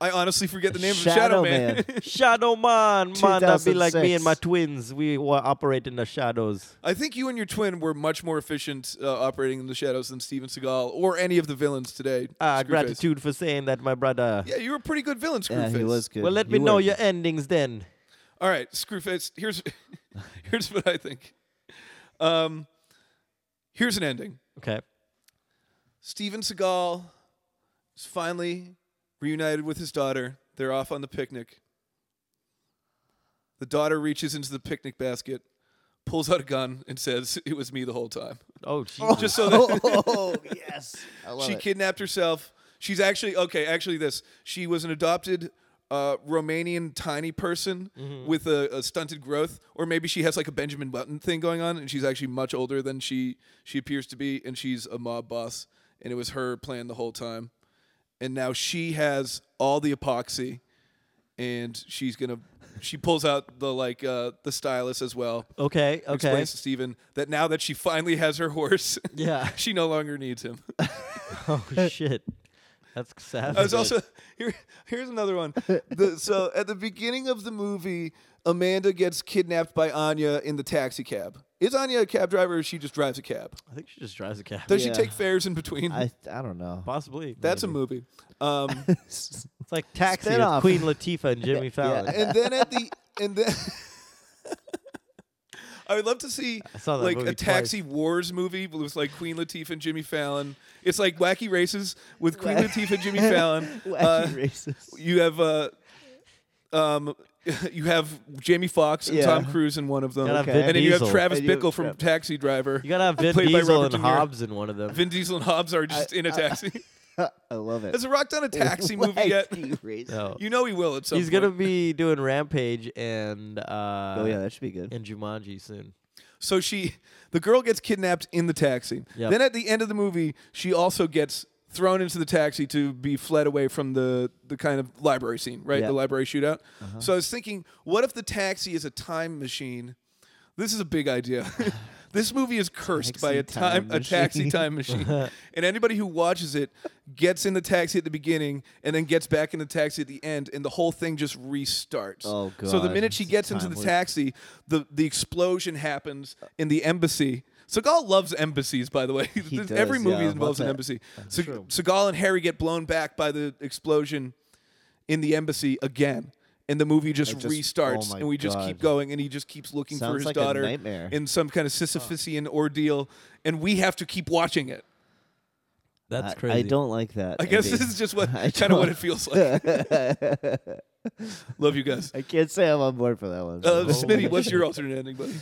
Speaker 1: I honestly forget the name of Shadow
Speaker 3: Shadow
Speaker 1: Man. (laughs)
Speaker 3: Man.
Speaker 4: Shadow man, man, that be like me
Speaker 3: 2006.
Speaker 4: and my twins. We were operate in the shadows.
Speaker 1: I think you and your twin were much more efficient uh, operating in the shadows than Steven Seagal or any of the villains today.
Speaker 3: Uh,
Speaker 4: Ah,
Speaker 1: Screwface.
Speaker 4: gratitude for saying that, my brother.
Speaker 1: Yeah, you were a pretty good villain, Screwface.
Speaker 3: Yeah, he was good.
Speaker 4: Well, let
Speaker 3: He
Speaker 4: me know
Speaker 3: worked.
Speaker 4: your endings then.
Speaker 1: All right, Screwface. Here's (laughs) here's what I think. Um, here's an ending.
Speaker 4: Okay.
Speaker 1: Steven Seagal is finally reunited with his daughter. They're off on the picnic. The daughter reaches into the picnic basket, pulls out a gun, and says, "It was me the whole time."
Speaker 4: Oh, Jesus.
Speaker 1: Just so
Speaker 3: (laughs)
Speaker 1: that
Speaker 3: (laughs) Oh yes, I love
Speaker 1: she
Speaker 3: it.
Speaker 1: kidnapped herself. She's actually okay. Actually, this she was an adopted uh, Romanian tiny person with a, a stunted growth, or maybe she has like a Benjamin Button thing going on, and she's actually much older than she she appears to be, and she's a mob boss, and it was her plan the whole time, and now she has all the epoxy, and she's gonna she pulls out the like uh, the stylus as well.
Speaker 4: okay. Okay.
Speaker 1: Explains to Steven that now that she finally has her horse,
Speaker 4: (laughs)
Speaker 1: (laughs)
Speaker 4: Yeah.
Speaker 1: she no longer needs him.
Speaker 4: (laughs) Oh shit. That's sad.
Speaker 1: I was also (laughs) here. Here's another one. The, so at the beginning of the movie, Amanda gets kidnapped by Anya in the taxi cab. Is Anya a cab driver, or she just drives a cab?
Speaker 4: I think she just drives a cab.
Speaker 1: Does
Speaker 3: Yeah.
Speaker 1: she take fares in between?
Speaker 3: I I don't (laughs) know.
Speaker 4: Possibly.
Speaker 1: That's a movie. Um,
Speaker 4: It's like Taxi with
Speaker 3: Spin-off.
Speaker 4: Queen Latifah (laughs) and Jimmy Fallon.
Speaker 1: and then at the and then. (laughs) I would love to see
Speaker 4: saw that
Speaker 1: like
Speaker 4: movie
Speaker 1: a taxi wars movie with like Queen Latifah and Jimmy Fallon. It's like wacky races with Queen Latifah and Jimmy Fallon.
Speaker 3: (laughs) Wacky
Speaker 1: Uh,
Speaker 3: racist.
Speaker 1: you have uh um (laughs) you have Jamie Foxx and
Speaker 3: Yeah.
Speaker 1: Tom Cruise in one of them.
Speaker 4: Gotta have
Speaker 1: And
Speaker 4: Vin
Speaker 1: then you have
Speaker 4: Diesel.
Speaker 1: Travis
Speaker 3: And you-
Speaker 1: Bickle from
Speaker 3: yeah.
Speaker 1: Taxi Driver.
Speaker 4: You (laughs) gotta have Vin
Speaker 1: played by
Speaker 4: Diesel
Speaker 1: Robert
Speaker 4: and
Speaker 1: De Niro.
Speaker 4: Hobbs in one of them.
Speaker 1: Vin Diesel and Hobbs are just in a taxi.
Speaker 3: (laughs)
Speaker 1: (laughs)
Speaker 3: I love it. Oh,
Speaker 1: Has The Rock
Speaker 4: (laughs)
Speaker 1: done a
Speaker 3: (laughs)
Speaker 1: taxi movie yet?
Speaker 3: Wacky racist.
Speaker 4: No.
Speaker 1: You know he will at some
Speaker 4: He's
Speaker 1: point.
Speaker 4: gonna be doing Rampage and uh
Speaker 3: Oh yeah, that should be good.
Speaker 4: and Jumanji soon.
Speaker 1: So she the girl gets kidnapped in the taxi.
Speaker 4: Yep.
Speaker 1: Then at the end of the movie, she also gets thrown into the taxi to be fled away from the the kind of library scene, right?
Speaker 3: Yep. Uh-huh.
Speaker 1: The library shootout. So I was thinking, what if the taxi is a time machine? This is a big idea. (laughs) this movie is cursed by a
Speaker 3: Taxi
Speaker 1: time,
Speaker 3: time
Speaker 1: a taxi
Speaker 3: machine.
Speaker 1: time
Speaker 3: (laughs)
Speaker 1: machine. and anybody who watches it gets in the taxi at the beginning and then gets back in the taxi at the end and the whole thing just restarts.
Speaker 3: Oh,
Speaker 1: So the
Speaker 3: God.
Speaker 1: minute she gets into the
Speaker 3: Timeless.
Speaker 1: taxi taxi, the the explosion happens in the embassy. Seagal loves embassies, by the
Speaker 3: (laughs)
Speaker 1: way.
Speaker 3: does,
Speaker 1: Every movie
Speaker 3: yeah.
Speaker 1: involves an
Speaker 3: What's
Speaker 1: embassy. Se- Seagal and Harry get blown back by the explosion in the embassy again. And the movie just,
Speaker 3: It just-
Speaker 1: restarts,
Speaker 3: oh my
Speaker 1: and we just keep
Speaker 3: God.
Speaker 1: going, and he just keeps looking for
Speaker 3: Sounds
Speaker 1: his
Speaker 3: like a
Speaker 1: daughter
Speaker 3: nightmare.
Speaker 1: in some kind of Sisyphusian ordeal, and we have to keep watching it.
Speaker 4: That's
Speaker 3: I,
Speaker 4: crazy.
Speaker 3: I
Speaker 4: (laughs)
Speaker 3: don't like that.
Speaker 1: I guess
Speaker 3: ending.
Speaker 1: this is just what (laughs)
Speaker 3: (laughs) I
Speaker 1: kind of what
Speaker 3: don't-
Speaker 1: it feels like. Love you
Speaker 3: (laughs)
Speaker 1: guys.
Speaker 3: I can't say I'm on board for that one. (laughs)
Speaker 1: Uh, Smitty, what's your alternate ending, buddy?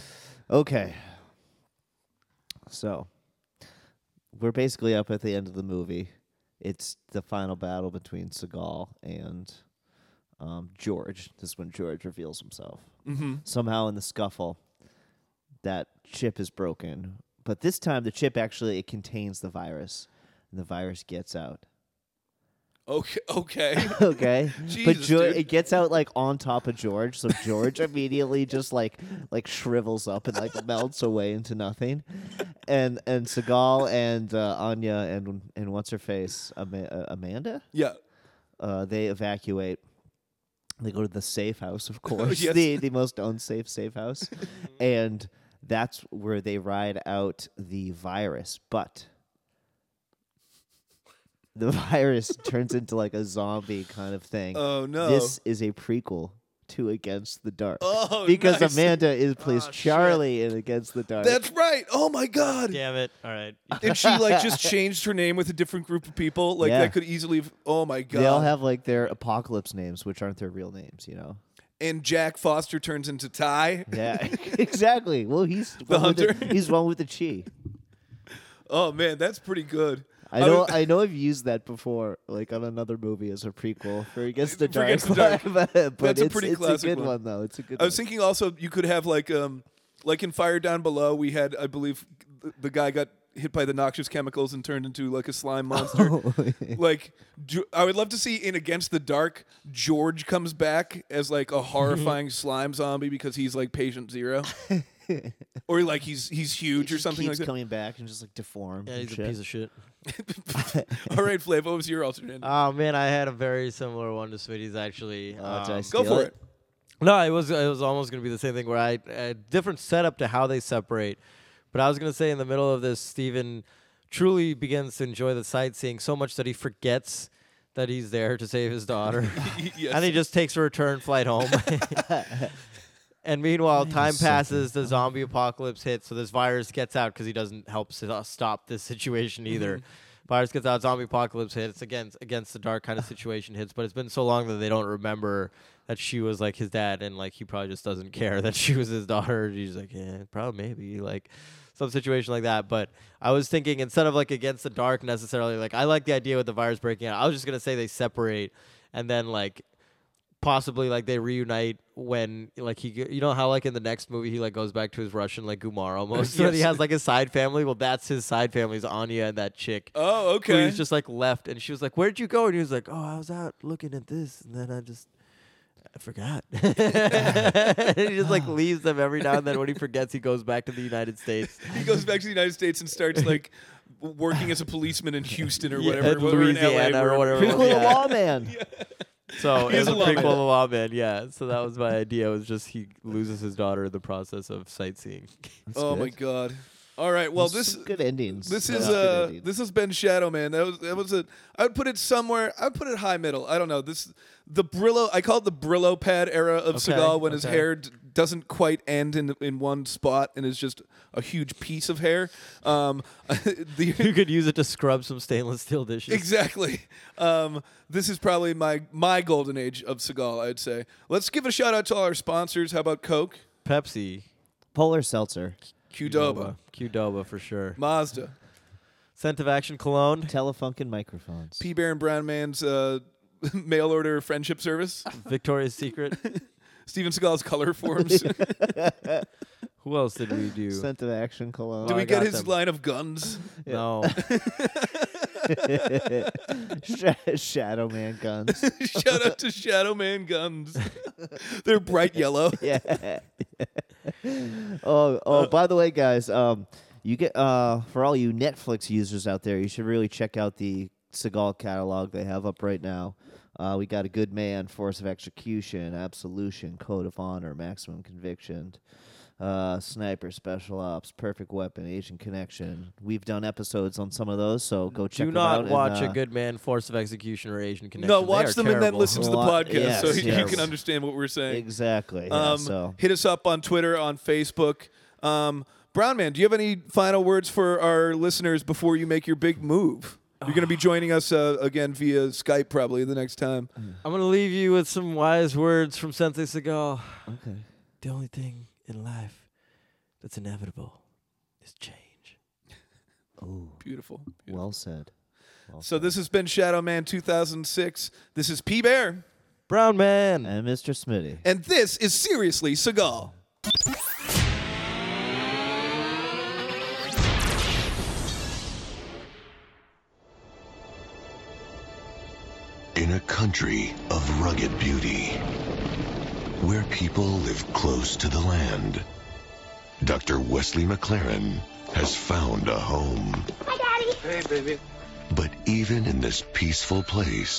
Speaker 3: Okay. So we're basically up at the end of the movie. It's the final battle between Seagal and um, George. This is when George reveals himself. Mm-hmm. Somehow in the scuffle, that chip is broken. But this time, the chip actually it contains the virus, and the virus gets out.
Speaker 1: Okay,
Speaker 3: (laughs)
Speaker 1: okay.
Speaker 3: Okay, but
Speaker 1: Jesus,
Speaker 3: George,
Speaker 1: dude.
Speaker 3: it gets out like on top of George, so
Speaker 1: (laughs)
Speaker 3: George immediately just like like shrivels up and like melts away into nothing, and and Seagal and uh, Anya and and what's her face Ama- uh, Amanda,
Speaker 1: Yeah.
Speaker 3: uh, they evacuate. They go to the safe house,
Speaker 1: (laughs)
Speaker 3: of course,
Speaker 1: Oh, Yes.
Speaker 3: the the most unsafe
Speaker 1: (laughs)
Speaker 3: safe house, and that's where they ride out the virus, but the (laughs) virus turns into like a zombie kind of thing.
Speaker 1: Oh, no.
Speaker 3: This is a prequel to Against the Dark.
Speaker 1: Oh,
Speaker 3: (laughs) because
Speaker 1: nice. Ah,
Speaker 3: Amanda is plays Charlie in Against the Dark.
Speaker 1: That's right. Oh my god.
Speaker 4: Damn it. All (laughs) right.
Speaker 1: And she like just changed her name with a different group of people. Like
Speaker 3: Yeah.
Speaker 1: that could easily. have- oh my god.
Speaker 3: they all have like their apocalypse names, which aren't their real names, you know.
Speaker 1: and Jack Foster turns into Ty.
Speaker 3: Yeah, (laughs) exactly. Well, he's one with
Speaker 1: hunter.
Speaker 3: he's one with the chi.
Speaker 1: (laughs) Oh man, that's pretty good.
Speaker 3: I know.
Speaker 1: was-
Speaker 3: I know. I've used that before, like on another movie as a prequel for Against the
Speaker 1: For
Speaker 3: Dark.
Speaker 1: Against the Dark.
Speaker 3: but (laughs) but
Speaker 1: That's a
Speaker 3: it's,
Speaker 1: pretty
Speaker 3: it's
Speaker 1: classic
Speaker 3: a good
Speaker 1: one.
Speaker 3: one. though. It's a good.
Speaker 1: I was
Speaker 3: one.
Speaker 1: thinking also you could have like um like in Fire Down Below we had I believe th- the guy got hit by the noxious chemicals and turned into like a slime monster. like Ju- I would love to see in Against the Dark
Speaker 4: Mm-hmm. (laughs)
Speaker 1: George comes back as like a horrifying slime zombie because he's like patient zero. or like he's he's
Speaker 3: (laughs)
Speaker 1: huge or
Speaker 3: She
Speaker 1: something
Speaker 3: keeps
Speaker 1: like that.
Speaker 3: coming back and just like deformed.
Speaker 4: Yeah,
Speaker 3: and
Speaker 4: he's
Speaker 3: shit. (laughs)
Speaker 4: a piece of shit.
Speaker 1: (laughs) All right, Flav, what was your alternate?
Speaker 4: Oh man, I had a very similar one to Smitty's actually.
Speaker 3: Oh, did I
Speaker 4: Um,
Speaker 1: Go
Speaker 3: steal
Speaker 1: for it.
Speaker 4: No, it was it was almost gonna be the same thing where I a different setup to how they separate, but I was gonna say in the middle of this, Stephen truly begins to enjoy the sightseeing so much that he forgets that he's there to save his daughter,
Speaker 1: Yes.
Speaker 4: and he just takes a return flight home. and meanwhile, time passes. The zombie apocalypse hits, so this virus gets out because he doesn't help s- uh, stop this situation either. Virus gets out, zombie apocalypse hits against against the dark kind of situation hits, but it's been so long that they don't remember that she was like his dad, and like he probably just doesn't care (laughs) that she was his daughter. He's like, yeah, probably maybe like some situation like that. But I was thinking instead of like against the dark necessarily, like I like the idea with the virus breaking out. I was just gonna say they separate, and then like possibly like they reunite when like he g- you know how like in the next movie he like goes back to his Russian like Gumar almost (laughs) so he
Speaker 1: Yes.
Speaker 4: has like his side family well that's his side family is Anya and that chick
Speaker 1: Oh,
Speaker 4: who
Speaker 1: okay.
Speaker 4: he's just like left and she was like where'd you go and he was like oh I was out looking at this and then I just I forgot (laughs) and he
Speaker 1: (laughs)
Speaker 4: just like leaves them every now and then when he forgets he goes back to the United States
Speaker 1: he goes back to the United States and
Speaker 4: (laughs)
Speaker 1: starts like working as a policeman in Houston or
Speaker 4: Yeah,
Speaker 1: whatever,
Speaker 4: in
Speaker 1: whether in LA
Speaker 4: Louisiana or
Speaker 1: wherever.
Speaker 3: Prequel
Speaker 4: whatever.
Speaker 3: to
Speaker 1: (laughs)
Speaker 4: Yeah.
Speaker 3: Lawman.
Speaker 4: so
Speaker 1: He
Speaker 4: it
Speaker 1: is
Speaker 4: was a
Speaker 1: a lawman.
Speaker 4: prequel to Lawman yeah so that was my idea was just he loses his daughter in the process of sightseeing
Speaker 1: Oh my god. All right. Well, this
Speaker 3: Some good endings.
Speaker 1: This
Speaker 3: Yeah.
Speaker 1: is
Speaker 3: Good
Speaker 1: uh
Speaker 3: endings.
Speaker 1: this has been Shadow Man. That was that was a I would put it somewhere. I would put it high middle. I don't know. This the Brillo I call it the Brillo pad era of
Speaker 4: Okay,
Speaker 1: Seagal when his
Speaker 4: okay.
Speaker 1: hair d- doesn't quite end in in one spot and is just a huge piece of hair. Um (laughs)
Speaker 4: you
Speaker 1: the
Speaker 4: could use it to scrub some stainless steel dishes.
Speaker 1: Exactly. Um, this is probably my my golden age of Seagal, I'd say. Let's give a shout out to all our sponsors. How about Coke?
Speaker 4: Pepsi,
Speaker 3: Polar
Speaker 1: (laughs)
Speaker 3: Seltzer,
Speaker 1: Qdoba,
Speaker 4: Qdoba for sure.
Speaker 1: Mazda,
Speaker 4: Scent of Action
Speaker 3: (laughs)
Speaker 4: Cologne,
Speaker 3: Telefunken microphones.
Speaker 1: P Bear and Brown Man's uh, (laughs) mail order friendship service.
Speaker 4: Victoria's Secret.
Speaker 1: Steven Seagal's
Speaker 4: (laughs)
Speaker 1: color forms.
Speaker 4: Oh, Who else did we do?
Speaker 3: Scent of action cologne.
Speaker 1: Do
Speaker 4: I
Speaker 1: we get
Speaker 4: got
Speaker 1: his
Speaker 4: them.
Speaker 1: line of guns? (laughs)
Speaker 4: no.
Speaker 3: (laughs) Sh- Shadow Man guns.
Speaker 1: Shout
Speaker 4: (laughs)
Speaker 1: out to Shadow Man guns. (laughs) They're bright yellow.
Speaker 3: (laughs) yeah. oh,
Speaker 4: Uh,
Speaker 3: oh. by the way, guys, um, you get uh for all you Netflix users out there, you should really check out the Seagal catalog they have up right now. Uh, we got a good man, force of execution, absolution, code of honor, maximum conviction, uh, sniper, special ops, perfect weapon, Asian connection. We've done episodes on some of those, so go check.
Speaker 4: do
Speaker 3: them out
Speaker 4: not
Speaker 3: and,
Speaker 4: watch
Speaker 3: uh,
Speaker 4: a good man, Force of Execution, or Asian Connection.
Speaker 1: No,
Speaker 4: (laughs) They
Speaker 1: watch
Speaker 4: are
Speaker 1: them and then
Speaker 4: terrible.
Speaker 1: listen to the
Speaker 3: Lot-
Speaker 1: podcast
Speaker 3: yes,
Speaker 1: so you
Speaker 3: yes.
Speaker 1: can understand what we're saying.
Speaker 3: Exactly. yeah,
Speaker 1: Um,
Speaker 3: so
Speaker 1: Hit us up on Twitter, on Facebook. Um, Brown Man, do you have any final words for our listeners before you make your big move? You're going to
Speaker 4: (sighs)
Speaker 1: be joining us uh, again via Skype probably the next time.
Speaker 4: (laughs) I'm gonna leave you with some wise words from Sensei Seagal.
Speaker 3: okay.
Speaker 4: The only thing in life that's inevitable is change.
Speaker 3: Oh,
Speaker 1: Beautiful.
Speaker 3: well said.
Speaker 1: So this has been Shadow Man 2006. This is P Bear,
Speaker 4: Brown man.
Speaker 3: And Mr. Smitty.
Speaker 1: and this is seriously Seagal.
Speaker 7: In a country of rugged beauty, where people live close to the land, Dr. Wesley McLaren has found a home.
Speaker 5: Hey, baby.
Speaker 7: But even in this peaceful place,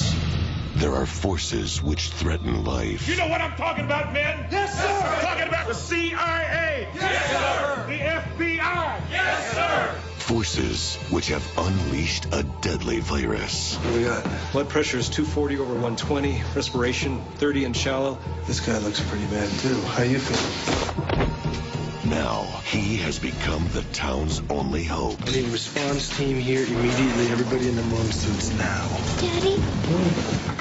Speaker 7: there are forces which threaten life.
Speaker 8: You know what I'm talking about, men? Yes, sir. I'm talking about the CIA. Yes, sir. The FBI. Yes, sir.
Speaker 7: Forces which have unleashed a deadly virus.
Speaker 9: We got blood pressure is 240 over 120, respiration 30 and shallow.
Speaker 5: This guy looks pretty bad, too. How you feeling?
Speaker 7: Now he has become the town's only hope.
Speaker 5: I need a response team here immediately. Everybody in the mom suits now.
Speaker 10: Daddy,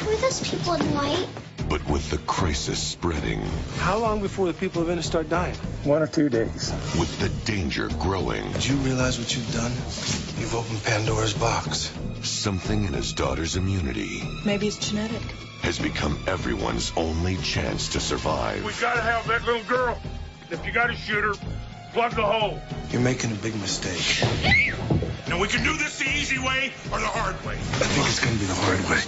Speaker 10: were those people in white?
Speaker 7: But with the crisis spreading,
Speaker 9: How long before the people of Venice start dying?
Speaker 8: One or two days.
Speaker 7: with the danger growing,
Speaker 5: Do you realize what you've done? You've opened Pandora's box.
Speaker 7: something in his daughter's immunity
Speaker 11: Maybe it's genetic.
Speaker 7: has become everyone's only chance to survive.
Speaker 8: We gotta have that little girl. If you gotta shoot her, plug the hole.
Speaker 5: You're making a big mistake.
Speaker 8: Now we can do this the easy way or the hard way.
Speaker 5: I think it's gonna be the hard way.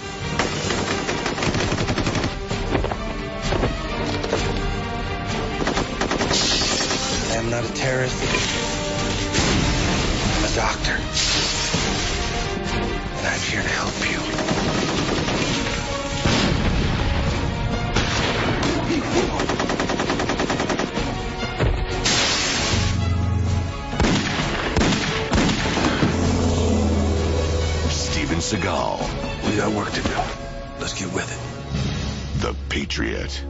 Speaker 5: I am I'm not a terrorist. I'm a doctor. And I'm here to help you.
Speaker 7: Steven Seagal.
Speaker 5: We got work to do. Let's get with it.
Speaker 7: The Patriot.